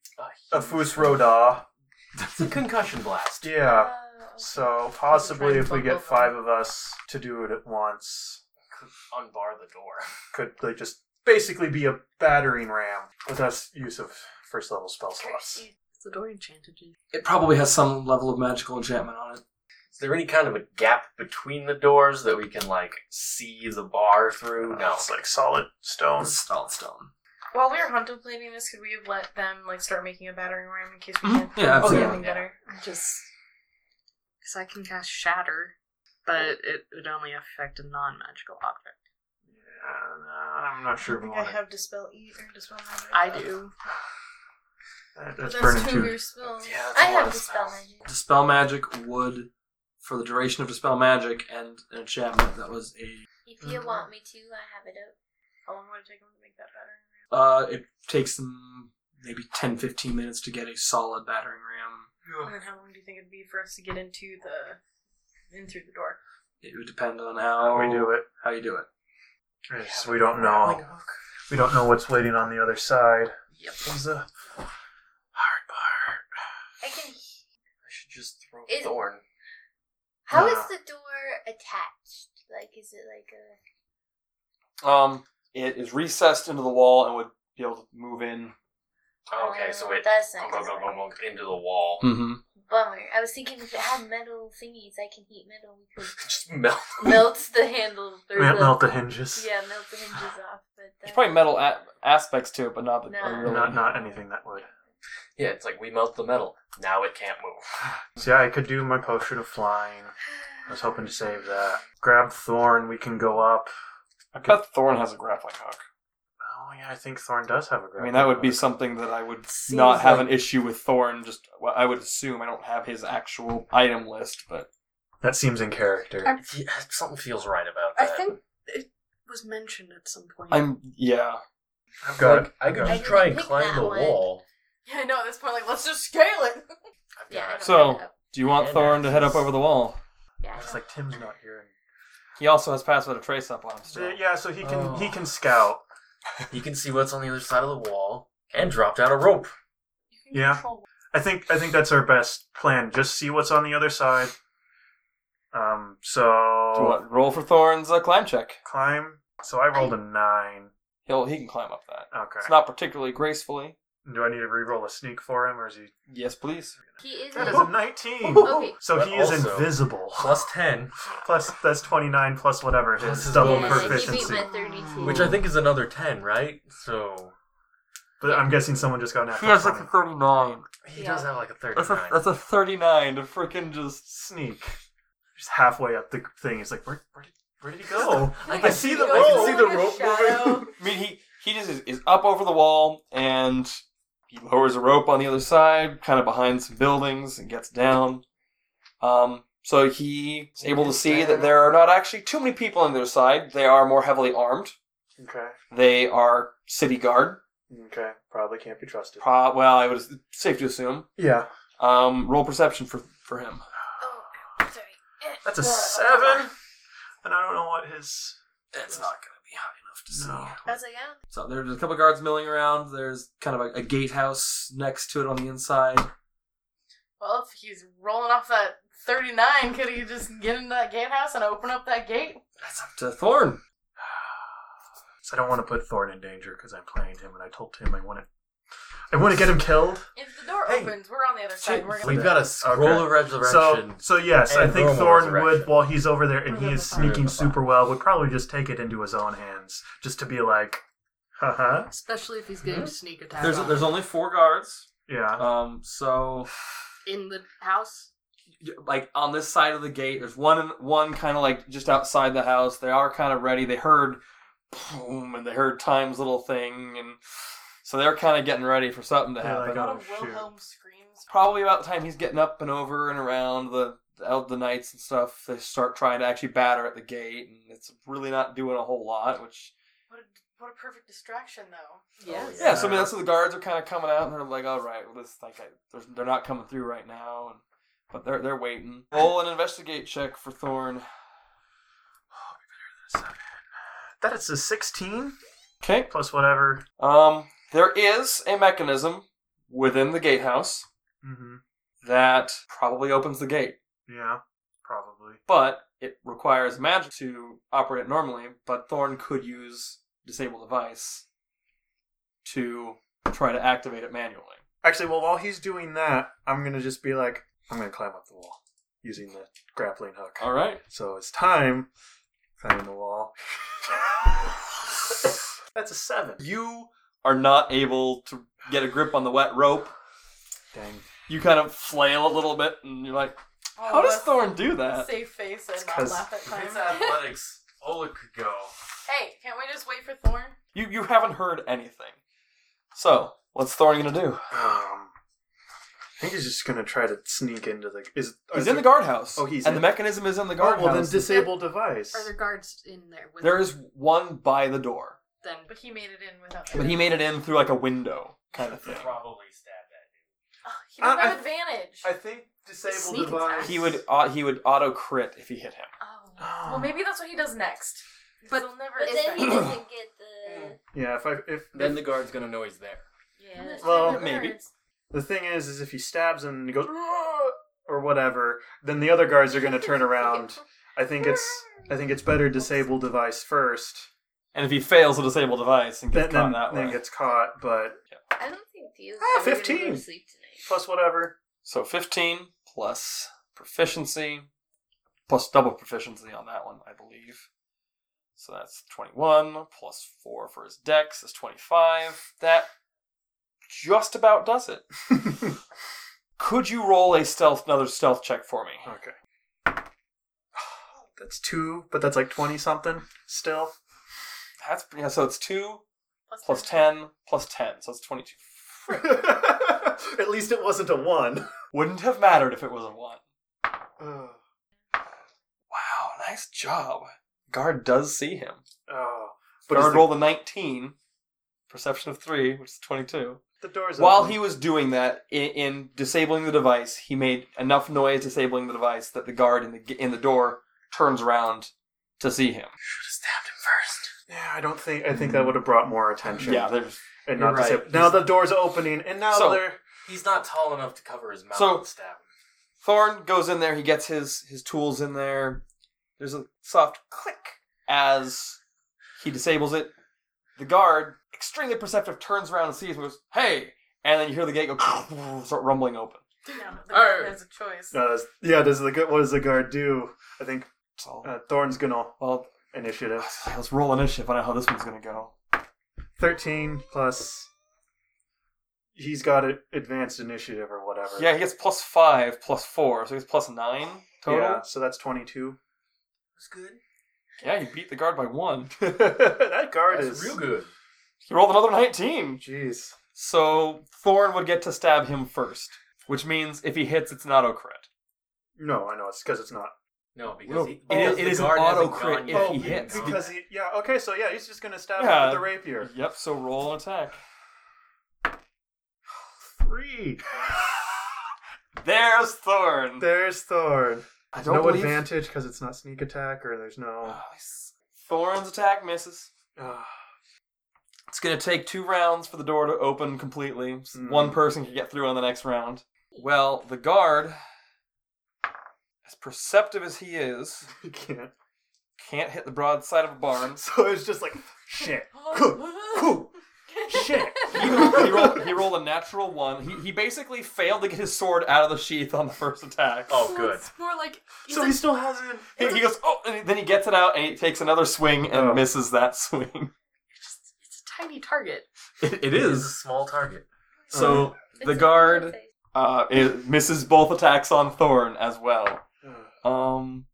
[SPEAKER 5] a
[SPEAKER 4] A
[SPEAKER 5] Fus Roda.
[SPEAKER 4] Ah, That's a concussion blast.
[SPEAKER 5] Yeah.
[SPEAKER 2] Uh,
[SPEAKER 5] So possibly if we get five of us to do it at once,
[SPEAKER 4] Could Unbar the door.
[SPEAKER 5] could like just basically be a battering ram with us use of first level spell slots.
[SPEAKER 6] Is the door enchanted? Jade?
[SPEAKER 1] It probably has some level of magical enchantment on it.
[SPEAKER 4] Is there any kind of a gap between the doors that we can like see the bar through? No.
[SPEAKER 5] It's like solid stone.
[SPEAKER 1] Solid stone.
[SPEAKER 3] While we were contemplating this, could we have let them like start making a battering ram in case we
[SPEAKER 1] Mhm.
[SPEAKER 3] can?
[SPEAKER 1] Yeah,
[SPEAKER 3] Oh,
[SPEAKER 1] absolutely.
[SPEAKER 3] something better.
[SPEAKER 6] I just because I can cast Shatter, but it would only affect a non-magical object.
[SPEAKER 5] uh, I'm not
[SPEAKER 3] I
[SPEAKER 5] sure.
[SPEAKER 3] don't think I have dispel eat or dispel magic.
[SPEAKER 6] I do.
[SPEAKER 5] uh, That's
[SPEAKER 3] But
[SPEAKER 5] burning
[SPEAKER 3] that's two of your
[SPEAKER 5] two.
[SPEAKER 3] spells.
[SPEAKER 4] Yeah, that's
[SPEAKER 2] I
[SPEAKER 4] a lot
[SPEAKER 2] have
[SPEAKER 4] of
[SPEAKER 2] dispel
[SPEAKER 4] spells.
[SPEAKER 2] magic.
[SPEAKER 1] Dispel magic would, for the duration of dispel magic and an enchantment, that was a.
[SPEAKER 2] If
[SPEAKER 5] Mm-hmm.
[SPEAKER 2] you want me to, I have it up.
[SPEAKER 3] How long would it take them to make that battering ram?
[SPEAKER 1] Uh, it takes them maybe 10, 15 minutes to get a solid battering ram.
[SPEAKER 3] And then how long do you think it'd be for us to get into the in through the door?
[SPEAKER 1] It would depend on how
[SPEAKER 5] We do it.
[SPEAKER 1] How you do it.
[SPEAKER 5] Yes, we don't know.
[SPEAKER 4] oh,
[SPEAKER 5] We don't know what's waiting on the other side. Yep. It's a hard bar.
[SPEAKER 2] I can.
[SPEAKER 4] I should just throw
[SPEAKER 2] Is-
[SPEAKER 4] Thorn.
[SPEAKER 2] How is
[SPEAKER 5] Nah.
[SPEAKER 2] the door attached? Like, is it like a?
[SPEAKER 1] Um, it is recessed into the wall and would be able to move in.
[SPEAKER 4] okay, so
[SPEAKER 2] Oh,
[SPEAKER 4] it
[SPEAKER 2] That's not.
[SPEAKER 4] bonk, bonk,
[SPEAKER 2] gonna
[SPEAKER 4] bonk,
[SPEAKER 2] work.
[SPEAKER 4] bonk, bonk, into the wall.
[SPEAKER 5] Hmm.
[SPEAKER 1] Mm-hmm.
[SPEAKER 2] Bummer. I was thinking if it had metal thingies, I can heat metal. We could
[SPEAKER 4] Just melt.
[SPEAKER 2] melt the handle. Or
[SPEAKER 5] Melt,
[SPEAKER 2] the,
[SPEAKER 5] melt the hinges.
[SPEAKER 2] Yeah, melt the hinges off. But
[SPEAKER 1] There's
[SPEAKER 2] that,
[SPEAKER 1] probably metal a- aspects to it, but not the.
[SPEAKER 2] No.
[SPEAKER 1] are really-
[SPEAKER 5] Not not anything that would.
[SPEAKER 4] Yeah, it's like we melt the metal. Now it can't move.
[SPEAKER 5] See, I could do my potion of flying. I was hoping to save that. Grab Thorn. We can go up.
[SPEAKER 1] I bet Thorn has a grappling hook.
[SPEAKER 5] Oh yeah, I think Thorn does have a grab.
[SPEAKER 1] I mean, that would be something that I would not have an issue with Thorn. Just well, I would assume I don't have his actual item list, but
[SPEAKER 5] That seems in character.
[SPEAKER 6] I'm-
[SPEAKER 4] Yeah, something feels right about
[SPEAKER 6] I
[SPEAKER 4] that.
[SPEAKER 6] think it was mentioned at some point.
[SPEAKER 1] I'm yeah.
[SPEAKER 5] I've got
[SPEAKER 4] like, I could
[SPEAKER 5] I've
[SPEAKER 4] just
[SPEAKER 2] got-
[SPEAKER 4] try
[SPEAKER 2] I
[SPEAKER 4] and
[SPEAKER 2] picked
[SPEAKER 4] climb
[SPEAKER 2] that
[SPEAKER 4] the
[SPEAKER 2] one.
[SPEAKER 4] wall.
[SPEAKER 3] Yeah, I know. At this point, like, let's just scale it.
[SPEAKER 4] I've
[SPEAKER 2] yeah. I
[SPEAKER 4] got-
[SPEAKER 2] don't
[SPEAKER 1] So-
[SPEAKER 2] have it up.
[SPEAKER 1] Do you want
[SPEAKER 4] And
[SPEAKER 1] Thorn to head up
[SPEAKER 4] axes.
[SPEAKER 1] over the wall?
[SPEAKER 2] Yeah, I
[SPEAKER 5] It's
[SPEAKER 2] don't-
[SPEAKER 5] like Tim's not here.
[SPEAKER 1] He also has pass without a trace up on him. Still.
[SPEAKER 5] yeah, so he can
[SPEAKER 4] Oh.
[SPEAKER 5] he can scout.
[SPEAKER 4] you can see what's on the other side of the wall and drop down a rope.
[SPEAKER 5] Yeah. I think I think that's our best plan. Just see what's on the other side. Um.
[SPEAKER 1] Do
[SPEAKER 5] So
[SPEAKER 1] you want- roll for Thorn's uh, climb check.
[SPEAKER 5] climb. So I rolled a nine.
[SPEAKER 1] He'll he can climb up that.
[SPEAKER 5] Okay.
[SPEAKER 1] It's not particularly gracefully.
[SPEAKER 5] Do I need to re-roll a sneak for him, or is he?
[SPEAKER 1] Yes, please.
[SPEAKER 2] he is.
[SPEAKER 5] That is
[SPEAKER 2] a-
[SPEAKER 5] a nineteen.
[SPEAKER 2] Okay.
[SPEAKER 5] So
[SPEAKER 4] But
[SPEAKER 5] he is
[SPEAKER 4] also-
[SPEAKER 5] invisible.
[SPEAKER 4] Plus 10,
[SPEAKER 5] Plus that's twenty nine plus whatever
[SPEAKER 4] Plus
[SPEAKER 5] his
[SPEAKER 4] his
[SPEAKER 5] double
[SPEAKER 2] yeah, He beat
[SPEAKER 5] proficiency.
[SPEAKER 2] my thirty-two.
[SPEAKER 4] which I think is another 10, right? So.
[SPEAKER 5] But I'm guessing someone just got an
[SPEAKER 1] He
[SPEAKER 5] natural
[SPEAKER 1] has like a
[SPEAKER 5] 20.
[SPEAKER 1] thirty-nine.
[SPEAKER 4] He
[SPEAKER 2] Yeah.
[SPEAKER 4] does have like a
[SPEAKER 1] That's a
[SPEAKER 4] 39.
[SPEAKER 1] that's a thirty-nine to freaking just.
[SPEAKER 5] sneak. Just halfway up the thing, he's like, where, where, did, where did he go?
[SPEAKER 4] I
[SPEAKER 5] I
[SPEAKER 4] can
[SPEAKER 5] see
[SPEAKER 4] see
[SPEAKER 5] the
[SPEAKER 4] the
[SPEAKER 2] Oh,
[SPEAKER 5] rope.
[SPEAKER 4] I can see the
[SPEAKER 3] Like a
[SPEAKER 4] rope
[SPEAKER 3] shadow.
[SPEAKER 4] moving.
[SPEAKER 1] I mean, he he just is, is up over the wall and he lowers a rope on the other side, kind of behind some buildings, and gets down. Um, so he is able to see that there are not actually too many people on the other side. They are more heavily armed.
[SPEAKER 5] Okay.
[SPEAKER 1] They are city guard.
[SPEAKER 5] Okay. Probably can't be trusted.
[SPEAKER 1] Pro- well, I would it's safe to assume.
[SPEAKER 5] yeah.
[SPEAKER 1] Um, roll perception for for him.
[SPEAKER 2] Oh, sorry. Oh,
[SPEAKER 5] That's a seven, and I don't know what his.
[SPEAKER 1] It's not going to be high enough to
[SPEAKER 3] I
[SPEAKER 5] No.
[SPEAKER 3] was like, I don't
[SPEAKER 1] So there's a couple guards milling around. There's kind of a, a gatehouse next to it on the inside.
[SPEAKER 3] Well, if he's rolling off that 39, could he just get into that gatehouse and open up that gate?
[SPEAKER 1] That's up to Thorn.
[SPEAKER 5] So I don't want to put Thorn in danger because I'm playing him, and I told him I want to. I want to get him killed.
[SPEAKER 3] If the door
[SPEAKER 5] Hey.
[SPEAKER 3] opens, we're on the other side. and We're gonna.
[SPEAKER 4] We've got a scroll
[SPEAKER 5] Okay.
[SPEAKER 4] of
[SPEAKER 5] So,
[SPEAKER 4] resurrection.
[SPEAKER 5] so yes, I
[SPEAKER 4] And
[SPEAKER 5] think
[SPEAKER 4] Romo's
[SPEAKER 5] Thorn would,
[SPEAKER 4] erection.
[SPEAKER 5] while he's over there and he
[SPEAKER 3] Remember
[SPEAKER 5] is
[SPEAKER 3] that.
[SPEAKER 5] sneaking
[SPEAKER 4] Remember that.
[SPEAKER 5] super well, would probably just take it into his own hands, just to be like, "Uh-huh." "Ha ha,
[SPEAKER 6] Especially if he's getting sneak attack
[SPEAKER 1] There's
[SPEAKER 6] on.
[SPEAKER 1] there's only four guards.
[SPEAKER 5] yeah."
[SPEAKER 1] Um, so
[SPEAKER 6] in the house.
[SPEAKER 1] like on this side of the gate, there's one one kind of like just outside the house. They are kind of ready. They heard boom and they heard time's little thing, and so they're kind of getting ready for something to
[SPEAKER 5] They're
[SPEAKER 1] happen.
[SPEAKER 5] like,
[SPEAKER 3] A lot of
[SPEAKER 5] Oh, shoot.
[SPEAKER 3] Wilhelm screams.
[SPEAKER 1] Probably about the time he's getting up and over and around the the, el- the knights and stuff. They start trying to actually batter at the gate, and it's really not doing a whole lot, which.
[SPEAKER 3] What a, what a perfect distraction, though.
[SPEAKER 6] Yes.
[SPEAKER 1] Yeah, so I mean, that's what the guards are kind of coming out, and they're like, "All right, well, this like I, there's, they're not coming through right now," and but they're they're waiting. Roll an investigate check for Thorn.
[SPEAKER 5] That is a 16
[SPEAKER 1] Okay.
[SPEAKER 5] plus whatever.
[SPEAKER 1] Um, there is a mechanism within the gatehouse
[SPEAKER 5] Mm-hmm.
[SPEAKER 1] that probably opens the gate,
[SPEAKER 5] Yeah, probably.
[SPEAKER 1] but it requires magic to operate it normally. But Thorn could use disable device to try to activate it manually.
[SPEAKER 5] Actually, well, while he's doing that, I'm gonna just be like, I'm gonna climb up the wall using the grappling hook.
[SPEAKER 1] All right.
[SPEAKER 5] So it's time. Climb the wall. That's a seven.
[SPEAKER 1] You are not able to get a grip on the wet rope.
[SPEAKER 5] Dang.
[SPEAKER 1] you kind of flail a little bit and you're like,
[SPEAKER 3] Oh,
[SPEAKER 1] how does
[SPEAKER 3] let's
[SPEAKER 1] Thorn do that?
[SPEAKER 3] Save face and
[SPEAKER 5] It's
[SPEAKER 3] not
[SPEAKER 5] 'cause-
[SPEAKER 3] laugh at
[SPEAKER 4] It's
[SPEAKER 3] time.
[SPEAKER 4] athletics. Ola could go.
[SPEAKER 3] hey, can't we just wait for Thorn?
[SPEAKER 1] You you haven't heard anything. So, what's Thorn gonna do?
[SPEAKER 5] Um, I think he's just gonna try to sneak into the. Is
[SPEAKER 1] He's
[SPEAKER 5] is
[SPEAKER 1] in
[SPEAKER 5] there-
[SPEAKER 1] the guardhouse.
[SPEAKER 5] Oh, he's
[SPEAKER 1] and
[SPEAKER 5] in-
[SPEAKER 1] the mechanism is in the
[SPEAKER 5] Oh,
[SPEAKER 1] guardhouse.
[SPEAKER 5] well, then disable device.
[SPEAKER 6] Are there guards in there with
[SPEAKER 1] there is one by the door,
[SPEAKER 6] them?
[SPEAKER 3] But he made it in without.
[SPEAKER 1] but he made it in through like a window kind of thing.
[SPEAKER 4] Probably stab that
[SPEAKER 3] Oh, he doesn't
[SPEAKER 5] I-
[SPEAKER 3] have advantage.
[SPEAKER 5] I think disable
[SPEAKER 6] Sneak
[SPEAKER 5] device.
[SPEAKER 6] attack.
[SPEAKER 1] He would au- Uh, he would auto crit if you hit him.
[SPEAKER 3] oh. Well, maybe that's what he does next.
[SPEAKER 6] But-
[SPEAKER 3] he'll never.
[SPEAKER 2] But then he
[SPEAKER 3] he
[SPEAKER 2] doesn't get the.
[SPEAKER 5] Yeah, if I if
[SPEAKER 4] Then the guard's gonna know he's there.
[SPEAKER 2] Yeah.
[SPEAKER 5] Well,
[SPEAKER 1] maybe.
[SPEAKER 5] The thing is, is if he stabs him and he goes "Ugh," or whatever, then the other guards are going to turn around. I think it's I think it's better disable device first,
[SPEAKER 1] And if he fails a disable device and
[SPEAKER 5] then
[SPEAKER 1] gets
[SPEAKER 5] then,
[SPEAKER 1] caught that
[SPEAKER 5] then
[SPEAKER 1] way.
[SPEAKER 5] gets caught. But
[SPEAKER 2] I don't think Theo's
[SPEAKER 5] Ah,
[SPEAKER 2] ever gonna
[SPEAKER 5] 15.
[SPEAKER 2] go to sleep tonight.
[SPEAKER 5] plus whatever.
[SPEAKER 1] So 15 plus proficiency, plus double proficiency on that one, I believe. So that's 21, plus 4 for his dex is 25. That just about does it.
[SPEAKER 5] okay.
[SPEAKER 1] Could you roll a stealth, another stealth check for me?
[SPEAKER 5] That's two, but that's like twenty something still.
[SPEAKER 1] That's yeah. So it's two plus
[SPEAKER 3] ten.
[SPEAKER 1] ten plus ten, so it's twenty-two.
[SPEAKER 5] At least it wasn't a one.
[SPEAKER 1] Wouldn't have mattered if it was a one.
[SPEAKER 5] Oh,
[SPEAKER 1] Wow, nice job. Guard does see him.
[SPEAKER 5] but
[SPEAKER 1] But
[SPEAKER 5] is
[SPEAKER 1] Guard
[SPEAKER 5] the,
[SPEAKER 1] rolled a nineteen, perception of three, which is twenty-two.
[SPEAKER 5] the doors
[SPEAKER 1] While
[SPEAKER 5] open.
[SPEAKER 1] he was doing that, in, in disabling the device, he made enough noise disabling the device that the guard in the in the door turns around to see him.
[SPEAKER 5] yeah, I don't think I think that would have brought more attention.
[SPEAKER 1] Yeah, there's
[SPEAKER 5] and
[SPEAKER 4] You're
[SPEAKER 5] not
[SPEAKER 4] right.
[SPEAKER 5] disable. Now the door's opening, and now
[SPEAKER 1] So-
[SPEAKER 5] they're.
[SPEAKER 4] He's not tall enough to cover his mouth
[SPEAKER 1] So-
[SPEAKER 4] and stab him.
[SPEAKER 1] Thorn goes in there. He gets his his tools in there. There's a soft click as he disables it. The guard, extremely perceptive, turns around and sees him. and Goes, "Hey!" And then you hear the gate go start rumbling open.
[SPEAKER 3] No, the
[SPEAKER 4] Alright.
[SPEAKER 3] guard has a choice.
[SPEAKER 5] No, that's- Uh, yeah, does the gu- what does the guard do? I think
[SPEAKER 1] So,
[SPEAKER 5] uh, Thorn's gonna
[SPEAKER 1] well,
[SPEAKER 5] initiative.
[SPEAKER 1] let's roll initiative. I know how this one's gonna go.
[SPEAKER 5] Thirteen plus. He's got an advanced initiative or whatever.
[SPEAKER 1] Yeah, he gets plus five, plus four, so he gets plus nine total.
[SPEAKER 5] Yeah, so that's twenty-two.
[SPEAKER 4] That's good.
[SPEAKER 1] Yeah, you beat the guard by one.
[SPEAKER 5] that guard
[SPEAKER 4] That's
[SPEAKER 5] is
[SPEAKER 4] real good.
[SPEAKER 1] He rolled another 19.
[SPEAKER 5] Jeez.
[SPEAKER 1] So Thorn would get to stab him first, which means if he hits, it's an auto crit.
[SPEAKER 5] No, I know it's because it's not. Oh,
[SPEAKER 4] No, because
[SPEAKER 1] No,
[SPEAKER 4] he,
[SPEAKER 1] it is-
[SPEAKER 4] because
[SPEAKER 1] it
[SPEAKER 4] the
[SPEAKER 1] is an
[SPEAKER 4] guard hasn't
[SPEAKER 1] auto crit
[SPEAKER 4] gone
[SPEAKER 1] if
[SPEAKER 4] yet.
[SPEAKER 1] he hits.
[SPEAKER 5] Because he, yeah, okay, so yeah, he's just gonna stab
[SPEAKER 1] Yeah.
[SPEAKER 5] him with the rapier.
[SPEAKER 1] Yep, so roll an attack.
[SPEAKER 5] Three.
[SPEAKER 1] There's Thorn.
[SPEAKER 5] There's Thorn.
[SPEAKER 1] I don't
[SPEAKER 5] No
[SPEAKER 1] believe
[SPEAKER 5] advantage because it's not sneak attack or there's no.
[SPEAKER 1] Ah, he's- Thorn's attack misses.
[SPEAKER 5] Ah.
[SPEAKER 1] It's going to take two rounds for the door to open completely. so
[SPEAKER 5] Mm.
[SPEAKER 1] One person can get through on the next round. Well, the guard, as perceptive as he is,
[SPEAKER 5] He can't.
[SPEAKER 1] Can't hit the broad side of a barn.
[SPEAKER 5] So it's just like shit. Cool. Shit.
[SPEAKER 1] He rolled, he, rolled, he rolled a natural one. He, he basically failed to get his sword out of the sheath on the first attack.
[SPEAKER 4] Oh, good.
[SPEAKER 6] It's more like he's
[SPEAKER 5] So
[SPEAKER 6] like,
[SPEAKER 5] he still hasn't.
[SPEAKER 1] He, he goes, oh, and then he gets it out and he takes another swing and
[SPEAKER 5] Oh.
[SPEAKER 1] misses that swing.
[SPEAKER 6] just, it's a tiny target.
[SPEAKER 1] It, it
[SPEAKER 4] It is a
[SPEAKER 1] is.
[SPEAKER 4] small target.
[SPEAKER 1] So the guard uh, it misses both attacks on Thorn as well. Um,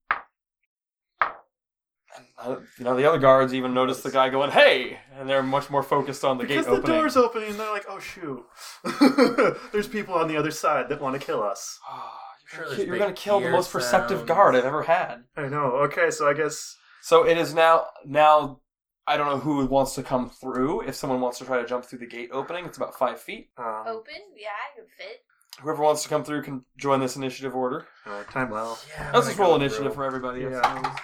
[SPEAKER 1] and, uh, you know, the other guards even notice the guy going, "Hey!" and they're much more focused on the
[SPEAKER 5] because
[SPEAKER 1] gate
[SPEAKER 5] the
[SPEAKER 1] opening.
[SPEAKER 5] door's opening, and they're like, "Oh shoot, there's people on the other side that want to kill us."
[SPEAKER 1] Ah, you're
[SPEAKER 4] Sure,
[SPEAKER 1] gonna
[SPEAKER 4] there's
[SPEAKER 1] ki- you're gonna
[SPEAKER 4] big
[SPEAKER 1] kill the
[SPEAKER 4] ear
[SPEAKER 1] most perceptive
[SPEAKER 4] sounds.
[SPEAKER 1] guard I've ever had.
[SPEAKER 5] I know. Okay, so I guess
[SPEAKER 1] So it is now. Now I don't know who wants to come through. If someone wants to try to jump through the gate opening, it's about five feet.
[SPEAKER 5] um,
[SPEAKER 2] open. Yeah, I could fit.
[SPEAKER 1] Whoever wants to come through can join this initiative order.
[SPEAKER 5] uh, time well.
[SPEAKER 4] Yeah,
[SPEAKER 1] Let's
[SPEAKER 4] I'm
[SPEAKER 1] just
[SPEAKER 4] gonna
[SPEAKER 1] roll
[SPEAKER 4] go
[SPEAKER 1] initiative
[SPEAKER 4] through.
[SPEAKER 1] for everybody. I
[SPEAKER 5] Yeah.
[SPEAKER 1] suppose.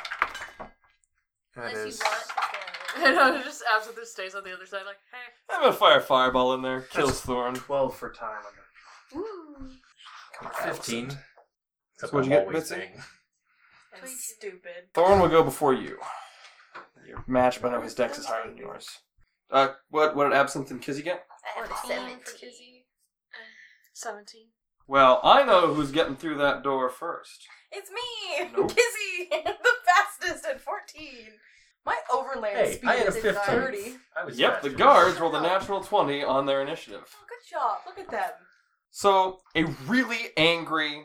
[SPEAKER 5] That
[SPEAKER 2] Unless
[SPEAKER 5] is-
[SPEAKER 2] you want to
[SPEAKER 6] I
[SPEAKER 2] stand
[SPEAKER 6] know, just absolutely stays on the other side, like, hey.
[SPEAKER 1] I'm gonna fire a fireball in there. Kills
[SPEAKER 5] That's-
[SPEAKER 1] Thorn.
[SPEAKER 5] twelve for time. on that.
[SPEAKER 4] Fifteen. Except
[SPEAKER 1] what'd
[SPEAKER 4] I'm
[SPEAKER 1] you get,
[SPEAKER 4] always
[SPEAKER 1] Bitsy?
[SPEAKER 4] big.
[SPEAKER 3] And stupid.
[SPEAKER 1] Thorn will go before you. Your match, but I know his dex is higher than yours. Uh, what? What did Absinthe and Kizzy get?
[SPEAKER 2] I have a seventeen.
[SPEAKER 6] 17.
[SPEAKER 1] Well, I know who's getting through that door first.
[SPEAKER 3] It's me,
[SPEAKER 1] Nope.
[SPEAKER 3] Kizzy, the fastest at 14. My overland
[SPEAKER 4] Hey,
[SPEAKER 3] speed
[SPEAKER 4] I had a
[SPEAKER 3] is at 30.
[SPEAKER 4] 15. I was
[SPEAKER 1] Yep, the
[SPEAKER 4] faster.
[SPEAKER 1] guards rolled a natural 20 on their initiative.
[SPEAKER 3] Oh, good job. Look at them.
[SPEAKER 1] So, a really angry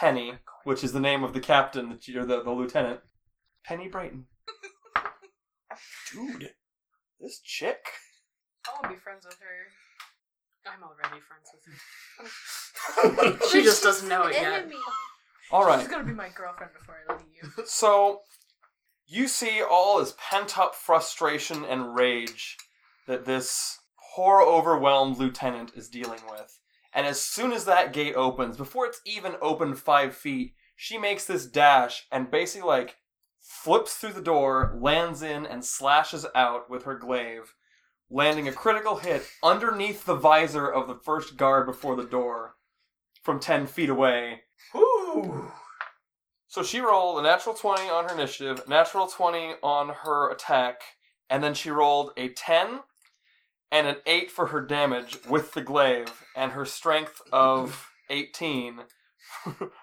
[SPEAKER 1] Penny, which is the name of the captain, that you- or the, the lieutenant, Penny Brighton. Dude, this chick.
[SPEAKER 3] I want to be friends with her.
[SPEAKER 6] I'm already friends with him. she just doesn't know it yet.
[SPEAKER 2] Enemy.
[SPEAKER 1] All right.
[SPEAKER 3] She's gonna be my girlfriend before I leave you.
[SPEAKER 1] So, you see all this pent up frustration and rage that this poor, overwhelmed lieutenant is dealing with. And as soon as that gate opens, before it's even open five feet, she makes this dash and basically, like, flips through the door, lands in, and slashes out with her glaive, landing a critical hit underneath the visor of the first guard before the door from 10 feet away.
[SPEAKER 4] Woo!
[SPEAKER 1] So she rolled a natural 20 on her initiative, natural 20 on her attack, and then she rolled a 10 and an 8 for her damage with the glaive and her strength of 18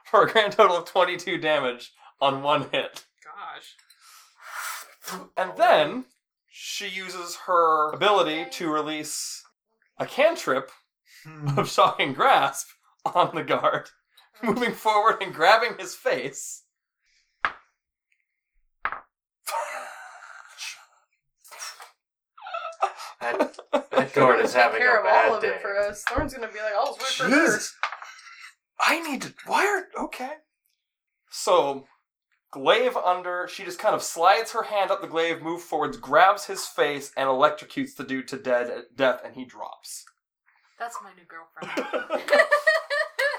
[SPEAKER 1] for a grand total of 22 damage on one hit.
[SPEAKER 6] Gosh.
[SPEAKER 1] And then she uses her ability to release a cantrip
[SPEAKER 5] Hmm.
[SPEAKER 1] of shocking grasp on the guard, moving forward and grabbing his face.
[SPEAKER 4] That, that guard is having
[SPEAKER 3] care
[SPEAKER 4] a
[SPEAKER 3] of all
[SPEAKER 4] bad
[SPEAKER 3] of
[SPEAKER 4] day.
[SPEAKER 3] it for us. Thorne's gonna be like, I'll just work for her.
[SPEAKER 1] Jesus. I need to. Why are. Okay. So, glaive under. She just kind of slides her hand up the glaive, moves forwards, grabs his face, and electrocutes the dude to dead, death, and he drops.
[SPEAKER 6] That's my new girlfriend.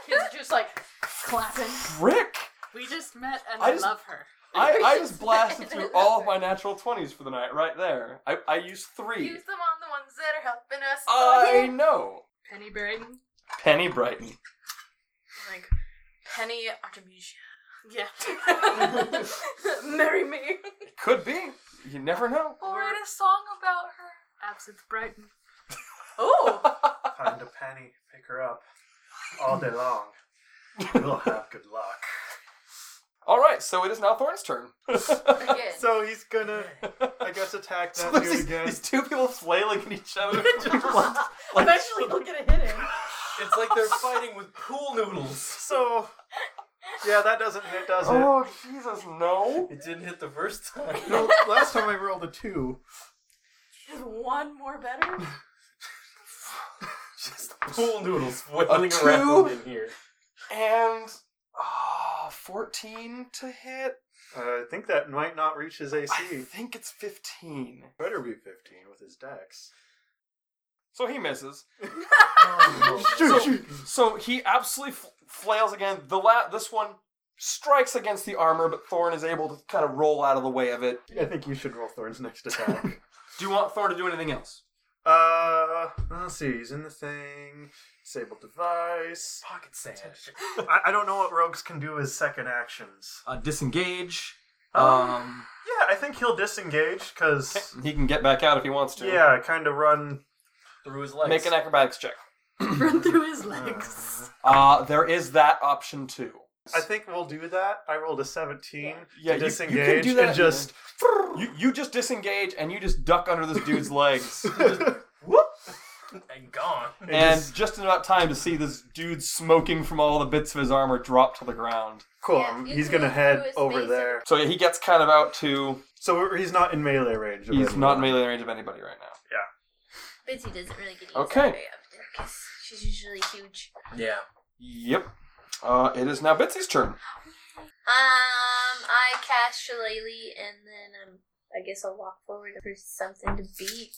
[SPEAKER 3] Kids just like,
[SPEAKER 6] Clapping.
[SPEAKER 1] Rick!
[SPEAKER 6] We just met and
[SPEAKER 1] I
[SPEAKER 6] I,
[SPEAKER 1] just-
[SPEAKER 6] love her.
[SPEAKER 1] I, I just blasted through all of my natural 20s for the night right there. I, I used three.
[SPEAKER 3] use them on the ones that are helping us.
[SPEAKER 1] I know.
[SPEAKER 6] Penny Braden.
[SPEAKER 1] Penny Brighton.
[SPEAKER 3] Like, Penny Artemisia.
[SPEAKER 6] Yeah.
[SPEAKER 3] Marry me.
[SPEAKER 1] It could be. You never know.
[SPEAKER 3] We'll write a song about her.
[SPEAKER 6] Absinthe Brighton.
[SPEAKER 3] Oh,
[SPEAKER 5] Find a hmm, penny, pick her up all day long. We'll have good luck.
[SPEAKER 1] All right, so it is now Thorn's turn.
[SPEAKER 2] Again.
[SPEAKER 5] So he's gonna, I guess, attack
[SPEAKER 1] So there's
[SPEAKER 5] that dude
[SPEAKER 1] these,
[SPEAKER 5] again.
[SPEAKER 1] these two people flailing at each other.
[SPEAKER 3] I'm actually looking at hitting.
[SPEAKER 4] It's like they're fighting with pool noodles.
[SPEAKER 5] So, yeah, that doesn't hit, does it?
[SPEAKER 1] oh Jesus, no!
[SPEAKER 4] It didn't hit the first time.
[SPEAKER 5] No, last time I rolled a two.
[SPEAKER 3] Is one more better?
[SPEAKER 4] Just pool noodles flailing
[SPEAKER 1] two?
[SPEAKER 4] around in here.
[SPEAKER 1] And ah, fourteen to hit.
[SPEAKER 5] Uh, I think that might not reach his AC.
[SPEAKER 1] I think it's fifteen.
[SPEAKER 5] Better be 15 with his dex.
[SPEAKER 1] So he misses.
[SPEAKER 4] Oh,
[SPEAKER 1] Shoot, So he absolutely f- flails again. The la- this one strikes against the armor, but Thorn is able to kind of roll out of the way of it.
[SPEAKER 5] I think you should roll Thorn's next attack.
[SPEAKER 1] Do you want Thorn to do anything else?
[SPEAKER 5] uh, let's see. He's in the thing. Disabled device.
[SPEAKER 4] Pocket sand.
[SPEAKER 5] I, I don't know what rogues can do as second actions.
[SPEAKER 1] Uh, disengage. Um,
[SPEAKER 5] Yeah, I think he'll disengage because
[SPEAKER 1] he can get back out if he wants to.
[SPEAKER 5] yeah, kind of run.
[SPEAKER 4] through his legs.
[SPEAKER 1] Make an acrobatics check.
[SPEAKER 6] Run through his legs.
[SPEAKER 1] Uh, there is that option too.
[SPEAKER 5] I think we'll do that. I rolled a seventeen
[SPEAKER 1] Yeah, you- you
[SPEAKER 5] to
[SPEAKER 1] can
[SPEAKER 5] disengage
[SPEAKER 1] do that.
[SPEAKER 5] and just
[SPEAKER 1] You you just disengage and you just duck under this dude's legs,
[SPEAKER 4] and gone.
[SPEAKER 1] and just in about time to see this dude smoking from all the bits of his armor drop to the ground.
[SPEAKER 5] cool. um,
[SPEAKER 2] Yeah, you
[SPEAKER 5] he's
[SPEAKER 2] can
[SPEAKER 5] gonna
[SPEAKER 2] move through
[SPEAKER 5] head
[SPEAKER 2] his
[SPEAKER 5] over
[SPEAKER 2] space.
[SPEAKER 5] there.
[SPEAKER 1] So yeah, he gets kind of out to.
[SPEAKER 5] So we're- he's not in melee range. of
[SPEAKER 1] He's
[SPEAKER 5] everyone.
[SPEAKER 1] not in melee range of anybody right now.
[SPEAKER 2] Bitsy doesn't really get used
[SPEAKER 1] Okay.
[SPEAKER 2] that very often because she's usually huge.
[SPEAKER 4] Yeah.
[SPEAKER 1] Yep. Uh, it is now Betsy's turn.
[SPEAKER 2] Um, I cast Shillelagh and then um, I guess I'll walk forward for something to beat.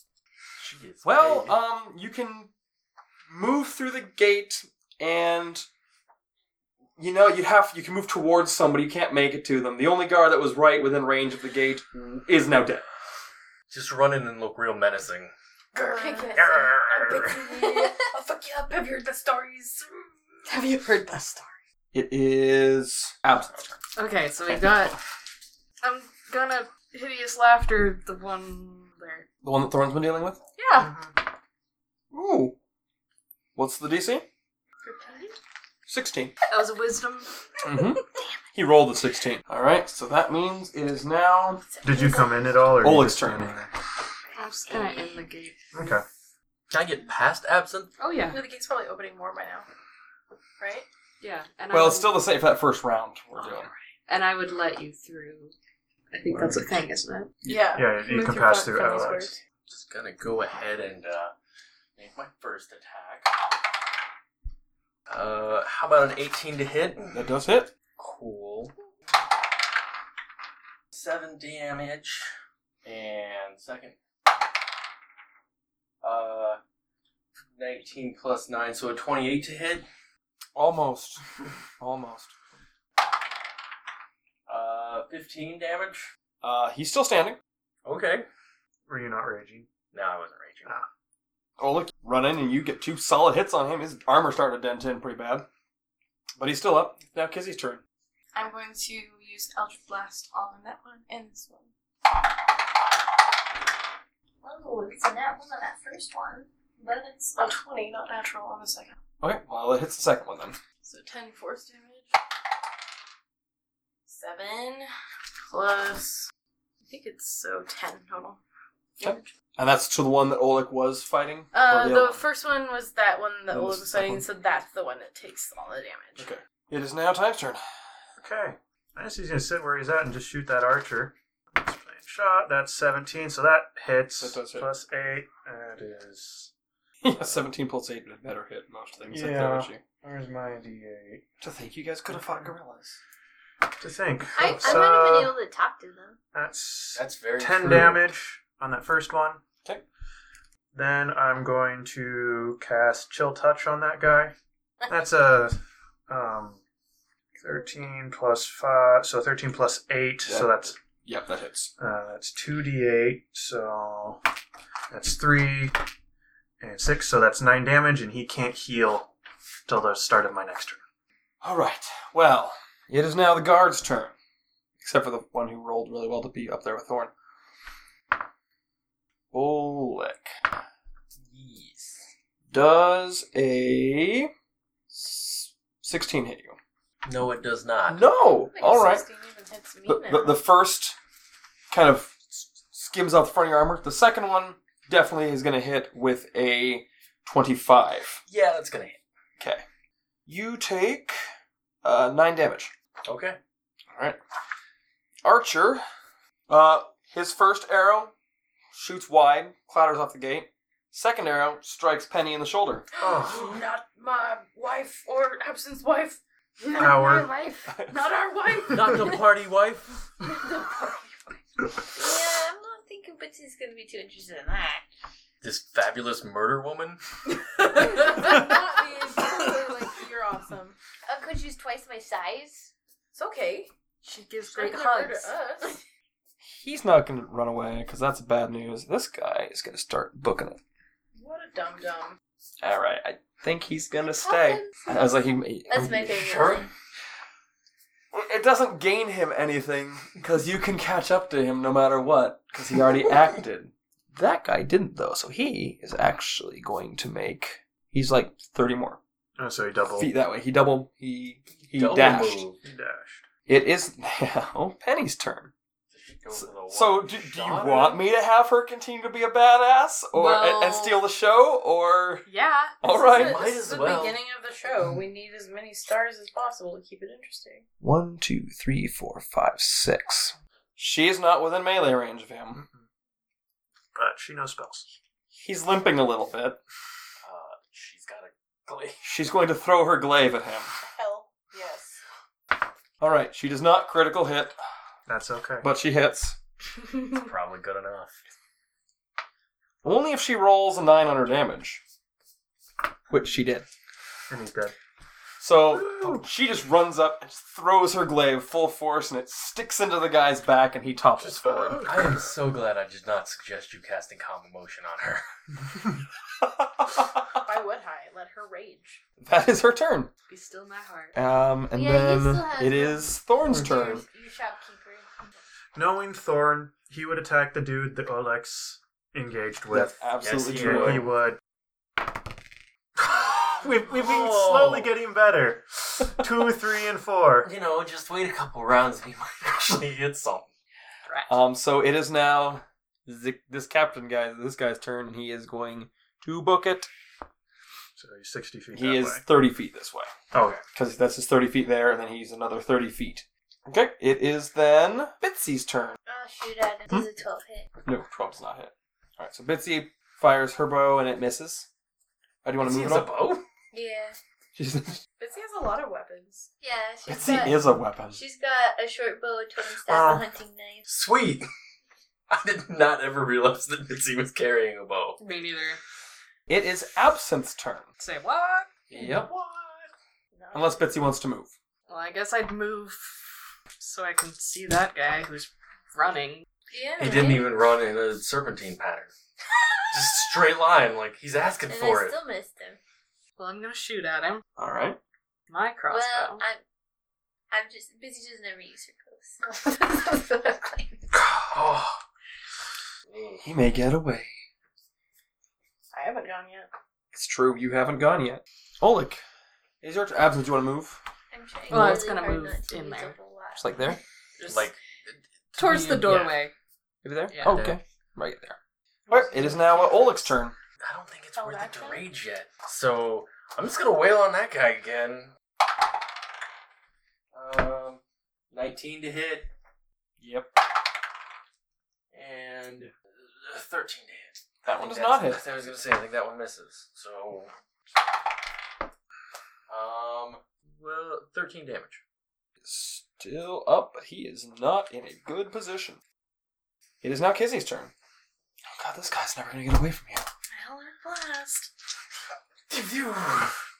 [SPEAKER 4] She is
[SPEAKER 1] Well,
[SPEAKER 4] big.
[SPEAKER 1] um, you can move through the gate, and you know you have you can move towards somebody. You can't make it to them. The only guard that was right within range of the gate is now dead.
[SPEAKER 4] just run in and look real menacing.
[SPEAKER 3] I'll fuck you up. Have you heard the stories?
[SPEAKER 6] Have you heard that story?
[SPEAKER 1] It is absent.
[SPEAKER 6] Okay, so we got. I'm gonna hideous laughter the one there.
[SPEAKER 1] The one that Thorne's been dealing with.
[SPEAKER 6] Yeah.
[SPEAKER 1] Ooh. What's the DC? Sixteen.
[SPEAKER 6] That was a wisdom.
[SPEAKER 1] Mm-hmm. he rolled a sixteen. All right, so that means it is now
[SPEAKER 5] Did you come in at all? Or you
[SPEAKER 1] Oleg's
[SPEAKER 5] just-
[SPEAKER 1] turn.
[SPEAKER 6] I'm just gonna end the gate.
[SPEAKER 5] Okay.
[SPEAKER 4] Can I get past absinthe?
[SPEAKER 6] Oh yeah,
[SPEAKER 3] No, the gate's probably opening more by now, right?
[SPEAKER 6] yeah. And
[SPEAKER 1] Well,
[SPEAKER 6] I
[SPEAKER 1] it's
[SPEAKER 6] would-
[SPEAKER 1] still the same for that first round we're
[SPEAKER 6] Oh,
[SPEAKER 1] doing.
[SPEAKER 6] And I would let you through. I think that's a thing, isn't it?
[SPEAKER 3] Yeah.
[SPEAKER 5] Yeah, you
[SPEAKER 3] Move
[SPEAKER 5] can
[SPEAKER 3] through
[SPEAKER 5] pass
[SPEAKER 3] front-
[SPEAKER 5] through
[SPEAKER 3] front
[SPEAKER 5] allies.
[SPEAKER 3] squares.
[SPEAKER 4] Just gonna go ahead and uh, make my first attack. Uh, how about an 18 to hit?
[SPEAKER 1] That does hit.
[SPEAKER 4] Cool. Seven damage. And second. Uh, 19 plus 9, so a 28 to hit.
[SPEAKER 1] Almost. Almost.
[SPEAKER 4] Uh, 15 damage.
[SPEAKER 1] Uh, he's still standing.
[SPEAKER 4] Okay.
[SPEAKER 5] Were you not raging?
[SPEAKER 4] No, I wasn't raging.
[SPEAKER 1] Ah, Oleg, run in and you get two solid hits on him. His armor started to dent in pretty bad. But he's still up. Now Kizzy's turn.
[SPEAKER 3] I'm going to use Eldritch Blast on that one and this one.
[SPEAKER 2] Oh, it's a nat one on that first one.
[SPEAKER 3] Then it's a 20, not natural, on the second.
[SPEAKER 1] Okay, well, it hits the second one then.
[SPEAKER 3] So 10 force damage. 7 plus. I think it's so 10 total.
[SPEAKER 1] Yep. And that's to the one that Oleg was fighting?
[SPEAKER 3] Uh,
[SPEAKER 1] Or
[SPEAKER 3] the
[SPEAKER 1] other one?
[SPEAKER 3] first one was that one that
[SPEAKER 1] Then
[SPEAKER 3] Oleg
[SPEAKER 1] this
[SPEAKER 3] was
[SPEAKER 1] is Oh, that
[SPEAKER 3] fighting,
[SPEAKER 1] one.
[SPEAKER 3] so that's the one that takes all the damage.
[SPEAKER 1] Okay. It is now time's turn.
[SPEAKER 5] Okay. I guess he's gonna sit where he's at and just shoot that archer. That's plain Shot. That's seventeen. So that hits.
[SPEAKER 1] That does hit.
[SPEAKER 5] Plus eight. That is.
[SPEAKER 1] yeah, 17 plus 8 would better hit most things. Yeah.
[SPEAKER 5] Yeah.
[SPEAKER 1] That,
[SPEAKER 5] Where's my d8?
[SPEAKER 1] to think you guys could have fought gorillas.
[SPEAKER 5] To think.
[SPEAKER 2] I, I
[SPEAKER 5] So,
[SPEAKER 2] might have been able to talk to them.
[SPEAKER 5] that's
[SPEAKER 4] That's very
[SPEAKER 5] ten
[SPEAKER 4] true.
[SPEAKER 5] damage on that first one.
[SPEAKER 1] Okay.
[SPEAKER 5] Then I'm going to cast Chill Touch on that guy. That's a um, thirteen plus five, so thirteen plus eight, so
[SPEAKER 1] Yeah.
[SPEAKER 5] that's
[SPEAKER 1] Yep, that hits.
[SPEAKER 5] Uh, that's two d eight, so that's three and six, so that's nine damage, and he can't heal till the start of my next turn.
[SPEAKER 1] All right. Well, it is now the guard's turn. Except for the one who rolled really well to be up there with Thorn. Oleg. Yes. Does a s- 16 hit you?
[SPEAKER 4] No, it does not.
[SPEAKER 1] No!
[SPEAKER 3] Like,
[SPEAKER 1] All right.
[SPEAKER 3] 16 even hits me
[SPEAKER 1] The,
[SPEAKER 3] now.
[SPEAKER 1] the, the first kind of s- skims off the front of your armor. The second one definitely is going to hit with a 25.
[SPEAKER 4] Yeah, that's gonna hit.
[SPEAKER 1] Okay. You take uh, 9 damage.
[SPEAKER 4] Okay.
[SPEAKER 1] Archer, uh, his first arrow shoots wide, clatters off the gate. Second arrow strikes Penny in the shoulder.
[SPEAKER 5] Oh.
[SPEAKER 3] Not my wife or Absinthe's wife. Not
[SPEAKER 5] Our-
[SPEAKER 3] my wife. Not our wife.
[SPEAKER 4] Not the party wife.
[SPEAKER 2] Yeah, I'm not thinking Bitsy's gonna be too interested in that.
[SPEAKER 4] This fabulous murder woman.
[SPEAKER 3] not me. They're like, you're awesome.
[SPEAKER 2] Oh, could she's twice my size.
[SPEAKER 3] It's okay.
[SPEAKER 6] She gives
[SPEAKER 3] Great
[SPEAKER 6] great
[SPEAKER 3] hugs.
[SPEAKER 6] hugs.
[SPEAKER 3] us.
[SPEAKER 1] He's not going to run away because that's bad news. This guy is going to start booking it.
[SPEAKER 3] What a dum dum.
[SPEAKER 1] All right, I think he's going to stay. I was like, he,
[SPEAKER 2] That's my favorite.
[SPEAKER 4] Sure.
[SPEAKER 2] one.
[SPEAKER 1] It- it doesn't gain him anything because you can catch up to him no matter what because he already acted. That guy didn't though, so he is actually going to make. He's like thirty more
[SPEAKER 5] Oh, so he doubled.
[SPEAKER 1] feet that way. He double. He he
[SPEAKER 4] Double
[SPEAKER 1] dashed.
[SPEAKER 4] move.
[SPEAKER 5] He dashed.
[SPEAKER 1] It is now Penny's turn.
[SPEAKER 4] Go with a
[SPEAKER 1] So
[SPEAKER 4] one
[SPEAKER 1] do, do you
[SPEAKER 4] shot.
[SPEAKER 1] want me to have her continue to be a badass or and, and
[SPEAKER 3] Well-
[SPEAKER 1] steal the show or?
[SPEAKER 3] Yeah.
[SPEAKER 1] All right.
[SPEAKER 3] This is, the-
[SPEAKER 4] Might
[SPEAKER 3] this
[SPEAKER 4] as
[SPEAKER 3] is the
[SPEAKER 4] well.
[SPEAKER 3] beginning of the show. We need as many stars as possible to keep it interesting.
[SPEAKER 1] One, two, three, four, five, six. She is not within melee range of him.
[SPEAKER 5] But she knows spells.
[SPEAKER 1] He's limping a little bit.
[SPEAKER 4] Uh, she's got a glaive.
[SPEAKER 1] She's going to throw her glaive at him.
[SPEAKER 3] Hell yes.
[SPEAKER 1] All right, she does not critical hit,
[SPEAKER 5] That's okay.
[SPEAKER 1] but she hits.
[SPEAKER 4] Probably good enough.
[SPEAKER 1] Only if she rolls a 9 on her damage, which she did.
[SPEAKER 5] and he's dead.
[SPEAKER 1] So she just runs up and just throws her glaive full force, and it sticks into the guy's back, and he topples forward.
[SPEAKER 4] I am so glad I did not suggest you casting calm emotion on her.
[SPEAKER 3] Why would I let her rage?
[SPEAKER 1] that is her turn.
[SPEAKER 6] Be still my heart.
[SPEAKER 1] Um, and
[SPEAKER 2] Yeah,
[SPEAKER 1] then
[SPEAKER 2] you still have
[SPEAKER 1] it
[SPEAKER 2] the-
[SPEAKER 1] is Thorn's turn.
[SPEAKER 2] Your shopkeeper.
[SPEAKER 5] Knowing Thorn, he would attack the dude that Olex engaged with.
[SPEAKER 1] That's absolutely
[SPEAKER 4] Yes,
[SPEAKER 5] He-
[SPEAKER 4] you
[SPEAKER 1] true.
[SPEAKER 5] He would. we've, we've been
[SPEAKER 4] Oh.
[SPEAKER 5] slowly getting better. Two, three, and four.
[SPEAKER 4] You know, just wait a couple rounds and you might actually hit something.
[SPEAKER 1] Um, so it is now th- this captain guy, this guy's turn, and he is going to book it.
[SPEAKER 5] So he's 60 feet that
[SPEAKER 1] He is
[SPEAKER 5] way. Oh,
[SPEAKER 1] 30 feet this way,
[SPEAKER 5] Okay.
[SPEAKER 1] because that's his 30 feet there, and then he's another 30 feet. Okay, it is then Bitsy's turn.
[SPEAKER 2] Oh shoot! I
[SPEAKER 1] Hmm?
[SPEAKER 2] did. This is a twelve hit.
[SPEAKER 1] No, 12's not hit. All right, so Bitsy fires her bow, and it misses. Oh, do you want to
[SPEAKER 4] Is he
[SPEAKER 1] move it
[SPEAKER 4] a
[SPEAKER 1] up?
[SPEAKER 4] bow?
[SPEAKER 2] Yeah.
[SPEAKER 1] She's,
[SPEAKER 3] Bitsy has a lot of weapons.
[SPEAKER 2] Yeah. She's
[SPEAKER 1] Bitsy
[SPEAKER 2] got,
[SPEAKER 1] is a Ah. weapon.
[SPEAKER 2] she's got a short bow, a totem staff,
[SPEAKER 5] Oh.
[SPEAKER 2] a hunting knife.
[SPEAKER 4] Sweet! I did not ever realize that Mitzi was carrying a bow.
[SPEAKER 6] Me neither.
[SPEAKER 1] It is Absinthe's turn.
[SPEAKER 6] Say what?
[SPEAKER 1] Yep.
[SPEAKER 4] What?
[SPEAKER 1] Unless Bitsy wants to move.
[SPEAKER 6] Well, I guess I'd move so I can see that guy who's running.
[SPEAKER 2] Yeah.
[SPEAKER 4] He didn't
[SPEAKER 2] right?
[SPEAKER 4] even run in a serpentine pattern. just straight line, like he's asking
[SPEAKER 2] And
[SPEAKER 4] for
[SPEAKER 2] I
[SPEAKER 4] it.
[SPEAKER 2] still missed him.
[SPEAKER 6] Well, I'm gonna shoot at him.
[SPEAKER 1] All right.
[SPEAKER 6] My crossbow.
[SPEAKER 2] Well, I'm. I'm just busy. Just never use her clothes.
[SPEAKER 4] oh.
[SPEAKER 1] He may get away.
[SPEAKER 3] I haven't gone yet.
[SPEAKER 1] It's true, you haven't gone yet. Oleg, is your turn. Absinthe, do you want to move?
[SPEAKER 2] I'm trying
[SPEAKER 6] Well, I was
[SPEAKER 2] really
[SPEAKER 6] gonna
[SPEAKER 2] hard
[SPEAKER 6] move
[SPEAKER 2] not to
[SPEAKER 6] in
[SPEAKER 2] use
[SPEAKER 6] there.
[SPEAKER 2] up a lot.
[SPEAKER 1] Just like there?
[SPEAKER 6] Just
[SPEAKER 4] Like,
[SPEAKER 6] towards the
[SPEAKER 4] yeah.
[SPEAKER 6] doorway.
[SPEAKER 1] Maybe there?
[SPEAKER 6] Yeah,
[SPEAKER 1] Oh,
[SPEAKER 4] there.
[SPEAKER 1] okay. Right there. Alright, it is now uh, Oleg's turn.
[SPEAKER 4] I don't think it's
[SPEAKER 3] Oh,
[SPEAKER 4] worth it
[SPEAKER 3] that
[SPEAKER 4] to
[SPEAKER 3] guy?
[SPEAKER 4] rage yet. So I'm just gonna wail on that guy again. Um, 19 to hit
[SPEAKER 1] Yep.
[SPEAKER 4] and uh, 13 to hit.
[SPEAKER 1] That
[SPEAKER 4] I
[SPEAKER 1] one
[SPEAKER 4] think
[SPEAKER 1] does
[SPEAKER 4] that's-
[SPEAKER 1] not hit.
[SPEAKER 4] I was gonna say I think that one misses. So, um, well, 13 damage.
[SPEAKER 1] Still up, but he is not in a good position. It is now Kizzy's turn. Oh god, this guy's never gonna get away from you.
[SPEAKER 3] Hellard blast.
[SPEAKER 4] Phew.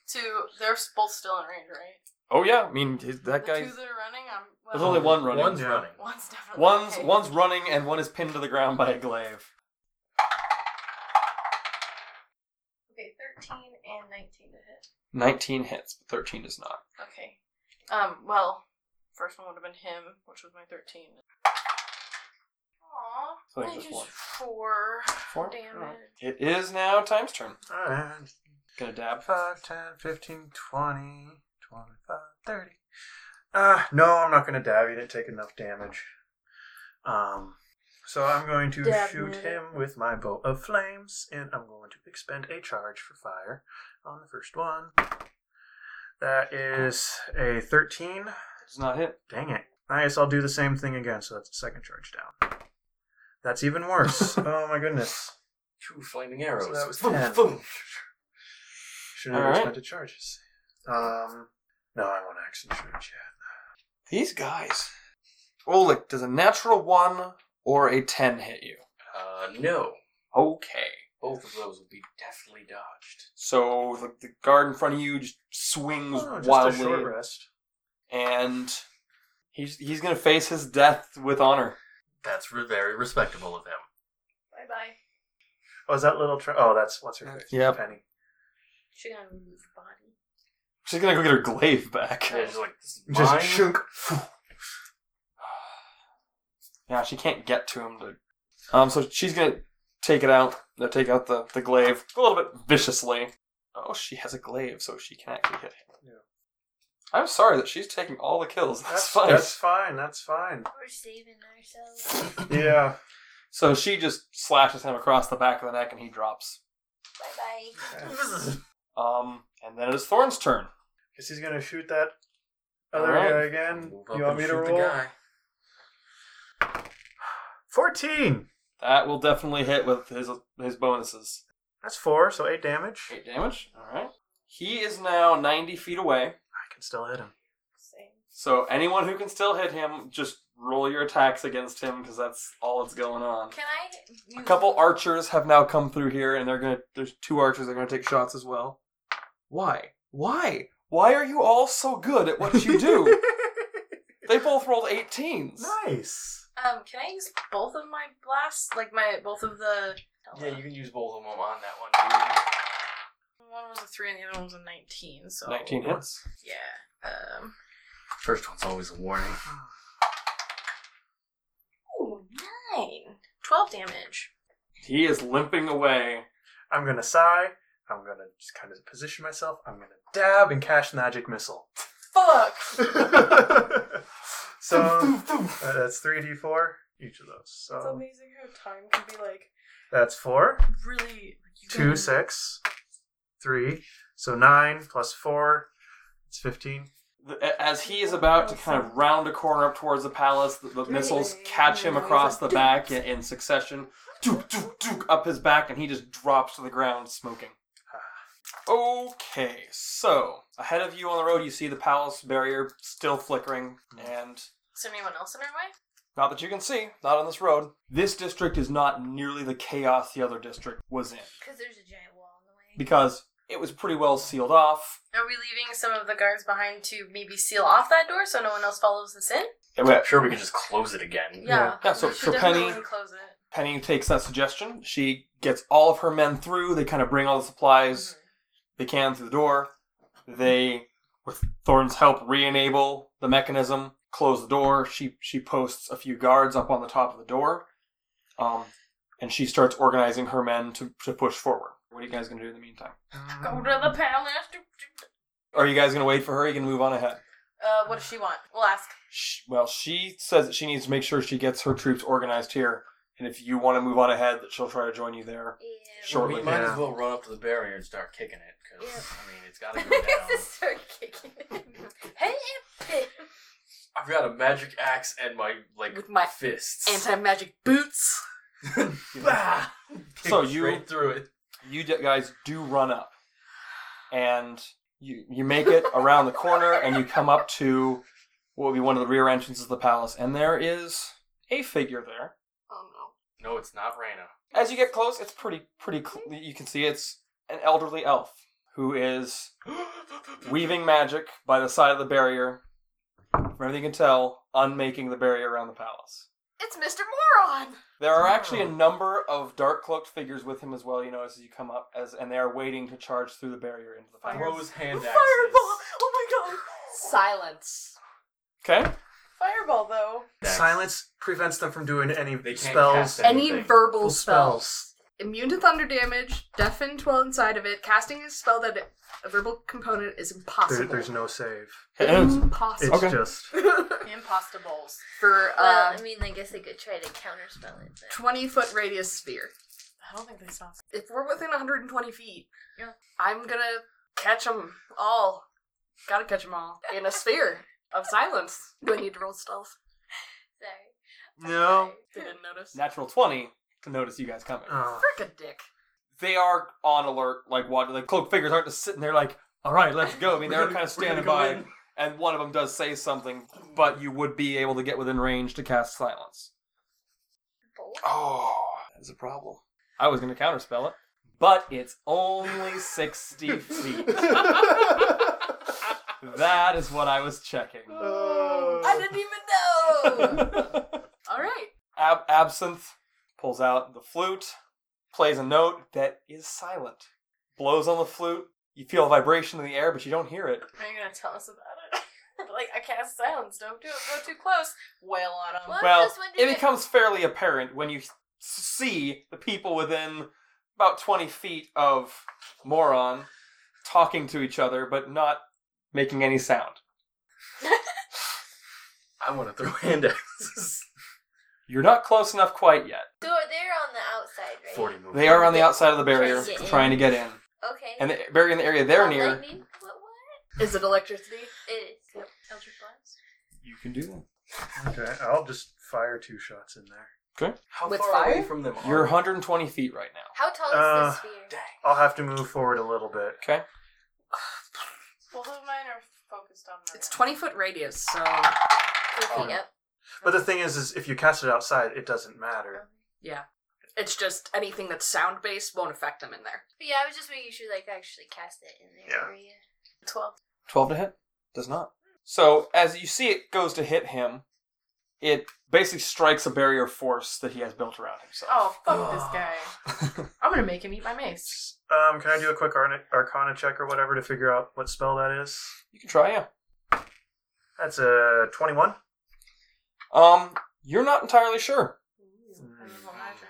[SPEAKER 3] Two. They're both still in range, right?
[SPEAKER 1] Oh yeah, I mean his- that
[SPEAKER 3] the
[SPEAKER 1] guy's
[SPEAKER 3] two that are running. I'm. Well,
[SPEAKER 1] There's only one Oh, running.
[SPEAKER 4] One's
[SPEAKER 5] Yeah.
[SPEAKER 4] running.
[SPEAKER 3] One's definitely.
[SPEAKER 1] One's
[SPEAKER 3] okay.
[SPEAKER 1] one's running and one is pinned to the ground by a glaive.
[SPEAKER 3] Okay, thirteen and nineteen to hit.
[SPEAKER 1] Nineteen hits, but thirteen does not.
[SPEAKER 3] Okay. Um. Well, first one would have been him, which was my thirteen. Aw.
[SPEAKER 1] So I
[SPEAKER 3] I
[SPEAKER 1] think
[SPEAKER 3] just
[SPEAKER 1] just one.
[SPEAKER 3] four.
[SPEAKER 1] Four?
[SPEAKER 3] Damage.
[SPEAKER 1] Alright. It is now time's turn.
[SPEAKER 5] Alright.
[SPEAKER 1] Gonna dab.
[SPEAKER 5] 5, 10, 15, 20, 25, 30. Uh, no, I'm not going to dab. He didn't take enough damage. Um, so I'm going to
[SPEAKER 3] Dab
[SPEAKER 5] shoot
[SPEAKER 3] me.
[SPEAKER 5] him with my bow of flames, and I'm going to expend a charge for fire on the first one. That is a 13.
[SPEAKER 1] Does not hit.
[SPEAKER 5] Dang it. I guess I'll do the same thing again, so that's a second charge down. That's even worse. oh my goodness.
[SPEAKER 4] Two flaming arrows.
[SPEAKER 5] So that was
[SPEAKER 4] Boom,
[SPEAKER 5] 10.
[SPEAKER 4] boom.
[SPEAKER 5] Should have
[SPEAKER 1] All right.
[SPEAKER 5] expended charges. Um, no, I won't action charge yet.
[SPEAKER 1] These guys. Oleg, does a natural one or a ten hit you?
[SPEAKER 4] Uh, no.
[SPEAKER 1] Okay.
[SPEAKER 4] Both of those will be deftly dodged.
[SPEAKER 1] So the, the guard in front of you just swings
[SPEAKER 5] Oh, just a short
[SPEAKER 1] wildly,
[SPEAKER 5] rest.
[SPEAKER 1] and he's he's gonna face his death with honor.
[SPEAKER 4] That's re- very respectable of him.
[SPEAKER 3] Bye bye.
[SPEAKER 5] Oh, is that little? Tra- oh, that's what's her face?
[SPEAKER 1] Yep.
[SPEAKER 5] Penny.
[SPEAKER 3] She gonna remove body.
[SPEAKER 1] She's gonna go get her glaive back.
[SPEAKER 4] Yeah, just like, this is
[SPEAKER 5] Just
[SPEAKER 4] mine.
[SPEAKER 5] shunk.
[SPEAKER 1] Yeah, she can't get to him. To... Um, so she's gonna take it out. uh, Take out the the glaive a little bit viciously. Oh, she has a glaive, so she can actually hit him. I'm sorry that she's taking all the kills. That's, fine.
[SPEAKER 5] That's fine. That's fine.
[SPEAKER 2] We're saving ourselves.
[SPEAKER 5] Yeah.
[SPEAKER 1] So she just slashes him across the back of the neck, and he drops.
[SPEAKER 2] bye bye.
[SPEAKER 1] Um, and then it is Thorn's turn.
[SPEAKER 5] Guess he's gonna shoot that other
[SPEAKER 1] Alright.
[SPEAKER 5] guy again.
[SPEAKER 4] Move up
[SPEAKER 5] You want
[SPEAKER 4] and
[SPEAKER 5] me to
[SPEAKER 4] shoot the
[SPEAKER 5] roll?
[SPEAKER 4] guy.
[SPEAKER 5] Fourteen.
[SPEAKER 1] That will definitely hit with his his bonuses.
[SPEAKER 5] That's four, so eight damage.
[SPEAKER 1] Eight damage. All right. He is now 90 feet away.
[SPEAKER 5] I can still hit him.
[SPEAKER 1] So anyone who can still hit him, just roll your attacks against him because that's all that's going on.
[SPEAKER 2] Can I?
[SPEAKER 1] A couple archers have now come through here, and they're gonna. There's two archers. They're gonna take shots as well. Why? Why? Why are you all so good at what you do? they both rolled 18s.
[SPEAKER 5] Nice.
[SPEAKER 3] Um, can I use both of my blasts? Like my both of the
[SPEAKER 4] Yeah, you can use both of them on that one. Dude.
[SPEAKER 3] one was a three and the other one was a nineteen. So
[SPEAKER 1] 19 hits.
[SPEAKER 3] Yeah. Um.
[SPEAKER 4] First one's always a warning.
[SPEAKER 3] Ooh, nine. Twelve damage.
[SPEAKER 1] He is limping away.
[SPEAKER 5] I'm gonna sigh. I'm gonna just kind of position myself. I'm gonna dab and cast magic missile.
[SPEAKER 3] Fuck.
[SPEAKER 5] so uh, that's three d four each of those.
[SPEAKER 3] It's
[SPEAKER 1] Oh.
[SPEAKER 5] So
[SPEAKER 3] amazing how time can be like
[SPEAKER 5] that's four,
[SPEAKER 3] really. you
[SPEAKER 5] two,
[SPEAKER 3] guys-
[SPEAKER 5] six, three. So nine plus four. It's fifteen.
[SPEAKER 1] The- As he is about to kind of round a corner up towards the palace, the, the missiles catch him across the back in, in succession, dook, dook, dook, up his back, and he just drops to the ground smoking. Okay, so ahead of you on the road, you see the palace barrier still flickering, and
[SPEAKER 3] Is there anyone else in our way?
[SPEAKER 1] not that you can see, not on this road. This district is not nearly the chaos the other district was in
[SPEAKER 2] Because there's a giant wall in the way.
[SPEAKER 1] because it was pretty well sealed off.
[SPEAKER 3] Are we leaving some of the guards behind to maybe seal off that door so no one else follows us in?
[SPEAKER 4] Yeah, but I'm sure we can just close it again.
[SPEAKER 3] Yeah.
[SPEAKER 1] Yeah, so-
[SPEAKER 3] we should
[SPEAKER 1] so Penny-
[SPEAKER 3] definitely close it.
[SPEAKER 1] Penny takes that suggestion. She gets all of her men through. They kind of bring all the supplies they can through the door. They, with Thorn's help, re-enable the mechanism, close the door. She she posts a few guards up on the top of the door, um, and she starts organizing her men to to push forward. What are you guys gonna do in the meantime?
[SPEAKER 3] Go to
[SPEAKER 5] Um,
[SPEAKER 3] the palace.
[SPEAKER 1] Are you guys gonna wait for her? You can move on ahead.
[SPEAKER 3] Uh, what does she want? We'll ask.
[SPEAKER 1] Sh well, she says that she needs to make sure she gets her troops organized here, and if you want to move on ahead, that she'll try to join you there.
[SPEAKER 2] Yeah.
[SPEAKER 1] Sure. Shortly,
[SPEAKER 4] we might
[SPEAKER 5] yeah.
[SPEAKER 4] as well run up to the barrier and start kicking it because
[SPEAKER 2] Yeah.
[SPEAKER 4] I mean it's got to go down.
[SPEAKER 2] Start kicking. hey, pit.
[SPEAKER 4] I've got a magic axe and my like
[SPEAKER 6] With my
[SPEAKER 4] fists. Ah!
[SPEAKER 6] Anti magic boots.
[SPEAKER 4] Bah! Kick
[SPEAKER 1] So you-
[SPEAKER 4] straight through it.
[SPEAKER 1] you d- guys do run up and you you make it around the corner and you come up to what would be one of the rear entrances of the palace and there is a figure there
[SPEAKER 6] Oh no.
[SPEAKER 4] No, it's not Raina.
[SPEAKER 1] as you get close it's pretty pretty cl- you can see it's an elderly elf who is weaving magic by the side of the barrier from everything you can tell unmaking the barrier around the palace
[SPEAKER 6] It's Mr. Moron!
[SPEAKER 1] there are actually
[SPEAKER 4] Oh.
[SPEAKER 1] a number of dark cloaked figures with him as well you notice as you come up as and they are waiting to charge through the barrier into the palace
[SPEAKER 4] throws hand axes.
[SPEAKER 6] Fireball! Oh my god! Silence.
[SPEAKER 1] okay
[SPEAKER 3] Fireball, though.
[SPEAKER 4] Axe.
[SPEAKER 5] Silence prevents them from doing any
[SPEAKER 4] They can't
[SPEAKER 5] spells.
[SPEAKER 4] cast it.
[SPEAKER 6] Any
[SPEAKER 4] Anything.
[SPEAKER 6] verbal
[SPEAKER 5] Full
[SPEAKER 6] spell.
[SPEAKER 5] spells.
[SPEAKER 6] Immune to thunder damage, deafened while inside of it, casting a spell that it, a verbal component is
[SPEAKER 5] There,
[SPEAKER 6] impossible.
[SPEAKER 5] there's no save. It's
[SPEAKER 6] impossible.
[SPEAKER 5] just
[SPEAKER 3] Impossibles. Um,
[SPEAKER 6] For uh, a
[SPEAKER 2] Well, I mean, I guess I could try to counterspell it. But...
[SPEAKER 6] 20 foot radius sphere.
[SPEAKER 3] I don't think they saw.
[SPEAKER 6] If we're within 120 feet,
[SPEAKER 2] Yeah.
[SPEAKER 6] I'm gonna catch them all. Gotta catch them all. In a sphere of silence. Do I need to roll stealth?
[SPEAKER 2] Sorry.
[SPEAKER 5] no.
[SPEAKER 6] They didn't notice.
[SPEAKER 1] natural 20 to notice you guys coming.
[SPEAKER 5] Oh.
[SPEAKER 6] Frick a dick.
[SPEAKER 1] They are on alert, like watching. Like cloak figures aren't just sitting there, like, all right, let's go. I mean,
[SPEAKER 4] We're
[SPEAKER 1] they're
[SPEAKER 4] gonna-
[SPEAKER 1] kind of
[SPEAKER 4] we're gonna
[SPEAKER 1] standing
[SPEAKER 4] go
[SPEAKER 1] by,
[SPEAKER 4] in.
[SPEAKER 1] and one of them does say something, but you would be able to get within range to cast silence.
[SPEAKER 2] Bolt.
[SPEAKER 1] Oh, that's a problem. I was going to counterspell it, but it's only 60 feet. that is what I was checking.
[SPEAKER 4] Uh.
[SPEAKER 6] I didn't even know! Alright.
[SPEAKER 1] Ab- Absinthe pulls out the flute, plays a note that is silent, blows on the flute. You feel a vibration in the air, but you don't hear it.
[SPEAKER 3] Are you gonna tell us about it? like I cast silence. Don't do it. Go too close. Wail on them.
[SPEAKER 1] Well,
[SPEAKER 2] this one
[SPEAKER 1] It
[SPEAKER 2] did it-
[SPEAKER 1] becomes fairly apparent when you s- see the people within about 20 feet of Moron talking to each other, but not making any sound.
[SPEAKER 4] I want to throw hand axes.
[SPEAKER 1] You're not close enough quite yet.
[SPEAKER 2] So they're on the outside, right?
[SPEAKER 4] Forty movement.
[SPEAKER 1] They are on the outside of the barrier
[SPEAKER 2] Trying to get in.
[SPEAKER 1] trying to get in.
[SPEAKER 2] Okay.
[SPEAKER 1] And the barrier in the area they're
[SPEAKER 2] Oh,
[SPEAKER 1] near.
[SPEAKER 2] Lightning? What? What?
[SPEAKER 6] Is it electricity?
[SPEAKER 2] It is. Eldritch Blast.
[SPEAKER 1] You can do that.
[SPEAKER 5] Okay, I'll just fire two shots in there.
[SPEAKER 4] How
[SPEAKER 6] With
[SPEAKER 4] far away
[SPEAKER 6] fire?
[SPEAKER 4] from them? are
[SPEAKER 1] You're
[SPEAKER 4] we?
[SPEAKER 1] 120 feet right now.
[SPEAKER 2] How tall is
[SPEAKER 5] Uh,
[SPEAKER 2] this sphere?
[SPEAKER 5] I'll have to move forward a little bit.
[SPEAKER 1] Okay?
[SPEAKER 3] Both of mine are focused on. my-
[SPEAKER 6] It's 20 foot radius, so
[SPEAKER 2] Three feet
[SPEAKER 5] oh.
[SPEAKER 2] up.
[SPEAKER 5] But the thing is, is if you cast it outside, it doesn't matter.
[SPEAKER 6] yeah. It's just anything that's sound based won't affect them in there.
[SPEAKER 2] But yeah, I was just making sure, like, I actually cast it in there
[SPEAKER 5] Yeah.
[SPEAKER 2] for you. Twelve.
[SPEAKER 1] 12 to hit? Does not. So as you see it goes to hit him, it basically strikes a barrier of force that he has built around himself.
[SPEAKER 3] Oh fuck this guy! I'm gonna make him eat my mace.
[SPEAKER 5] Um, can I do a quick Arna- Arcana check or whatever to figure out what spell that is?
[SPEAKER 1] You can try, yeah.
[SPEAKER 5] That's a twenty-one.
[SPEAKER 1] Um, you're not entirely sure.
[SPEAKER 3] I don't know, magic.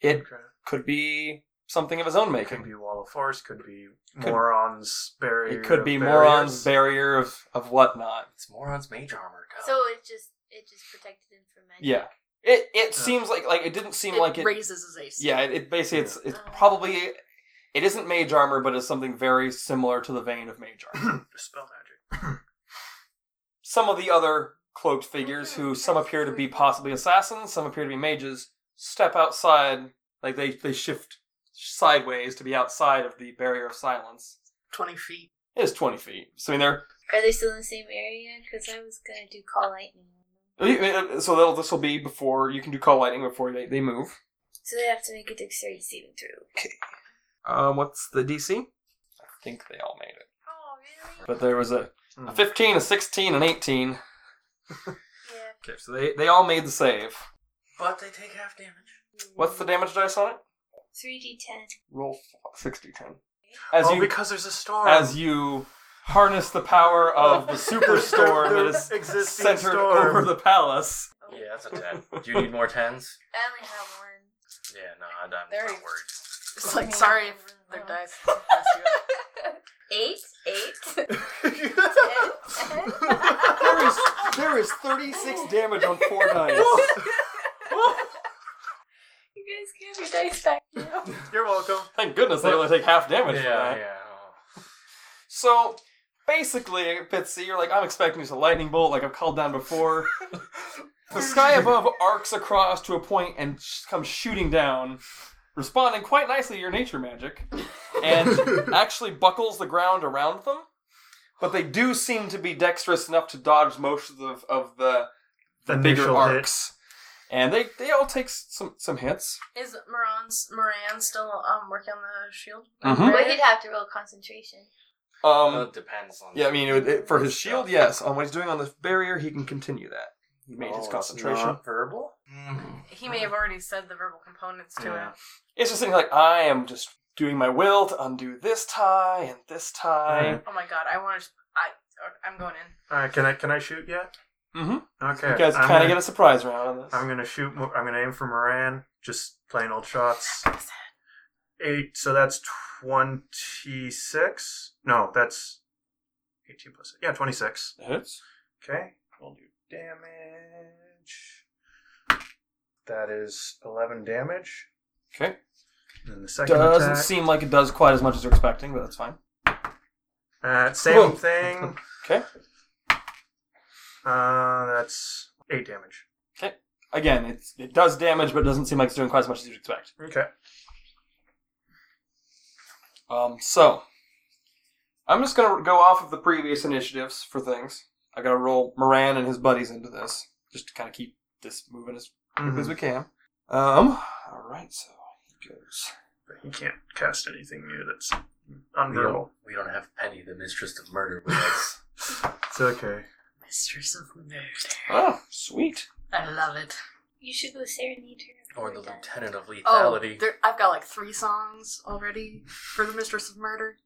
[SPEAKER 1] It
[SPEAKER 5] Hmm, Okay.
[SPEAKER 1] could be something of his own
[SPEAKER 5] Could
[SPEAKER 1] making.
[SPEAKER 5] be wall of force. Could be
[SPEAKER 1] Could-
[SPEAKER 5] morons barrier.
[SPEAKER 1] It could
[SPEAKER 5] of
[SPEAKER 1] be
[SPEAKER 5] barriers.
[SPEAKER 1] Moron's barrier of, of whatnot.
[SPEAKER 4] It's Moron's mage armor. God.
[SPEAKER 2] So it just it just protected him from magic.
[SPEAKER 1] Yeah. It it seems like like it didn't seem
[SPEAKER 6] it
[SPEAKER 1] like it
[SPEAKER 6] raises his AC.
[SPEAKER 1] Yeah, it, it basically it's it's
[SPEAKER 2] Yeah.
[SPEAKER 1] probably it isn't mage armor, but it's something very similar to the vein of mage armor.
[SPEAKER 5] spell magic.
[SPEAKER 1] some of the other cloaked figures who some appear to be possibly assassins, some appear to be mages, step outside, like they, they shift sideways to be outside of the barrier of silence.
[SPEAKER 6] 20 feet.
[SPEAKER 1] It is 20 feet. So, I mean, they're,
[SPEAKER 2] Are they still in the same area? Because I was gonna do call lightning.
[SPEAKER 1] so they'll, this will be before, you can do call lightning before they, they move.
[SPEAKER 2] So they have to make a dexterity saving throw.
[SPEAKER 1] Um, what's the DC? I think they all made it.
[SPEAKER 2] Oh really?
[SPEAKER 1] But there was a, a
[SPEAKER 5] Hmm.
[SPEAKER 1] 15, a 16, an 18.
[SPEAKER 2] Yeah.
[SPEAKER 1] Okay, so they, they all made the save.
[SPEAKER 4] but they take half damage.
[SPEAKER 1] What's the damage dice on it?
[SPEAKER 2] Three d ten.
[SPEAKER 1] Roll 60, 10. As
[SPEAKER 5] oh,
[SPEAKER 1] you
[SPEAKER 5] because there's a storm.
[SPEAKER 1] as you harness the power of the superstorm that is
[SPEAKER 5] existing
[SPEAKER 1] centered
[SPEAKER 5] storm.
[SPEAKER 1] over the palace.
[SPEAKER 4] Yeah, that's a ten. Do you need more tens?
[SPEAKER 2] I only have one.
[SPEAKER 4] Yeah, no, I'm not
[SPEAKER 3] There
[SPEAKER 4] not
[SPEAKER 3] you-
[SPEAKER 4] worried.
[SPEAKER 6] It's like, sorry if their dice.
[SPEAKER 2] Eight. Eight.
[SPEAKER 1] There is there is 36 damage on four dice.
[SPEAKER 2] you guys can have your dice back now.
[SPEAKER 5] You're welcome.
[SPEAKER 1] Thank goodness they only take half damage
[SPEAKER 4] Yeah,
[SPEAKER 1] for that.
[SPEAKER 4] yeah.
[SPEAKER 1] So basically, Fitzy, you're like, I'm expecting just a lightning bolt, like I've called down before. the sky above arcs across to a point and sh- comes shooting down, responding quite nicely to your nature magic, and actually buckles the ground around them. But they do seem to be dexterous enough to dodge most of the, of the, the bigger
[SPEAKER 5] Initial hit.
[SPEAKER 1] arcs. And they, they all take s- some, some hits.
[SPEAKER 3] Is Moran's Moran still um working on the shield?
[SPEAKER 1] Mhm.
[SPEAKER 2] Well, he'd have to roll concentration.
[SPEAKER 1] Um,
[SPEAKER 5] Uh,
[SPEAKER 4] Well, it depends on.
[SPEAKER 1] Yeah, I mean, it, would- it, for his
[SPEAKER 4] Stuff.
[SPEAKER 1] shield, yes. On what he's doing on the barrier, he can continue that. He made
[SPEAKER 5] Oh,
[SPEAKER 1] his
[SPEAKER 5] it's
[SPEAKER 1] concentration. It's,
[SPEAKER 5] not verbal.
[SPEAKER 4] Mm.
[SPEAKER 3] He may have already said the verbal components to
[SPEAKER 5] Yeah.
[SPEAKER 3] it.
[SPEAKER 1] just things like I am just doing my will to undo this tie and this tie.
[SPEAKER 3] Oh my god, I want to. I I'm going in.
[SPEAKER 5] All right, can I can I shoot yet?
[SPEAKER 1] Mhm.
[SPEAKER 5] Okay.
[SPEAKER 1] You guys
[SPEAKER 5] I'm
[SPEAKER 1] kind
[SPEAKER 5] gonna-
[SPEAKER 1] of get a surprise round on this.
[SPEAKER 5] I'm gonna shoot. Mo- I'm gonna aim for Moran. Just plain old shots. Eight. So that's twenty-six. No, that's eighteen plus. Eight. Yeah, twenty-six.
[SPEAKER 1] It hits.
[SPEAKER 5] Okay. We'll do damage. That is eleven damage.
[SPEAKER 1] Okay.
[SPEAKER 5] And then the second
[SPEAKER 1] Doesn't
[SPEAKER 5] attack.
[SPEAKER 1] seem like it does quite as much as you're expecting, but that's fine.
[SPEAKER 5] uh, same
[SPEAKER 1] Whoa.
[SPEAKER 5] thing.
[SPEAKER 1] Okay.
[SPEAKER 5] Uh, that's eight damage.
[SPEAKER 1] Again, it's, it does damage, but it doesn't seem like it's doing quite as much as you'd expect.
[SPEAKER 5] Okay.
[SPEAKER 1] Um, so I'm just gonna go off of the previous initiatives for things. I gotta roll Moran and his buddies into this, just to kind of keep this moving as quick as
[SPEAKER 5] Mhm.
[SPEAKER 1] we can. Um, all right, so he goes.
[SPEAKER 5] But He can't cast anything new that's
[SPEAKER 4] We don't,
[SPEAKER 5] unverbal.
[SPEAKER 4] we don't have Penny, the mistress of murder, with us.
[SPEAKER 5] It's okay.
[SPEAKER 6] Mistress of murder.
[SPEAKER 1] Oh, sweet.
[SPEAKER 6] I love it.
[SPEAKER 2] You should go serenade her.
[SPEAKER 4] or the lieutenant of
[SPEAKER 6] Oh,
[SPEAKER 4] lethality.
[SPEAKER 6] there, I've got like three songs already for the Mistress of Murder.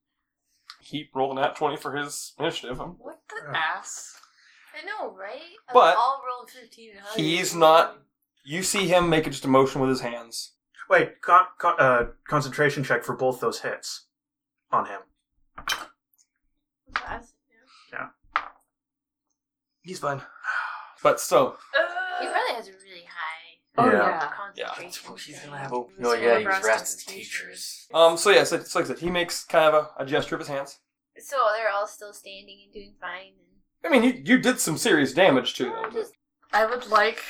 [SPEAKER 1] He rolled an at 20 for his initiative. I'm-
[SPEAKER 6] What the ass?
[SPEAKER 2] I know, right?
[SPEAKER 1] But-
[SPEAKER 2] all rolled fifteen. and higher.
[SPEAKER 1] He's not- You see him making just a motion with his hands.
[SPEAKER 5] Wait, con- con- uh, concentration check for both those hits on him.
[SPEAKER 1] He's fine. But still,
[SPEAKER 2] He probably has a really high.
[SPEAKER 6] Oh,
[SPEAKER 5] Yeah.
[SPEAKER 6] yeah.
[SPEAKER 1] yeah.
[SPEAKER 2] concentration.
[SPEAKER 1] Oh,
[SPEAKER 4] a.
[SPEAKER 3] No, yeah, he's Rastas's
[SPEAKER 4] teachers.
[SPEAKER 1] Um. So yeah, so, so like I said, he makes kind of a, a gesture of his hands.
[SPEAKER 2] So they're all still standing and doing fine. And
[SPEAKER 1] I mean, you you did some serious damage to them. but-
[SPEAKER 6] I would like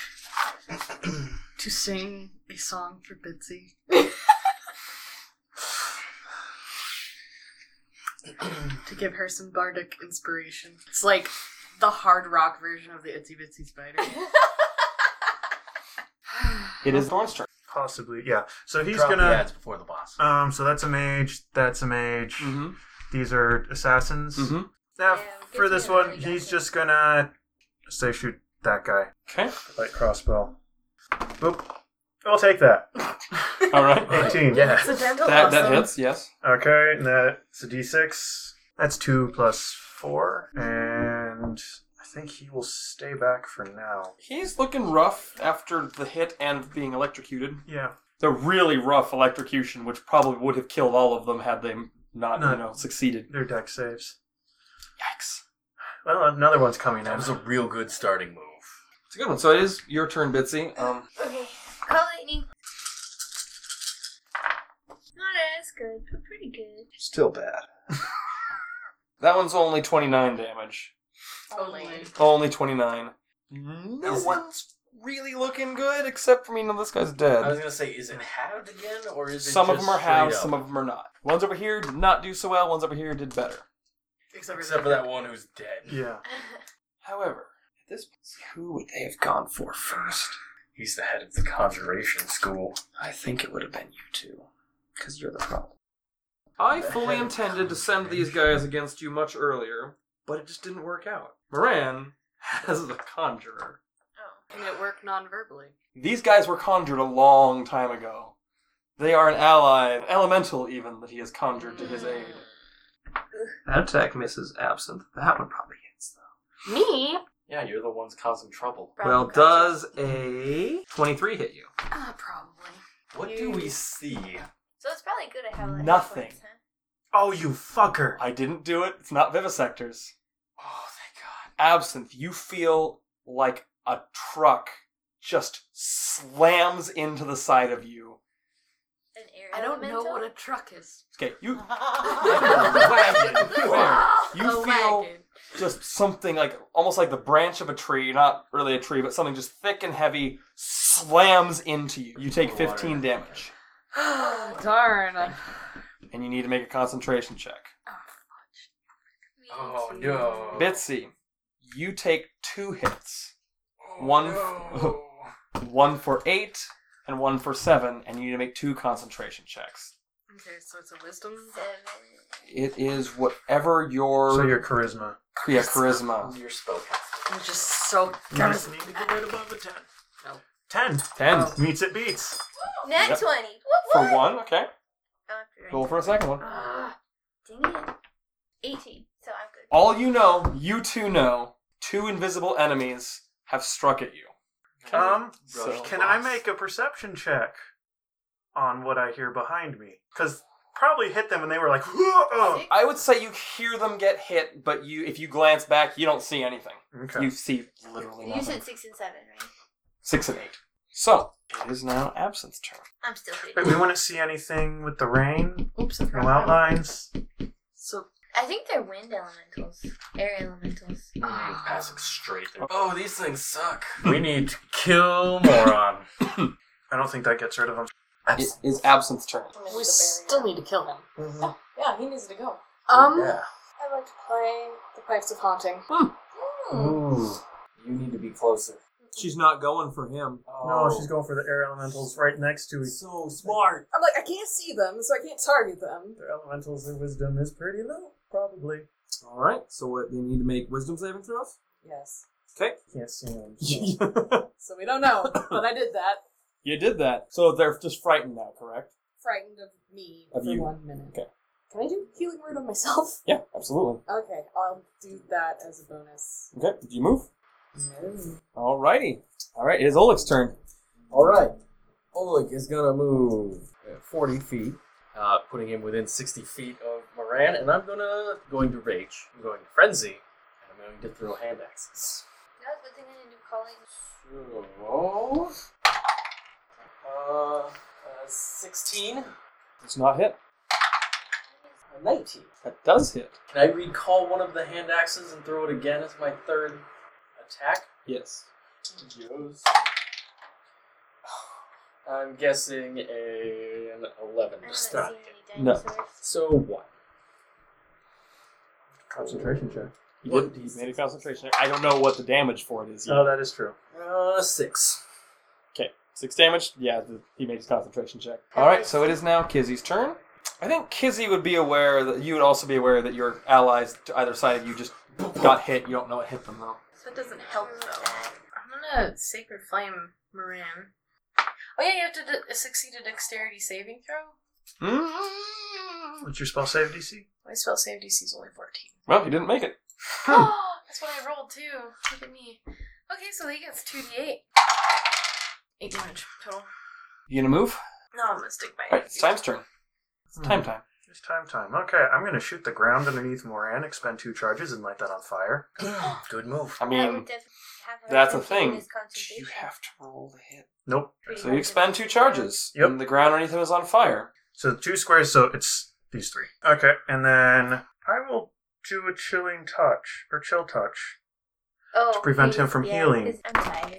[SPEAKER 6] to sing a song for Bitsy. to give her some bardic inspiration. It's like the hard rock version of the Itsy Bitsy Spider.
[SPEAKER 1] It is Thorn's turn.
[SPEAKER 5] Possibly, yeah. So he's
[SPEAKER 4] Drop the
[SPEAKER 5] gonna.
[SPEAKER 4] ads before the boss.
[SPEAKER 5] Um, so that's a mage. That's a mage.
[SPEAKER 1] Mm-hmm.
[SPEAKER 5] These are assassins.
[SPEAKER 1] Mm-hmm.
[SPEAKER 5] Now,
[SPEAKER 2] Yeah, we
[SPEAKER 5] for
[SPEAKER 2] get
[SPEAKER 5] this
[SPEAKER 2] to
[SPEAKER 5] one,
[SPEAKER 2] really
[SPEAKER 5] he's
[SPEAKER 2] gotcha.
[SPEAKER 5] just gonna say shoot that guy.
[SPEAKER 1] Okay.
[SPEAKER 5] Light crossbow. Boop. I'll take that.
[SPEAKER 1] All right.
[SPEAKER 5] 18.
[SPEAKER 4] Yeah.
[SPEAKER 6] Accidental
[SPEAKER 1] That that
[SPEAKER 6] awesome.
[SPEAKER 1] hits. Yes.
[SPEAKER 5] Okay, and that's a d6. That's 2 plus 4. And I think he will stay back for now.
[SPEAKER 1] He's looking rough after the hit and being electrocuted.
[SPEAKER 5] Yeah.
[SPEAKER 1] The really rough electrocution, which probably would have killed all of them had they not,
[SPEAKER 5] No.
[SPEAKER 1] you know, succeeded.
[SPEAKER 5] Their deck saves.
[SPEAKER 1] Yikes.
[SPEAKER 5] Well, another one's coming
[SPEAKER 4] That
[SPEAKER 5] in.
[SPEAKER 4] was a real good starting move.
[SPEAKER 1] It's a good one. So it is your turn, Bitsy. Um,
[SPEAKER 2] okay, call lightning. Not as good, but pretty good.
[SPEAKER 5] Still bad.
[SPEAKER 1] that one's only 29 damage.
[SPEAKER 3] Only.
[SPEAKER 1] Only 29. No one's really looking good, except for, me. know, this guy's
[SPEAKER 4] I was
[SPEAKER 1] dead.
[SPEAKER 4] gonna say, is it halved again, or is it
[SPEAKER 1] Some of
[SPEAKER 4] just
[SPEAKER 1] them are halves,
[SPEAKER 4] straight
[SPEAKER 1] some
[SPEAKER 4] up?
[SPEAKER 1] of them are not. Ones over here did not do so well, ones over here did better.
[SPEAKER 4] Except for that one who's dead.
[SPEAKER 5] Yeah.
[SPEAKER 1] However, at this point, who would they have gone for first?
[SPEAKER 4] He's the head of the conjuration school.
[SPEAKER 1] I think it would have been you two, because you're the problem. I fully intended to send these guys against you much earlier, but it just didn't work out. Moran has the conjurer.
[SPEAKER 6] And it worked non-verbally.
[SPEAKER 1] These guys were conjured a long time ago. They are an ally, an elemental even, that he has conjured to his aid. That attack misses Absinthe. That one probably hits, though.
[SPEAKER 6] Me?
[SPEAKER 4] Yeah, you're the ones causing trouble.
[SPEAKER 1] Well, does a 23 hit you?
[SPEAKER 6] Uh, probably.
[SPEAKER 4] What do we see?
[SPEAKER 2] So it's probably good I have lightning
[SPEAKER 1] Nothing.
[SPEAKER 2] points, huh?
[SPEAKER 5] Oh, you fucker!
[SPEAKER 1] I didn't do it. It's not vivisectors.
[SPEAKER 4] Oh, thank God.
[SPEAKER 1] Absinthe, you feel like a truck just slams into the side of you.
[SPEAKER 2] An air
[SPEAKER 6] I don't know
[SPEAKER 2] elemental?
[SPEAKER 6] what a truck is.
[SPEAKER 1] Okay, you You
[SPEAKER 6] A
[SPEAKER 1] feel-
[SPEAKER 6] wagon.
[SPEAKER 1] just something like almost like the branch of a tree, not really a tree, but something just thick and heavy slams into you. You take 15 damage
[SPEAKER 6] Darn.
[SPEAKER 1] and you need to make a concentration check.
[SPEAKER 2] Me
[SPEAKER 4] Oh
[SPEAKER 2] too.
[SPEAKER 4] no.
[SPEAKER 1] Bitsy, you take two hits.
[SPEAKER 4] Oh,
[SPEAKER 1] One- One for 8 and one for 7 and you need to make two concentration checks.
[SPEAKER 6] Okay, so it's a wisdom.
[SPEAKER 2] Seven.
[SPEAKER 1] It is whatever your
[SPEAKER 5] So your charisma.
[SPEAKER 1] yeah, charisma.
[SPEAKER 4] Your spell.
[SPEAKER 6] I'm just so
[SPEAKER 5] Guys need to get right above the 10.
[SPEAKER 6] No.
[SPEAKER 5] 10.
[SPEAKER 1] Ten
[SPEAKER 6] Oh.
[SPEAKER 5] Meets it beats.
[SPEAKER 2] Nat
[SPEAKER 1] Yep.
[SPEAKER 2] 20. Whoop,
[SPEAKER 1] for
[SPEAKER 2] whoop.
[SPEAKER 1] one. Okay,
[SPEAKER 2] I'll have to write
[SPEAKER 1] roll
[SPEAKER 2] that.
[SPEAKER 1] for a second one.
[SPEAKER 2] Ah, dang it. 18. So I'm good.
[SPEAKER 1] All you know, you two know, two invisible enemies have struck at you.
[SPEAKER 5] Um,
[SPEAKER 1] So-
[SPEAKER 5] Can I make a perception check on what I hear behind me? Because probably hit them and they were like, "Whoa!"
[SPEAKER 1] I would say you hear them get hit, but you, if you glance back, you don't see anything.
[SPEAKER 5] Okay.
[SPEAKER 1] You see literally
[SPEAKER 2] You
[SPEAKER 1] nothing.
[SPEAKER 2] said 6 and 7, right?
[SPEAKER 1] Six and eight. So it is now Absinthe's turn.
[SPEAKER 2] I'm still good.
[SPEAKER 5] But we wouldn't see anything with the rain,
[SPEAKER 6] Oops, I
[SPEAKER 5] no
[SPEAKER 6] forgot.
[SPEAKER 5] outlines.
[SPEAKER 6] So
[SPEAKER 2] I think they're wind elementals, air elementals.
[SPEAKER 4] Mm, passing straight through. Oh, these things suck. we need to kill Moron.
[SPEAKER 5] I don't think that gets rid of them.
[SPEAKER 1] It is Absinthe's turn.
[SPEAKER 6] we still need to kill him.
[SPEAKER 3] Yeah, he needs to go.
[SPEAKER 6] Um,
[SPEAKER 4] yeah.
[SPEAKER 3] I like to play the Pipes of Haunting.
[SPEAKER 4] Ooh. You need to be closer.
[SPEAKER 1] She's not going for him.
[SPEAKER 5] No, she's going for the air elementals right next to each.
[SPEAKER 4] so smart.
[SPEAKER 3] I'm like, I can't see them, so I can't target them.
[SPEAKER 5] Their elementals, their wisdom is pretty low, probably.
[SPEAKER 1] All right. So what? They need to make wisdom saving throws.
[SPEAKER 3] Yes.
[SPEAKER 1] Okay.
[SPEAKER 5] Can't see them.
[SPEAKER 3] So we don't know, but I did that.
[SPEAKER 1] you did that. So they're just frightened now, correct?
[SPEAKER 3] Frightened of me
[SPEAKER 1] Of
[SPEAKER 3] for
[SPEAKER 1] you.
[SPEAKER 3] one minute.
[SPEAKER 1] Okay.
[SPEAKER 6] Can I do healing word on myself?
[SPEAKER 1] Yeah, absolutely.
[SPEAKER 6] Okay, I'll do that as a bonus.
[SPEAKER 1] Okay, did you move?
[SPEAKER 6] No.
[SPEAKER 1] Alrighty. Alright, it is Oleg's turn.
[SPEAKER 4] All right. Oleg is gonna move uh, 40 feet, uh, putting him within 60 feet of Moran, and I'm gonna going to rage. I'm going to frenzy, and I'm going to throw hand axes.
[SPEAKER 2] That was a good thing I didn't do calling.
[SPEAKER 4] So, uh, uh, 16,
[SPEAKER 1] It's not hit.
[SPEAKER 4] a 19.
[SPEAKER 1] That does hit.
[SPEAKER 4] Can I recall one of the hand axes and throw it again as my third attack?
[SPEAKER 1] Yes.
[SPEAKER 4] Yo's. I'm guessing a, an 11
[SPEAKER 2] I haven't
[SPEAKER 4] this
[SPEAKER 2] seen
[SPEAKER 4] time.
[SPEAKER 2] any
[SPEAKER 1] No.
[SPEAKER 2] dinosaurs.
[SPEAKER 4] So what?
[SPEAKER 5] Concentration check.
[SPEAKER 1] He,
[SPEAKER 4] What?
[SPEAKER 1] did, he made a concentration. I don't know what the damage for it is. yet.
[SPEAKER 5] Oh, that is true.
[SPEAKER 4] Uh, six.
[SPEAKER 1] Okay, six damage. Yeah, th- he made his concentration check. All right, so it is now Kizzy's turn. I think Kizzy would be aware that you would also be aware that your allies to either side of you just got hit. You don't know what hit them though.
[SPEAKER 3] That doesn't help though. I'm gonna sacred flame Moran. Oh yeah, you have to de- succeed a dexterity saving throw.
[SPEAKER 1] Hmm?
[SPEAKER 5] What's your spell save DC?
[SPEAKER 3] My spell save DC is only fourteen.
[SPEAKER 1] Well, he didn't make it.
[SPEAKER 3] oh, that's what I rolled too. Look at me. Okay, so he gets two d eight. Eight damage total.
[SPEAKER 1] You gonna move?
[SPEAKER 3] No, I'm gonna stick by
[SPEAKER 1] All right, it's Time's turn. It's time time.
[SPEAKER 5] It's Hmm, time, time. Okay, I'm gonna shoot the ground underneath Moran, expend two charges, and light that on fire.
[SPEAKER 8] Good move.
[SPEAKER 1] I
[SPEAKER 2] I
[SPEAKER 1] mean,
[SPEAKER 2] would definitely have a
[SPEAKER 1] that's a
[SPEAKER 2] hard time
[SPEAKER 1] thing.
[SPEAKER 2] keeping this
[SPEAKER 1] you
[SPEAKER 2] concentration.
[SPEAKER 1] have to roll the hit.
[SPEAKER 5] Nope.
[SPEAKER 2] Pretty
[SPEAKER 1] So
[SPEAKER 2] hard
[SPEAKER 1] you
[SPEAKER 2] to-
[SPEAKER 1] expend two charges.
[SPEAKER 5] Yep.
[SPEAKER 1] And the ground underneath him is on fire.
[SPEAKER 5] So two squares, so it's these three. Okay, and then I will do a chilling touch or chill touch.
[SPEAKER 2] Oh,
[SPEAKER 5] prevent
[SPEAKER 2] okay,
[SPEAKER 5] him from
[SPEAKER 2] yeah,
[SPEAKER 5] healing.
[SPEAKER 2] this- I'm tired.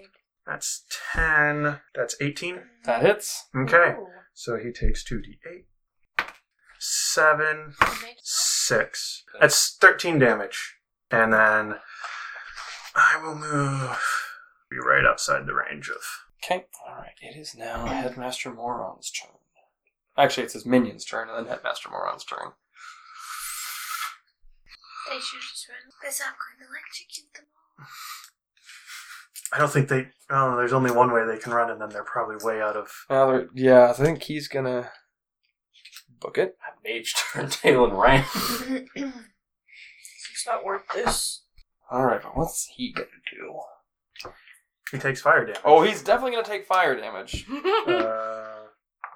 [SPEAKER 5] That's ten. That's eighteen.
[SPEAKER 1] That hits.
[SPEAKER 5] Okay. So he takes two d eight. Seven, six. That's thirteen damage, and then I will move. Be right outside the range of.
[SPEAKER 1] Okay. All right. It is now Headmaster Moron's turn. Actually, it's his minion's turn and then Headmaster Moron's turn.
[SPEAKER 2] They should just run. Because I'm going to electrocute them all.
[SPEAKER 5] I don't think they. Oh, there's only one way they can run, and then they're probably way out of.
[SPEAKER 1] Now they're- yeah, I think he's gonna book it.
[SPEAKER 4] I mage turn tail and ran.
[SPEAKER 3] It's not worth this.
[SPEAKER 1] All right, but what's he gonna do?
[SPEAKER 5] He takes fire damage.
[SPEAKER 1] Oh, he's definitely gonna take fire damage.
[SPEAKER 5] Uh,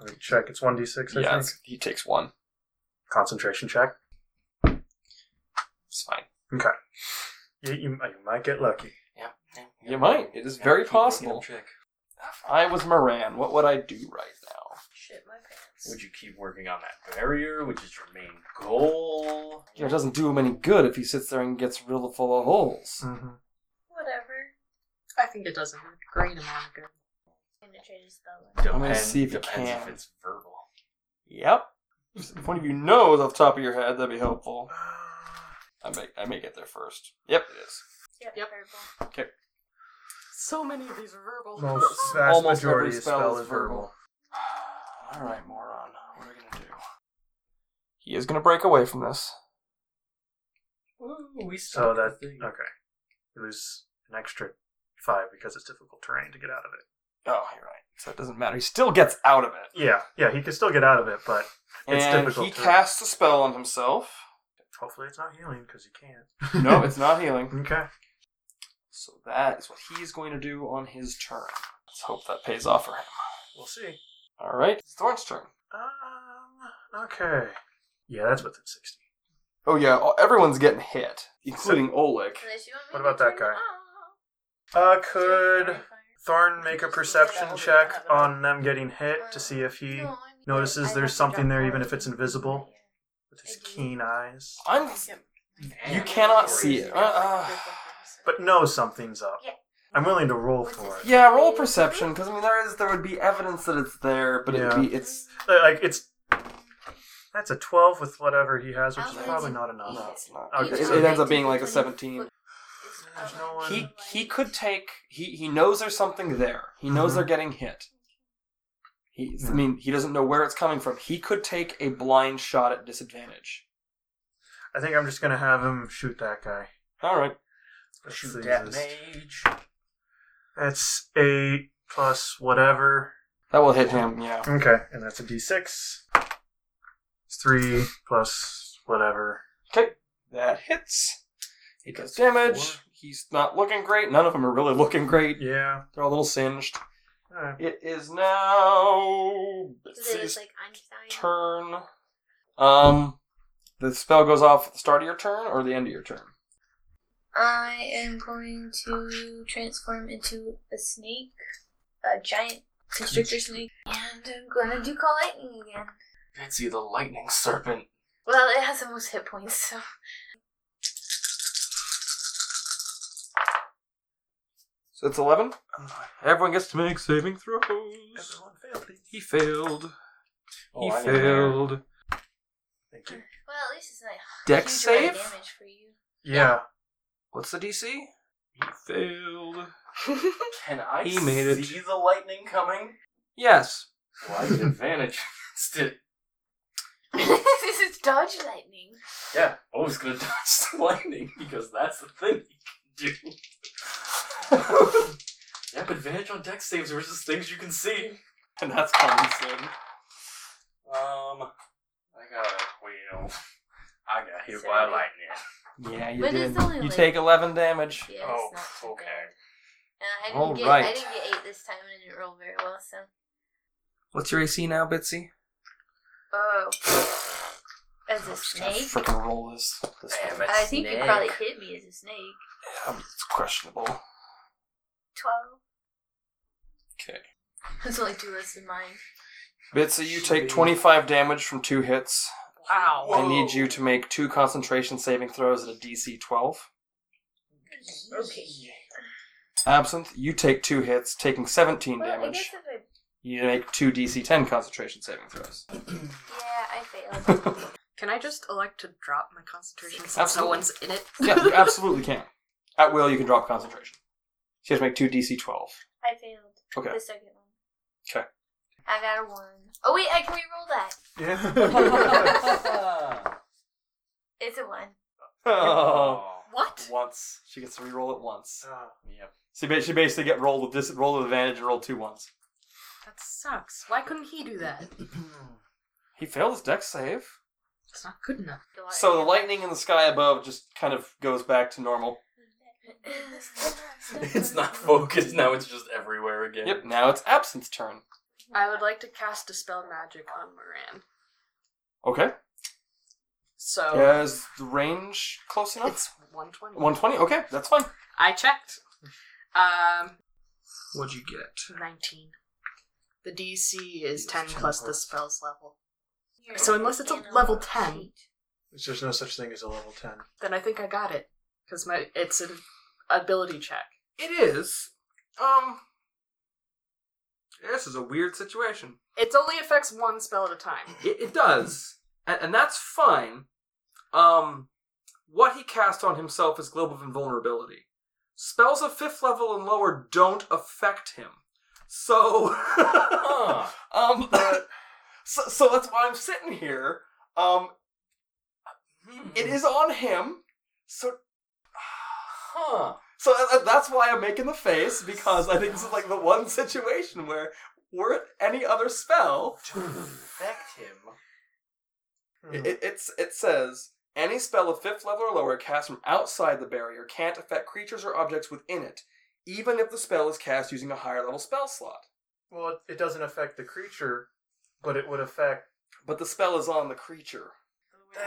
[SPEAKER 5] let me check. It's one d six. I
[SPEAKER 1] yeah,
[SPEAKER 5] think.
[SPEAKER 1] it's- he takes one.
[SPEAKER 5] Concentration check.
[SPEAKER 1] It's fine.
[SPEAKER 5] Okay. You, you, you might get lucky.
[SPEAKER 1] You might. It is very possible. If I was Moran, what would I do right now?
[SPEAKER 3] Shit, my pants.
[SPEAKER 8] Would you keep working on that barrier, which is your main goal?
[SPEAKER 1] You know, it doesn't do him any good if he sits there and gets riddled full of holes.
[SPEAKER 2] Whatever.
[SPEAKER 9] I think it does a great amount of good.
[SPEAKER 2] I'm going to try to spell one.
[SPEAKER 8] Depends,
[SPEAKER 1] I'm gonna see if you
[SPEAKER 8] depends
[SPEAKER 1] can.
[SPEAKER 8] if it's verbal.
[SPEAKER 1] Yep. If one of you knows off the top of your head, that'd be helpful. I may, I may get there first. Yep, it is.
[SPEAKER 2] Yep.
[SPEAKER 9] Yep.
[SPEAKER 2] Purple.
[SPEAKER 9] So many of these are verbal.
[SPEAKER 5] Most vast
[SPEAKER 1] Almost
[SPEAKER 5] majority
[SPEAKER 1] every
[SPEAKER 5] of
[SPEAKER 1] spell
[SPEAKER 5] spell
[SPEAKER 1] is
[SPEAKER 5] is verbal.
[SPEAKER 1] All right, moron. What are we gonna do? He is gonna break away from this.
[SPEAKER 4] Ooh, we
[SPEAKER 1] Oh,
[SPEAKER 5] So
[SPEAKER 4] stopped
[SPEAKER 5] that
[SPEAKER 4] the thing.
[SPEAKER 5] okay, you lose an extra five because it's difficult terrain to get out of it.
[SPEAKER 1] Oh, you're right. So it doesn't matter. He still gets out of it.
[SPEAKER 5] Yeah, yeah, he can still get out of it, but It's
[SPEAKER 1] and
[SPEAKER 5] difficult
[SPEAKER 1] he
[SPEAKER 5] to-
[SPEAKER 1] casts a spell on himself.
[SPEAKER 5] hopefully it's not healing because he can't.
[SPEAKER 1] No, it's not healing.
[SPEAKER 5] okay.
[SPEAKER 1] So that is what he's going to do on his turn. Let's hope that pays off for him.
[SPEAKER 5] We'll see.
[SPEAKER 1] All right, it's Thorn's turn.
[SPEAKER 5] Um. Okay. Yeah, that's within sixty.
[SPEAKER 1] Oh yeah, all- everyone's getting hit, including Oleg.
[SPEAKER 2] Unless you want me
[SPEAKER 5] What
[SPEAKER 2] to
[SPEAKER 5] about that
[SPEAKER 2] turn
[SPEAKER 5] guy?
[SPEAKER 2] it off.
[SPEAKER 5] Uh, could Thorn make a perception check on them getting hit to see if he
[SPEAKER 2] No, I mean,
[SPEAKER 5] notices
[SPEAKER 2] I
[SPEAKER 5] there's
[SPEAKER 2] have to
[SPEAKER 5] something there,
[SPEAKER 2] drop
[SPEAKER 5] even
[SPEAKER 2] one.
[SPEAKER 5] if it's invisible, with his
[SPEAKER 2] I do.
[SPEAKER 5] keen eyes?
[SPEAKER 1] I'm. You cannot see it. Uh, uh,
[SPEAKER 5] but knows something's up.
[SPEAKER 2] Yeah.
[SPEAKER 5] I'm willing to roll
[SPEAKER 2] What's
[SPEAKER 5] for
[SPEAKER 2] his-
[SPEAKER 5] it.
[SPEAKER 1] yeah, roll perception, because I mean there is there would be evidence that it's there, but
[SPEAKER 5] Yeah.
[SPEAKER 1] it'd be
[SPEAKER 2] Mm,
[SPEAKER 1] it's
[SPEAKER 5] Uh, Like it's that's a twelve with whatever he has, which is
[SPEAKER 2] I'll
[SPEAKER 5] probably
[SPEAKER 2] do
[SPEAKER 5] not
[SPEAKER 1] no,
[SPEAKER 5] enough.
[SPEAKER 1] it's not.
[SPEAKER 5] Okay.
[SPEAKER 1] It, it ends up being like a seventeen.
[SPEAKER 5] There's no one.
[SPEAKER 1] He he could take. He he knows there's something there. He knows
[SPEAKER 5] Mhm.
[SPEAKER 1] they're getting hit. He I
[SPEAKER 5] Yeah.
[SPEAKER 1] mean he doesn't know where it's coming from. He could take a blind shot at disadvantage.
[SPEAKER 5] I think I'm just gonna have him shoot that guy.
[SPEAKER 1] All right.
[SPEAKER 5] That's
[SPEAKER 8] Shoot
[SPEAKER 5] the
[SPEAKER 8] that
[SPEAKER 5] easiest.
[SPEAKER 8] mage.
[SPEAKER 5] That's eight plus whatever.
[SPEAKER 1] That will hit him. Yeah.
[SPEAKER 5] Okay, and that's a D six. It's three plus whatever.
[SPEAKER 1] That hits. He does damage. He's not looking great. None of them are really looking great.
[SPEAKER 5] Yeah. uh,
[SPEAKER 1] They're all a little singed.
[SPEAKER 5] Alright.
[SPEAKER 1] It is now
[SPEAKER 2] they look
[SPEAKER 1] Betsy's
[SPEAKER 2] like Einstein?
[SPEAKER 1] turn. Um, the spell goes off at the start of your turn or the end of your turn.
[SPEAKER 2] I am going to transform into a snake, a giant constrictor snake, and I'm gonna do call lightning again.
[SPEAKER 4] Betsy the lightning serpent.
[SPEAKER 2] Well, it has the most hit points, so.
[SPEAKER 1] So it's 11. Uh, Everyone gets to make saving throws. He failed.
[SPEAKER 10] Oh, I
[SPEAKER 1] he
[SPEAKER 10] know there.
[SPEAKER 1] failed.
[SPEAKER 5] Thank you.
[SPEAKER 2] Well, at least it's not a
[SPEAKER 1] Dex
[SPEAKER 2] huge amount of
[SPEAKER 1] save?
[SPEAKER 2] damage for you.
[SPEAKER 5] Yeah.
[SPEAKER 1] What's the DC? He failed.
[SPEAKER 4] Can I
[SPEAKER 1] He made it.
[SPEAKER 4] see the lightning coming?
[SPEAKER 1] Yes.
[SPEAKER 4] Well, I get advantage against it.
[SPEAKER 2] this is dodge lightning.
[SPEAKER 4] Yeah, always gonna dodge the lightning because that's the thing you can do. yeah, but advantage on deck saves versus things you can see.
[SPEAKER 1] And that's common sin.
[SPEAKER 4] Um, I got a wheel. I got hit by
[SPEAKER 2] Sorry.
[SPEAKER 4] lightning.
[SPEAKER 1] Yeah, you
[SPEAKER 2] But
[SPEAKER 1] did.
[SPEAKER 2] it's only
[SPEAKER 1] You
[SPEAKER 2] like-
[SPEAKER 1] take 11 damage.
[SPEAKER 2] Yeah,
[SPEAKER 4] Oh,
[SPEAKER 2] it's not too
[SPEAKER 4] okay.
[SPEAKER 2] bad. Uh, I didn't
[SPEAKER 1] All
[SPEAKER 2] get I
[SPEAKER 1] right.
[SPEAKER 2] didn't get eight this time and I didn't roll very well, so
[SPEAKER 1] What's your AC now, Bitsy?
[SPEAKER 2] oh as a
[SPEAKER 1] Just gonna
[SPEAKER 2] snake.
[SPEAKER 1] freaking roll this. this
[SPEAKER 4] Damn
[SPEAKER 1] one.
[SPEAKER 4] it.
[SPEAKER 2] I think you
[SPEAKER 4] snake.
[SPEAKER 2] probably hit me as a snake.
[SPEAKER 1] Um, It's questionable.
[SPEAKER 2] Twelve.
[SPEAKER 1] Okay.
[SPEAKER 2] That's only two less than mine.
[SPEAKER 1] Bitsy, you take 25 damage from two hits.
[SPEAKER 7] Wow.
[SPEAKER 1] I need you to make two concentration saving throws at a DC 12.
[SPEAKER 7] Okay.
[SPEAKER 1] Absinthe, you take two hits, taking 17
[SPEAKER 2] Well, I guess
[SPEAKER 1] damage.
[SPEAKER 2] if I
[SPEAKER 1] You make two DC 10 concentration saving throws.
[SPEAKER 2] yeah, I failed.
[SPEAKER 6] Can I just elect to drop my concentration since
[SPEAKER 1] Absolutely.
[SPEAKER 6] no one's in it?
[SPEAKER 1] yeah, you absolutely can. At will, you can drop concentration. She has to make two DC 12.
[SPEAKER 2] I failed.
[SPEAKER 1] Okay.
[SPEAKER 2] The second one.
[SPEAKER 1] 'Kay.
[SPEAKER 2] I got a one. Oh wait, I can reroll that.
[SPEAKER 5] Yeah.
[SPEAKER 2] It's a one.
[SPEAKER 1] Oh.
[SPEAKER 6] What?
[SPEAKER 1] Once. She gets to reroll it once.
[SPEAKER 5] Ah,
[SPEAKER 4] Yep.
[SPEAKER 1] So ba- she basically get rolled with dis- roll with advantage and roll two ones.
[SPEAKER 6] That sucks. Why couldn't he do that?
[SPEAKER 5] mm.
[SPEAKER 1] He failed his deck save.
[SPEAKER 6] It's not good enough.
[SPEAKER 1] So the lightning in the sky above just kind of goes back to normal.
[SPEAKER 4] it's not focused now. It's just everywhere again.
[SPEAKER 1] Yep, now it's Absinthe's turn.
[SPEAKER 6] I would like to cast Dispel Magic on Moran.
[SPEAKER 1] Okay. Oh.
[SPEAKER 6] So
[SPEAKER 1] Is the range close enough?
[SPEAKER 6] it's 120.
[SPEAKER 1] 120? Okay, that's fine.
[SPEAKER 6] I checked. Um,
[SPEAKER 11] What'd you get?
[SPEAKER 6] 19. The DC is 10 plus the spell's level. So unless it's a level 10,
[SPEAKER 5] There's no such thing as a level 10.
[SPEAKER 6] then I think I got it because my it's an ability check.
[SPEAKER 1] It is. Um. This is a weird situation.
[SPEAKER 6] It only affects one spell at a time.
[SPEAKER 1] It, it does. And, and that's fine. Um. What he cast on himself is Globe of Invulnerability. Spells of fifth level and lower don't affect him. So.
[SPEAKER 4] Huh.
[SPEAKER 1] Um, so, so that's why I'm sitting here. Um,
[SPEAKER 4] Hmm.
[SPEAKER 1] it is on him. So,
[SPEAKER 4] Huh.
[SPEAKER 1] so tha- that's why I'm making the face because I think this is like the one situation where, were it any other spell,
[SPEAKER 4] To affect him.
[SPEAKER 5] Mm-hmm. Mm.
[SPEAKER 1] it, it- it's it says any spell of fifth level or lower cast from outside the barrier can't affect creatures or objects within it, even if the spell is cast using a higher level spell slot.
[SPEAKER 5] Well, it, it doesn't affect the creature, but it would affect.
[SPEAKER 1] But the spell is on the creature.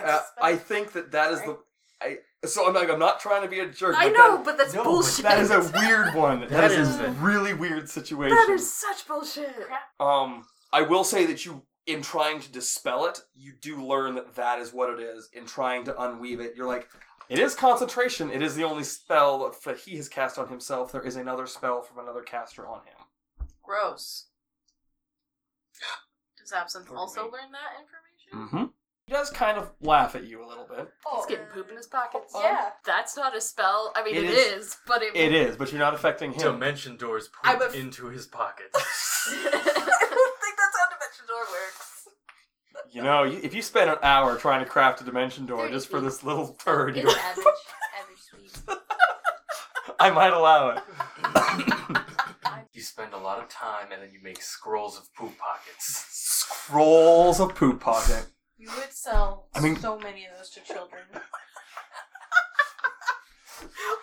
[SPEAKER 1] Uh, I think that that is the. I, so I'm like I'm not trying to be a jerk.
[SPEAKER 6] I
[SPEAKER 1] but
[SPEAKER 6] know,
[SPEAKER 1] that-
[SPEAKER 6] but that's
[SPEAKER 1] No, but
[SPEAKER 6] bullshit.
[SPEAKER 1] that is a weird one.
[SPEAKER 4] That
[SPEAKER 1] that is,
[SPEAKER 4] is
[SPEAKER 1] a
[SPEAKER 4] it.
[SPEAKER 1] really weird situation.
[SPEAKER 6] That is such bullshit.
[SPEAKER 1] Um, I will say that you, in trying to dispel it, you do learn that that is what it is. In trying to unweave it, you're like, it is concentration. It is the only spell that he has cast on himself. There is another spell from another caster on him.
[SPEAKER 7] Gross. Does Absinthe
[SPEAKER 4] Pardon
[SPEAKER 7] also
[SPEAKER 4] me.
[SPEAKER 7] learn that information?
[SPEAKER 1] Mm-hmm. He does kind of laugh at you a little bit.
[SPEAKER 6] He's getting
[SPEAKER 3] Uh,
[SPEAKER 2] Oh.
[SPEAKER 6] poop in his pockets.
[SPEAKER 7] Yeah.
[SPEAKER 6] That's not a spell. I mean,
[SPEAKER 1] It
[SPEAKER 6] it
[SPEAKER 1] is.
[SPEAKER 6] is. but it,
[SPEAKER 1] It is, but you're not affecting him.
[SPEAKER 4] Dimension doors
[SPEAKER 6] I
[SPEAKER 4] pooped
[SPEAKER 6] would-
[SPEAKER 4] into his pocket.
[SPEAKER 6] I don't think that's how Dimension Door works.
[SPEAKER 1] You know, you, if you spend an hour trying to craft a dimension door
[SPEAKER 2] Thirty
[SPEAKER 1] just for
[SPEAKER 2] feet.
[SPEAKER 1] this little bird,
[SPEAKER 2] It's
[SPEAKER 1] you're,
[SPEAKER 2] average, average speed.
[SPEAKER 1] I might allow it.
[SPEAKER 4] you spend a lot of time and then you make scrolls of poop pockets.
[SPEAKER 1] Scrolls of poop pocket.
[SPEAKER 3] You would sell
[SPEAKER 7] I mean-
[SPEAKER 3] so many of those to children.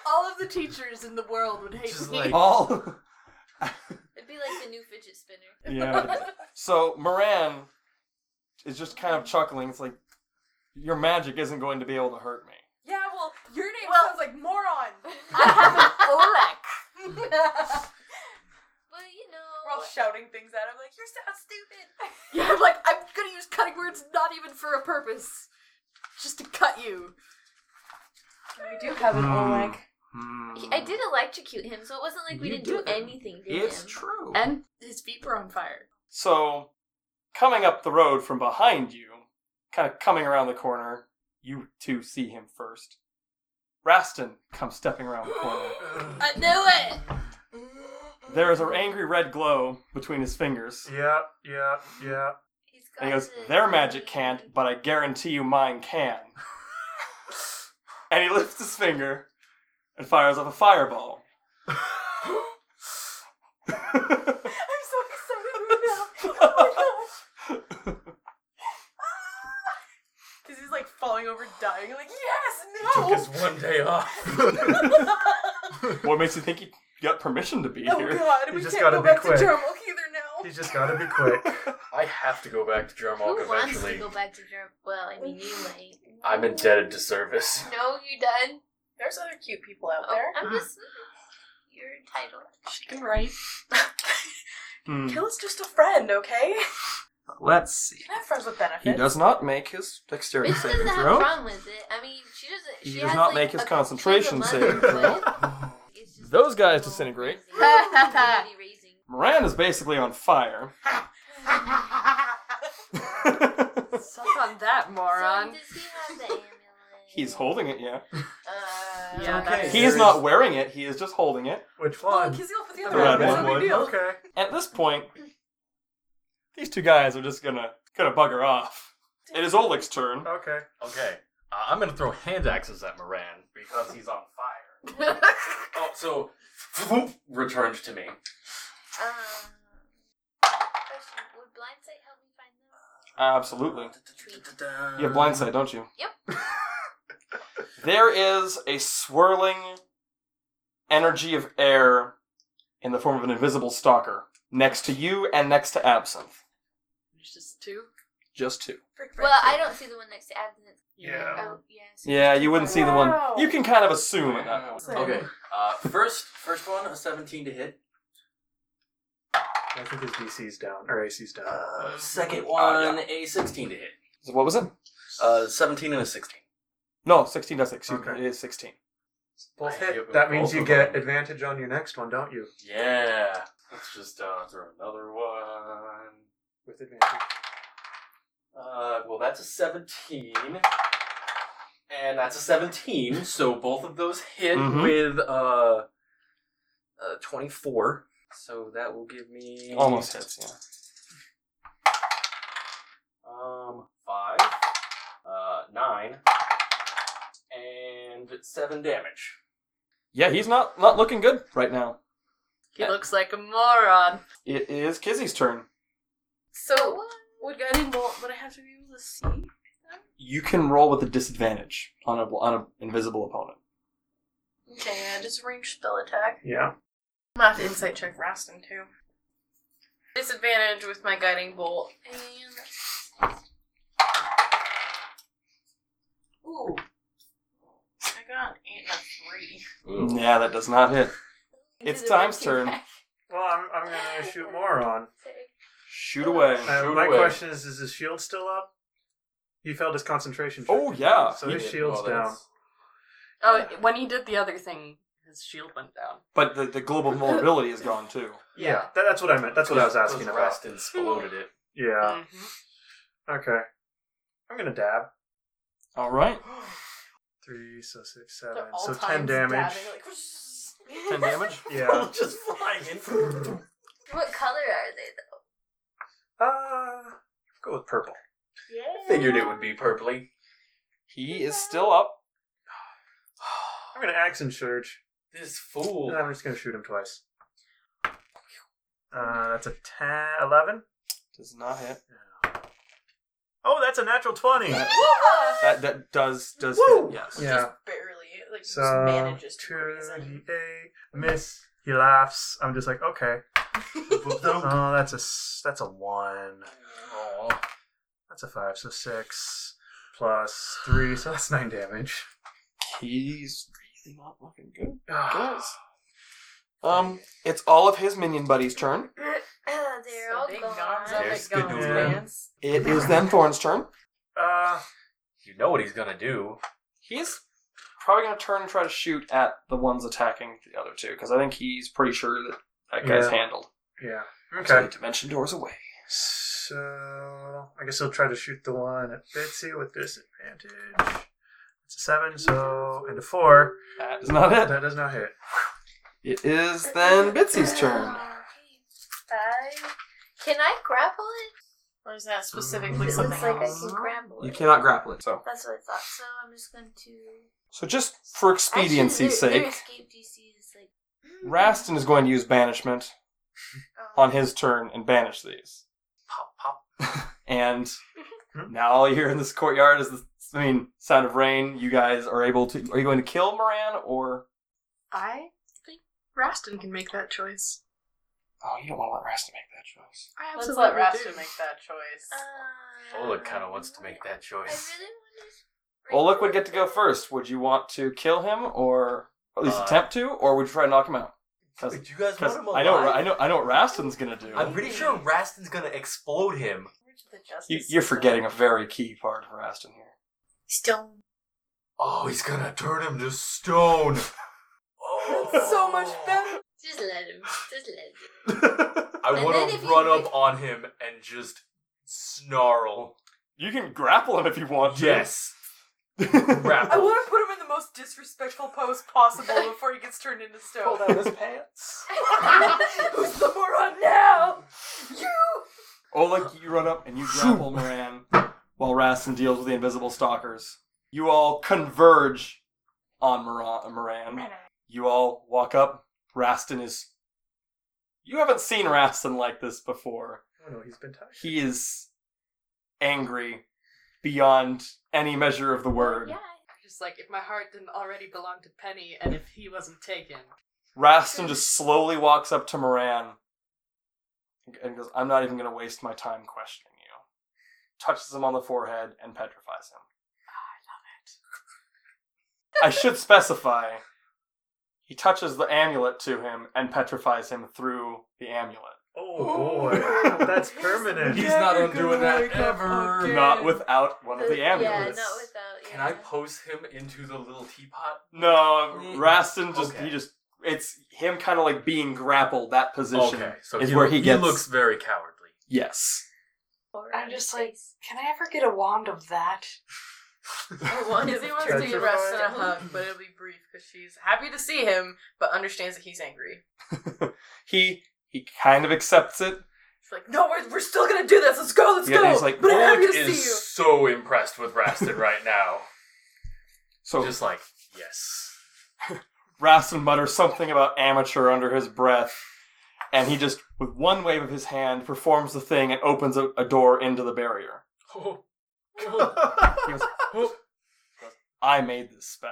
[SPEAKER 6] All of the teachers in the world would hate
[SPEAKER 4] Just
[SPEAKER 6] me.
[SPEAKER 4] like-
[SPEAKER 7] All.
[SPEAKER 2] It'd be like the new fidget spinner.
[SPEAKER 7] yeah. So Moran is just kind
[SPEAKER 5] Mm.
[SPEAKER 7] of chuckling. It's like your magic isn't going to be able to hurt me.
[SPEAKER 3] Yeah, well, your name
[SPEAKER 6] Well-
[SPEAKER 3] sounds like moron.
[SPEAKER 6] I have an Olek.
[SPEAKER 3] We're
[SPEAKER 2] But you know,
[SPEAKER 3] all shouting things at him like, "You sound stupid."
[SPEAKER 6] Yeah, I'm like, I'm gonna use cutting words not even for a purpose. Just to cut you.
[SPEAKER 3] We do have an
[SPEAKER 5] Hmm.
[SPEAKER 3] Oleg.
[SPEAKER 2] he- I did electrocute him, so it wasn't like we
[SPEAKER 7] You
[SPEAKER 2] didn't do
[SPEAKER 7] did.
[SPEAKER 2] anything to
[SPEAKER 7] It's
[SPEAKER 2] him.
[SPEAKER 7] true.
[SPEAKER 6] And his feet were on fire.
[SPEAKER 7] So, coming up the road from behind you, kind of coming around the corner, you two see him first. Raston comes stepping around the corner.
[SPEAKER 6] I knew it!
[SPEAKER 7] There is an angry red glow between his fingers.
[SPEAKER 5] Yeah, yeah, yeah.
[SPEAKER 2] He's got
[SPEAKER 7] And he goes,
[SPEAKER 2] the-
[SPEAKER 7] Their magic can't, but I guarantee you mine can. and he lifts his finger and fires up a fireball.
[SPEAKER 3] I'm so excited right now. Oh, Because he's like falling over, dying. I'm like, yes,
[SPEAKER 4] Just one day off.
[SPEAKER 3] no.
[SPEAKER 7] what makes you think you got permission to be
[SPEAKER 3] oh
[SPEAKER 7] here?
[SPEAKER 3] God,
[SPEAKER 5] You
[SPEAKER 3] we
[SPEAKER 5] just
[SPEAKER 3] can't
[SPEAKER 5] gotta
[SPEAKER 3] go
[SPEAKER 5] be
[SPEAKER 3] back
[SPEAKER 5] quick.
[SPEAKER 3] to Jarmok either now.
[SPEAKER 5] He's just gotta be quick.
[SPEAKER 4] I have to go back to Jarmok
[SPEAKER 2] Who wants to
[SPEAKER 4] eventually.
[SPEAKER 2] go back to Germ? Well, I mean, you might.
[SPEAKER 4] I'm indebted to service.
[SPEAKER 2] No, you done.
[SPEAKER 3] There's other cute people out
[SPEAKER 2] Oh, I'm
[SPEAKER 7] Uh-huh.
[SPEAKER 2] just. You're entitled.
[SPEAKER 6] Right.
[SPEAKER 7] Hmm.
[SPEAKER 3] Kill is just a friend, okay?
[SPEAKER 7] Let's see.
[SPEAKER 3] Can I have friends with
[SPEAKER 7] He
[SPEAKER 3] benefits?
[SPEAKER 7] does not make his dexterity
[SPEAKER 2] Bitch
[SPEAKER 7] saving
[SPEAKER 2] doesn't have
[SPEAKER 7] throw.
[SPEAKER 2] a problem with it. I mean, she doesn't.
[SPEAKER 7] He
[SPEAKER 2] she
[SPEAKER 7] does
[SPEAKER 2] has,
[SPEAKER 7] not
[SPEAKER 2] like,
[SPEAKER 7] make his
[SPEAKER 2] a-
[SPEAKER 7] concentration
[SPEAKER 2] she's a
[SPEAKER 7] saving
[SPEAKER 2] mother,
[SPEAKER 7] throw.
[SPEAKER 2] but it's just
[SPEAKER 7] Those guys
[SPEAKER 2] people
[SPEAKER 7] disintegrate.
[SPEAKER 2] raising- community raising.
[SPEAKER 7] Moran is basically on fire.
[SPEAKER 6] Suck on that,
[SPEAKER 2] So
[SPEAKER 6] moron.
[SPEAKER 2] does he have the amulet?
[SPEAKER 7] He's holding it, yeah.
[SPEAKER 2] Uh,
[SPEAKER 6] Yeah,
[SPEAKER 5] Okay.
[SPEAKER 6] that's
[SPEAKER 7] He is not wearing it, he is just holding it.
[SPEAKER 5] Which
[SPEAKER 3] Oh,
[SPEAKER 5] one?
[SPEAKER 3] because he'll put the
[SPEAKER 7] The
[SPEAKER 3] other
[SPEAKER 7] red
[SPEAKER 3] one.
[SPEAKER 7] one.
[SPEAKER 3] No big deal.
[SPEAKER 5] Okay.
[SPEAKER 7] At this point, these two guys are just gonna gonna bugger off. It is Oleg's turn.
[SPEAKER 5] Okay.
[SPEAKER 4] Okay, uh, I'm gonna throw hand axes at Moran because he's on fire. oh, so returned to me.
[SPEAKER 2] Um, question: Would blindsight help me find them?
[SPEAKER 7] Absolutely. You have blindsight, don't you?
[SPEAKER 2] Yep.
[SPEAKER 7] there is a swirling energy of air in the form of an invisible stalker next to you and next to Absinthe.
[SPEAKER 6] There's just two.
[SPEAKER 7] Just two.
[SPEAKER 2] Well, I don't see the one next to Absinthe.
[SPEAKER 5] Yeah.
[SPEAKER 2] Oh, yeah. so-
[SPEAKER 7] Yeah, you wouldn't see the
[SPEAKER 3] Wow.
[SPEAKER 7] one. You can kind of assume at that point.
[SPEAKER 4] Okay, uh, first first one a 17 to hit.
[SPEAKER 5] I think his DC's down or AC's down.
[SPEAKER 4] Uh, second one a 16 to hit.
[SPEAKER 7] So what was it?
[SPEAKER 4] Uh, 17 and a 16.
[SPEAKER 7] No, 16 does 6.
[SPEAKER 5] Okay.
[SPEAKER 7] It is 16.
[SPEAKER 5] Both
[SPEAKER 4] I-
[SPEAKER 5] hit. That means
[SPEAKER 4] both
[SPEAKER 5] you
[SPEAKER 4] of
[SPEAKER 5] get
[SPEAKER 4] them.
[SPEAKER 5] advantage on your next one, don't you?
[SPEAKER 4] Yeah. Let's just uh, throw another one.
[SPEAKER 5] With advantage.
[SPEAKER 4] Uh, well, that's a 17. And that's a 17, so both of those hit
[SPEAKER 5] Mm-hmm.
[SPEAKER 7] Mhm.
[SPEAKER 4] with uh, uh, 24. So that will give me.
[SPEAKER 7] Almost hits, yeah.
[SPEAKER 4] Um, 5, uh, 9, and 7 damage.
[SPEAKER 7] Yeah, he's not not looking good right now.
[SPEAKER 6] He looks like a moron.
[SPEAKER 7] It is Kizzy's turn.
[SPEAKER 3] So, would Guiding Bolt, would I have to be able to see?
[SPEAKER 7] You can roll with a disadvantage on a on an invisible opponent.
[SPEAKER 3] Okay, yeah, just range spell attack.
[SPEAKER 5] Yeah.
[SPEAKER 3] I'm gonna have to insight check Raston too. Disadvantage with my guiding bolt. And Ooh. I got an eight and a three.
[SPEAKER 7] Yeah, that does not hit.
[SPEAKER 2] Into
[SPEAKER 7] It's
[SPEAKER 2] the
[SPEAKER 7] Time's
[SPEAKER 2] routine
[SPEAKER 7] turn.
[SPEAKER 2] back.
[SPEAKER 5] Well, I'm, I'm gonna shoot Moron.
[SPEAKER 7] Shoot away.
[SPEAKER 5] Uh,
[SPEAKER 4] Shoot
[SPEAKER 5] my
[SPEAKER 4] away.
[SPEAKER 5] question is: Is his shield still up? He failed his concentration. check.
[SPEAKER 7] Oh, yeah.
[SPEAKER 5] So
[SPEAKER 4] He
[SPEAKER 5] his
[SPEAKER 4] did.
[SPEAKER 5] shield's
[SPEAKER 4] Well,
[SPEAKER 5] down.
[SPEAKER 4] that's-
[SPEAKER 6] Oh, when he did the other thing, his shield went down.
[SPEAKER 7] But the, the global vulnerability is gone too.
[SPEAKER 5] Yeah. That, that's what I meant. That's what I was asking
[SPEAKER 4] Those
[SPEAKER 5] about.
[SPEAKER 4] Rastins exploded it.
[SPEAKER 5] Yeah.
[SPEAKER 6] Mm-hmm.
[SPEAKER 5] Okay. I'm gonna dab.
[SPEAKER 7] All right.
[SPEAKER 5] Three, so six,
[SPEAKER 3] They're
[SPEAKER 5] seven,
[SPEAKER 3] all
[SPEAKER 5] so
[SPEAKER 3] times
[SPEAKER 5] ten damage.
[SPEAKER 3] dabbing, like,
[SPEAKER 7] 10 damage.
[SPEAKER 5] Yeah.
[SPEAKER 4] just flying in.
[SPEAKER 2] What color are they though?
[SPEAKER 5] Uh, go with purple.
[SPEAKER 2] Yeah.
[SPEAKER 4] Figured it would be purpley.
[SPEAKER 7] He is still up.
[SPEAKER 5] I'm gonna axe and surge.
[SPEAKER 4] This fool.
[SPEAKER 5] And I'm just gonna shoot him twice. Uh, that's a 10, 11.
[SPEAKER 7] Does not hit.
[SPEAKER 5] Oh, that's a natural 20.
[SPEAKER 2] Ah!
[SPEAKER 7] That that does does
[SPEAKER 3] Woo!
[SPEAKER 7] hit, yes.
[SPEAKER 5] Yeah.
[SPEAKER 3] Just barely. Like, just
[SPEAKER 5] So,
[SPEAKER 3] manages to breeze in.
[SPEAKER 5] 2d8. Miss. He laughs. I'm just like, okay. oh, that's a s- that's a one.
[SPEAKER 4] Aw.
[SPEAKER 5] That's a five. So six plus three. So that's nine damage.
[SPEAKER 7] He's really not looking good.
[SPEAKER 5] Ah,
[SPEAKER 7] Um, it's all of his minion buddies' turn.
[SPEAKER 2] Oh, They're all
[SPEAKER 3] Big
[SPEAKER 2] gone.
[SPEAKER 3] guns up,
[SPEAKER 12] There's
[SPEAKER 3] big
[SPEAKER 12] good
[SPEAKER 3] guns,
[SPEAKER 5] news.
[SPEAKER 3] man.
[SPEAKER 7] It is then Thorn's turn.
[SPEAKER 5] uh,
[SPEAKER 12] You know what he's gonna do.
[SPEAKER 7] He's probably going to turn and try to shoot at the ones attacking the other two because I think he's pretty sure that that guy's
[SPEAKER 5] Yeah.
[SPEAKER 7] handled.
[SPEAKER 5] yeah.
[SPEAKER 7] So
[SPEAKER 5] Okay.
[SPEAKER 7] the dimension doors away.
[SPEAKER 5] So I guess he'll try to shoot the one at Bitsy with disadvantage. It's a seven, so and a four.
[SPEAKER 7] That is not it.
[SPEAKER 5] That does not hit.
[SPEAKER 7] It is then Bitsy's turn.
[SPEAKER 2] Five. Can I grapple it?
[SPEAKER 3] Or is that
[SPEAKER 5] It
[SPEAKER 3] specifically
[SPEAKER 2] It
[SPEAKER 5] looks
[SPEAKER 3] something
[SPEAKER 2] looks like I
[SPEAKER 3] else?
[SPEAKER 2] can grapple
[SPEAKER 7] You
[SPEAKER 2] it.
[SPEAKER 7] cannot grapple it. So
[SPEAKER 2] That's what I thought. So I'm just going to.
[SPEAKER 7] so just for expediency's
[SPEAKER 2] Actually, their- Their
[SPEAKER 7] sake,
[SPEAKER 2] escape DC is like. hmm.
[SPEAKER 7] Raston is going to use banishment
[SPEAKER 2] Oh.
[SPEAKER 7] on his turn and banish these.
[SPEAKER 12] Pop, pop.
[SPEAKER 7] And now all you hear in this courtyard is the I mean sound of rain. You guys are able to. Are you going to kill Moran or?
[SPEAKER 6] I think Raston can make that choice.
[SPEAKER 7] Oh, you don't want to let Raston make that choice.
[SPEAKER 6] I
[SPEAKER 3] Let's let Raston make that choice.
[SPEAKER 2] Uh,
[SPEAKER 12] Oleg kind of wants to make that
[SPEAKER 2] I
[SPEAKER 12] choice.
[SPEAKER 2] really want to.
[SPEAKER 7] Well, look, would get to go first. Would you want to kill him or at least
[SPEAKER 12] Uh,
[SPEAKER 7] attempt to, or would you try to knock him out? Because
[SPEAKER 12] Wait, do you guys want him alive?
[SPEAKER 7] I know, I know, I know what Raston's gonna do.
[SPEAKER 12] I'm pretty sure Raston's gonna explode him.
[SPEAKER 3] Where's the justice
[SPEAKER 7] You, you're
[SPEAKER 3] system?
[SPEAKER 7] forgetting a very key part of Raston here.
[SPEAKER 2] Stone.
[SPEAKER 12] Oh, he's gonna turn him to stone. Oh,
[SPEAKER 3] That's so much better.
[SPEAKER 2] Just let him. Just let him.
[SPEAKER 12] I
[SPEAKER 2] And
[SPEAKER 12] want
[SPEAKER 2] then if
[SPEAKER 12] to
[SPEAKER 2] he
[SPEAKER 12] run
[SPEAKER 2] like-
[SPEAKER 12] up on him and just snarl.
[SPEAKER 7] You can grapple him if you want to.
[SPEAKER 12] Yes,
[SPEAKER 7] Grapple.
[SPEAKER 3] I want to put him in the most disrespectful pose possible before he gets turned into stone.
[SPEAKER 7] his pants.
[SPEAKER 3] Who's the moron now? You!
[SPEAKER 7] Oleg, you run up and you grapple Moran while Raston deals with the invisible stalkers. You all converge on Moran. Moran. You all walk up. Raston is. You haven't seen Raston like this before.
[SPEAKER 5] Oh no, he's been tied.
[SPEAKER 7] He is angry beyond any measure of the word.
[SPEAKER 2] Yeah.
[SPEAKER 6] Just like if my heart didn't already belong to Penny, and if he wasn't taken,
[SPEAKER 7] Raston just slowly walks up to Moran and goes, I'm not even going to waste my time questioning you. Touches him on the forehead and petrifies him. I love it. I should specify he touches the amulet to him and petrifies him through the amulet.
[SPEAKER 5] Oh
[SPEAKER 7] Oh.
[SPEAKER 5] boy, that's permanent.
[SPEAKER 12] he's not undoing that ever.
[SPEAKER 7] Not without one of the
[SPEAKER 2] Uh, Yeah, not
[SPEAKER 7] amulets.
[SPEAKER 2] without. Yeah.
[SPEAKER 12] Can I pose him into the little teapot?
[SPEAKER 7] No,
[SPEAKER 12] Mm.
[SPEAKER 7] Raston just,
[SPEAKER 12] Okay.
[SPEAKER 7] he just, it's him kind of like being grappled, that position.
[SPEAKER 12] Okay, so
[SPEAKER 7] is
[SPEAKER 12] he,
[SPEAKER 7] where
[SPEAKER 12] lo-
[SPEAKER 7] he gets-
[SPEAKER 12] looks very cowardly.
[SPEAKER 7] Yes.
[SPEAKER 6] I'm just like, can I ever get a wand of that?
[SPEAKER 3] Because Oh, he wants to give Raston a hug, but it'll be brief because she's happy to see him, but understands that he's angry.
[SPEAKER 7] he he kind of accepts it.
[SPEAKER 3] She's like, no, we're, we're still gonna do this. Let's go, let's
[SPEAKER 7] Yeah,
[SPEAKER 3] go.
[SPEAKER 7] he's like,
[SPEAKER 3] but I'm happy to
[SPEAKER 12] Oleg is
[SPEAKER 3] see you.
[SPEAKER 12] so impressed with Raston right now.
[SPEAKER 7] So
[SPEAKER 12] Just like, yes.
[SPEAKER 7] Raston mutters something about amateur under his breath, and he just, with one wave of his hand, performs the thing and opens a, a door into the barrier.
[SPEAKER 12] Oh,
[SPEAKER 7] He goes, "Oh." I made this spell.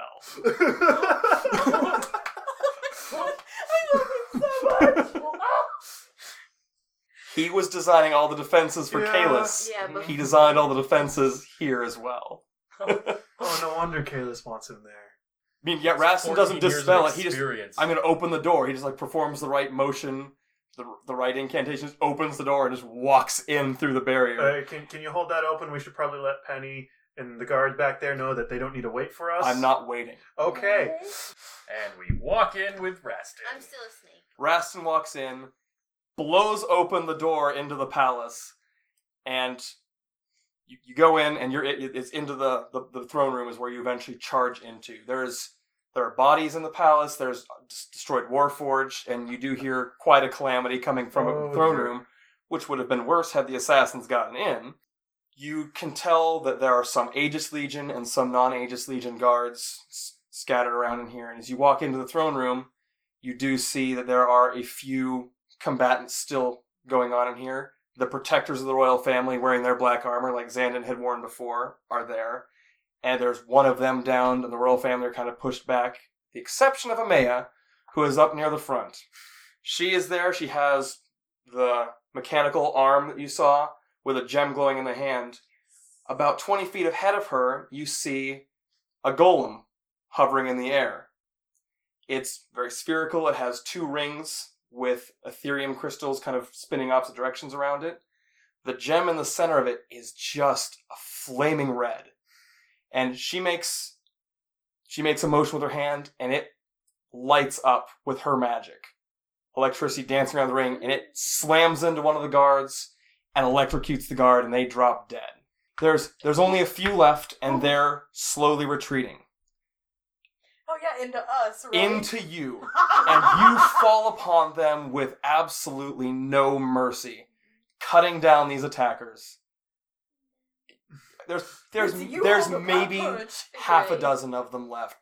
[SPEAKER 3] I love him so much.
[SPEAKER 7] He was designing all the defenses for
[SPEAKER 5] Yeah.
[SPEAKER 7] Kalis.
[SPEAKER 2] Yeah, but
[SPEAKER 7] He designed all the defenses here as well.
[SPEAKER 5] oh, no wonder Kalis wants him there.
[SPEAKER 7] I mean, yet Raston doesn't dispel it. He just,
[SPEAKER 12] Experience.
[SPEAKER 7] I'm going to open the door. He just like performs the right motion, the, the right incantation, just opens the door and just walks in through the barrier.
[SPEAKER 5] Uh, can can you hold that open? We should probably let Penny and the guard back there know that they don't need to wait for us.
[SPEAKER 7] I'm not waiting.
[SPEAKER 5] Okay.
[SPEAKER 12] And we walk in with Raston.
[SPEAKER 2] I'm still a snake.
[SPEAKER 7] Raston walks in, blows open the door into the palace, and you, you go in, and you're it, it's into the, the the throne room is where you eventually charge into. There's there are bodies in the palace. There's des- destroyed Warforge, and you do hear quite a calamity coming from
[SPEAKER 5] Oh,
[SPEAKER 7] the throne
[SPEAKER 5] dear.
[SPEAKER 7] room, which would have been worse had the assassins gotten in. You can tell that there are some Aegis Legion and some non-Aegis Legion guards s- scattered around in here. And as you walk into the throne room, you do see that there are a few combatants still going on in here, The protectors of the royal family, wearing their black armor like Xandon had worn before, are there. And there's one of them downed, and the royal family are kind of pushed back, the exception of Amaya, who is up near the front. She is there. She has the mechanical arm that you saw with a gem glowing in the hand. About 20 feet ahead of her, you see a golem hovering in the air. It's very spherical. It has two rings with ethereum crystals kind of spinning opposite directions around it. The gem in the center of it is just a flaming red. And she makes she makes a motion with her hand and it lights up with her magic. Electricity dancing around the ring and it slams into one of the guards and electrocutes the guard and they drop dead. There's there's only a few left and they're slowly retreating
[SPEAKER 3] Oh yeah, into us. Right?
[SPEAKER 7] into you. and you fall upon them with absolutely no mercy, cutting down these attackers. There's there's
[SPEAKER 3] You
[SPEAKER 7] there's
[SPEAKER 3] hold the
[SPEAKER 7] maybe
[SPEAKER 3] punch.
[SPEAKER 7] half a
[SPEAKER 3] Right.
[SPEAKER 7] dozen of them left,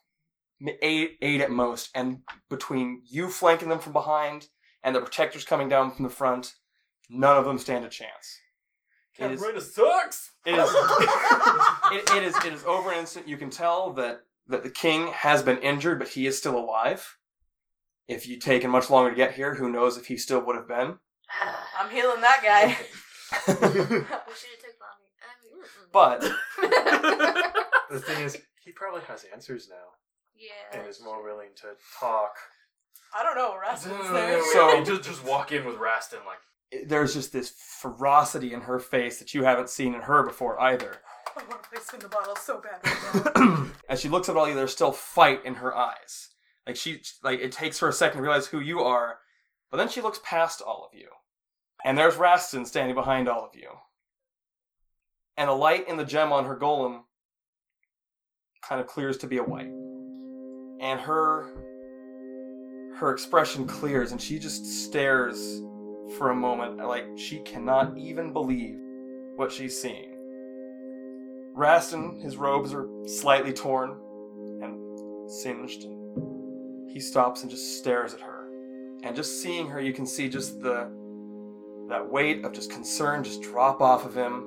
[SPEAKER 7] M- eight eight at most, and between you flanking them from behind and the protectors coming down from the front, none of them stand a chance. It is-
[SPEAKER 4] Cabrera sucks.
[SPEAKER 7] it is it, it is it is over an instant. You can tell that that the king has been injured, but he is still alive. If you'd taken much longer to get here, who knows if he still would have been.
[SPEAKER 3] I'm healing that guy.
[SPEAKER 2] We should have took longer. I mean, mm-mm.
[SPEAKER 7] but
[SPEAKER 5] The thing is, he probably has answers now
[SPEAKER 2] yeah.
[SPEAKER 5] and is more willing to talk.
[SPEAKER 3] I don't know. Rasmus there.
[SPEAKER 7] So-
[SPEAKER 4] So just just walk in with Rastin like
[SPEAKER 7] there's just this ferocity in her face that you haven't seen in her before either.
[SPEAKER 3] I want to play spin the bottle so bad. Right now.
[SPEAKER 7] As she looks at all you, there's still fight in her eyes. Like she like it takes her a second to realize who you are, but then she looks past all of you. And there's Rastin standing behind all of you. And the light in the gem on her golem kind of clears to be a white. And her her expression clears and she just stares for a moment like she cannot even believe what she's seeing. Rastin, his robes are slightly torn and singed. And he stops and just stares at her. And just seeing her, you can see just the that weight of just concern just drop off of him.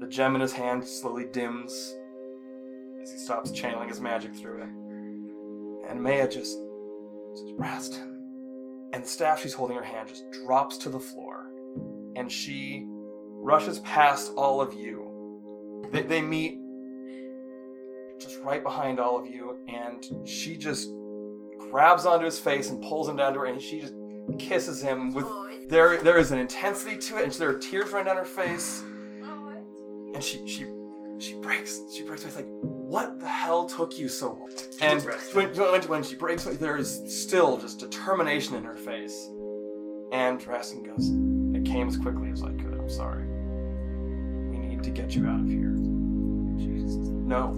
[SPEAKER 7] The gem in his hand slowly dims as he stops channeling his magic through it. And Maya just says, Rastin. And the staff she's holding in her hand just drops to the floor. And she rushes past all of you they, they meet just right behind all of you, and she just grabs onto his face and pulls him down to her, and she just kisses him with.
[SPEAKER 2] Oh, it's-
[SPEAKER 7] There, there is an intensity to it, and there are tears running down her face,
[SPEAKER 2] oh, it's-
[SPEAKER 7] and she, she, she breaks. She breaks. It's like, what the hell took you so long? And when, when, when she breaks, there is still just determination in her face. And Rastin goes, "It came as quickly as I could. I'm sorry. We need to get you out of here." She's, "No,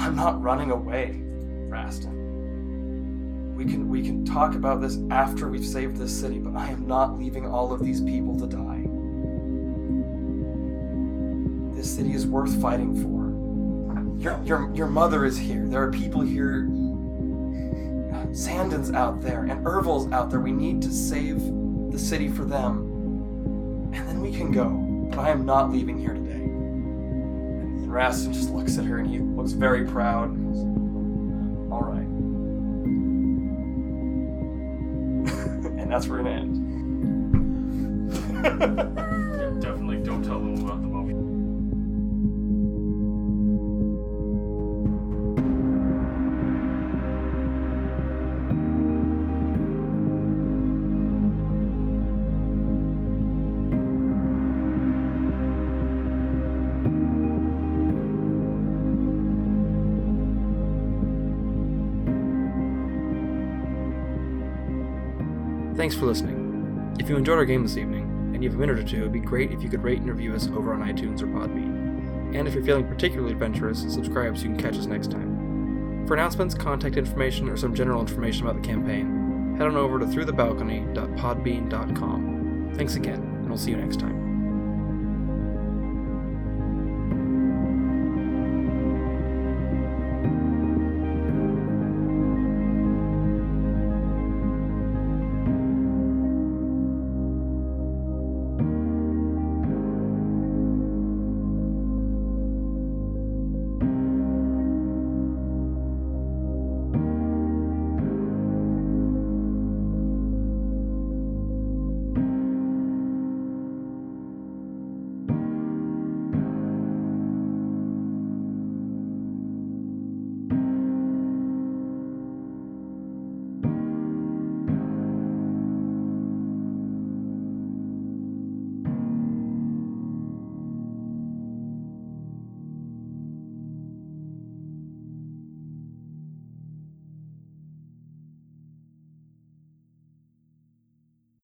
[SPEAKER 7] I'm not running away, Rastin. We can we can talk about this after we've saved this city, but I am not leaving all of these people to die. This city is worth fighting for." Your, your, your mother is here. There are people here. Sandin's out there, and Ervil's out there. We need to save the city for them. And then we can go. But I am not leaving here today. And, and Rastin just looks at her, and he looks very proud. and goes, All right. and that's where it ends.
[SPEAKER 4] yeah, definitely don't tell them about the mummy.
[SPEAKER 1] Thanks for listening. If you enjoyed our game this evening, and you have a minute or two, it'd be great if you could rate and review us over on iTunes or Podbean. And if you're feeling particularly adventurous, subscribe so you can catch us next time. For announcements, contact information, or some general information about the campaign, head on over to throughthebalcony.podbean.com. Thanks again, and we'll see you next time.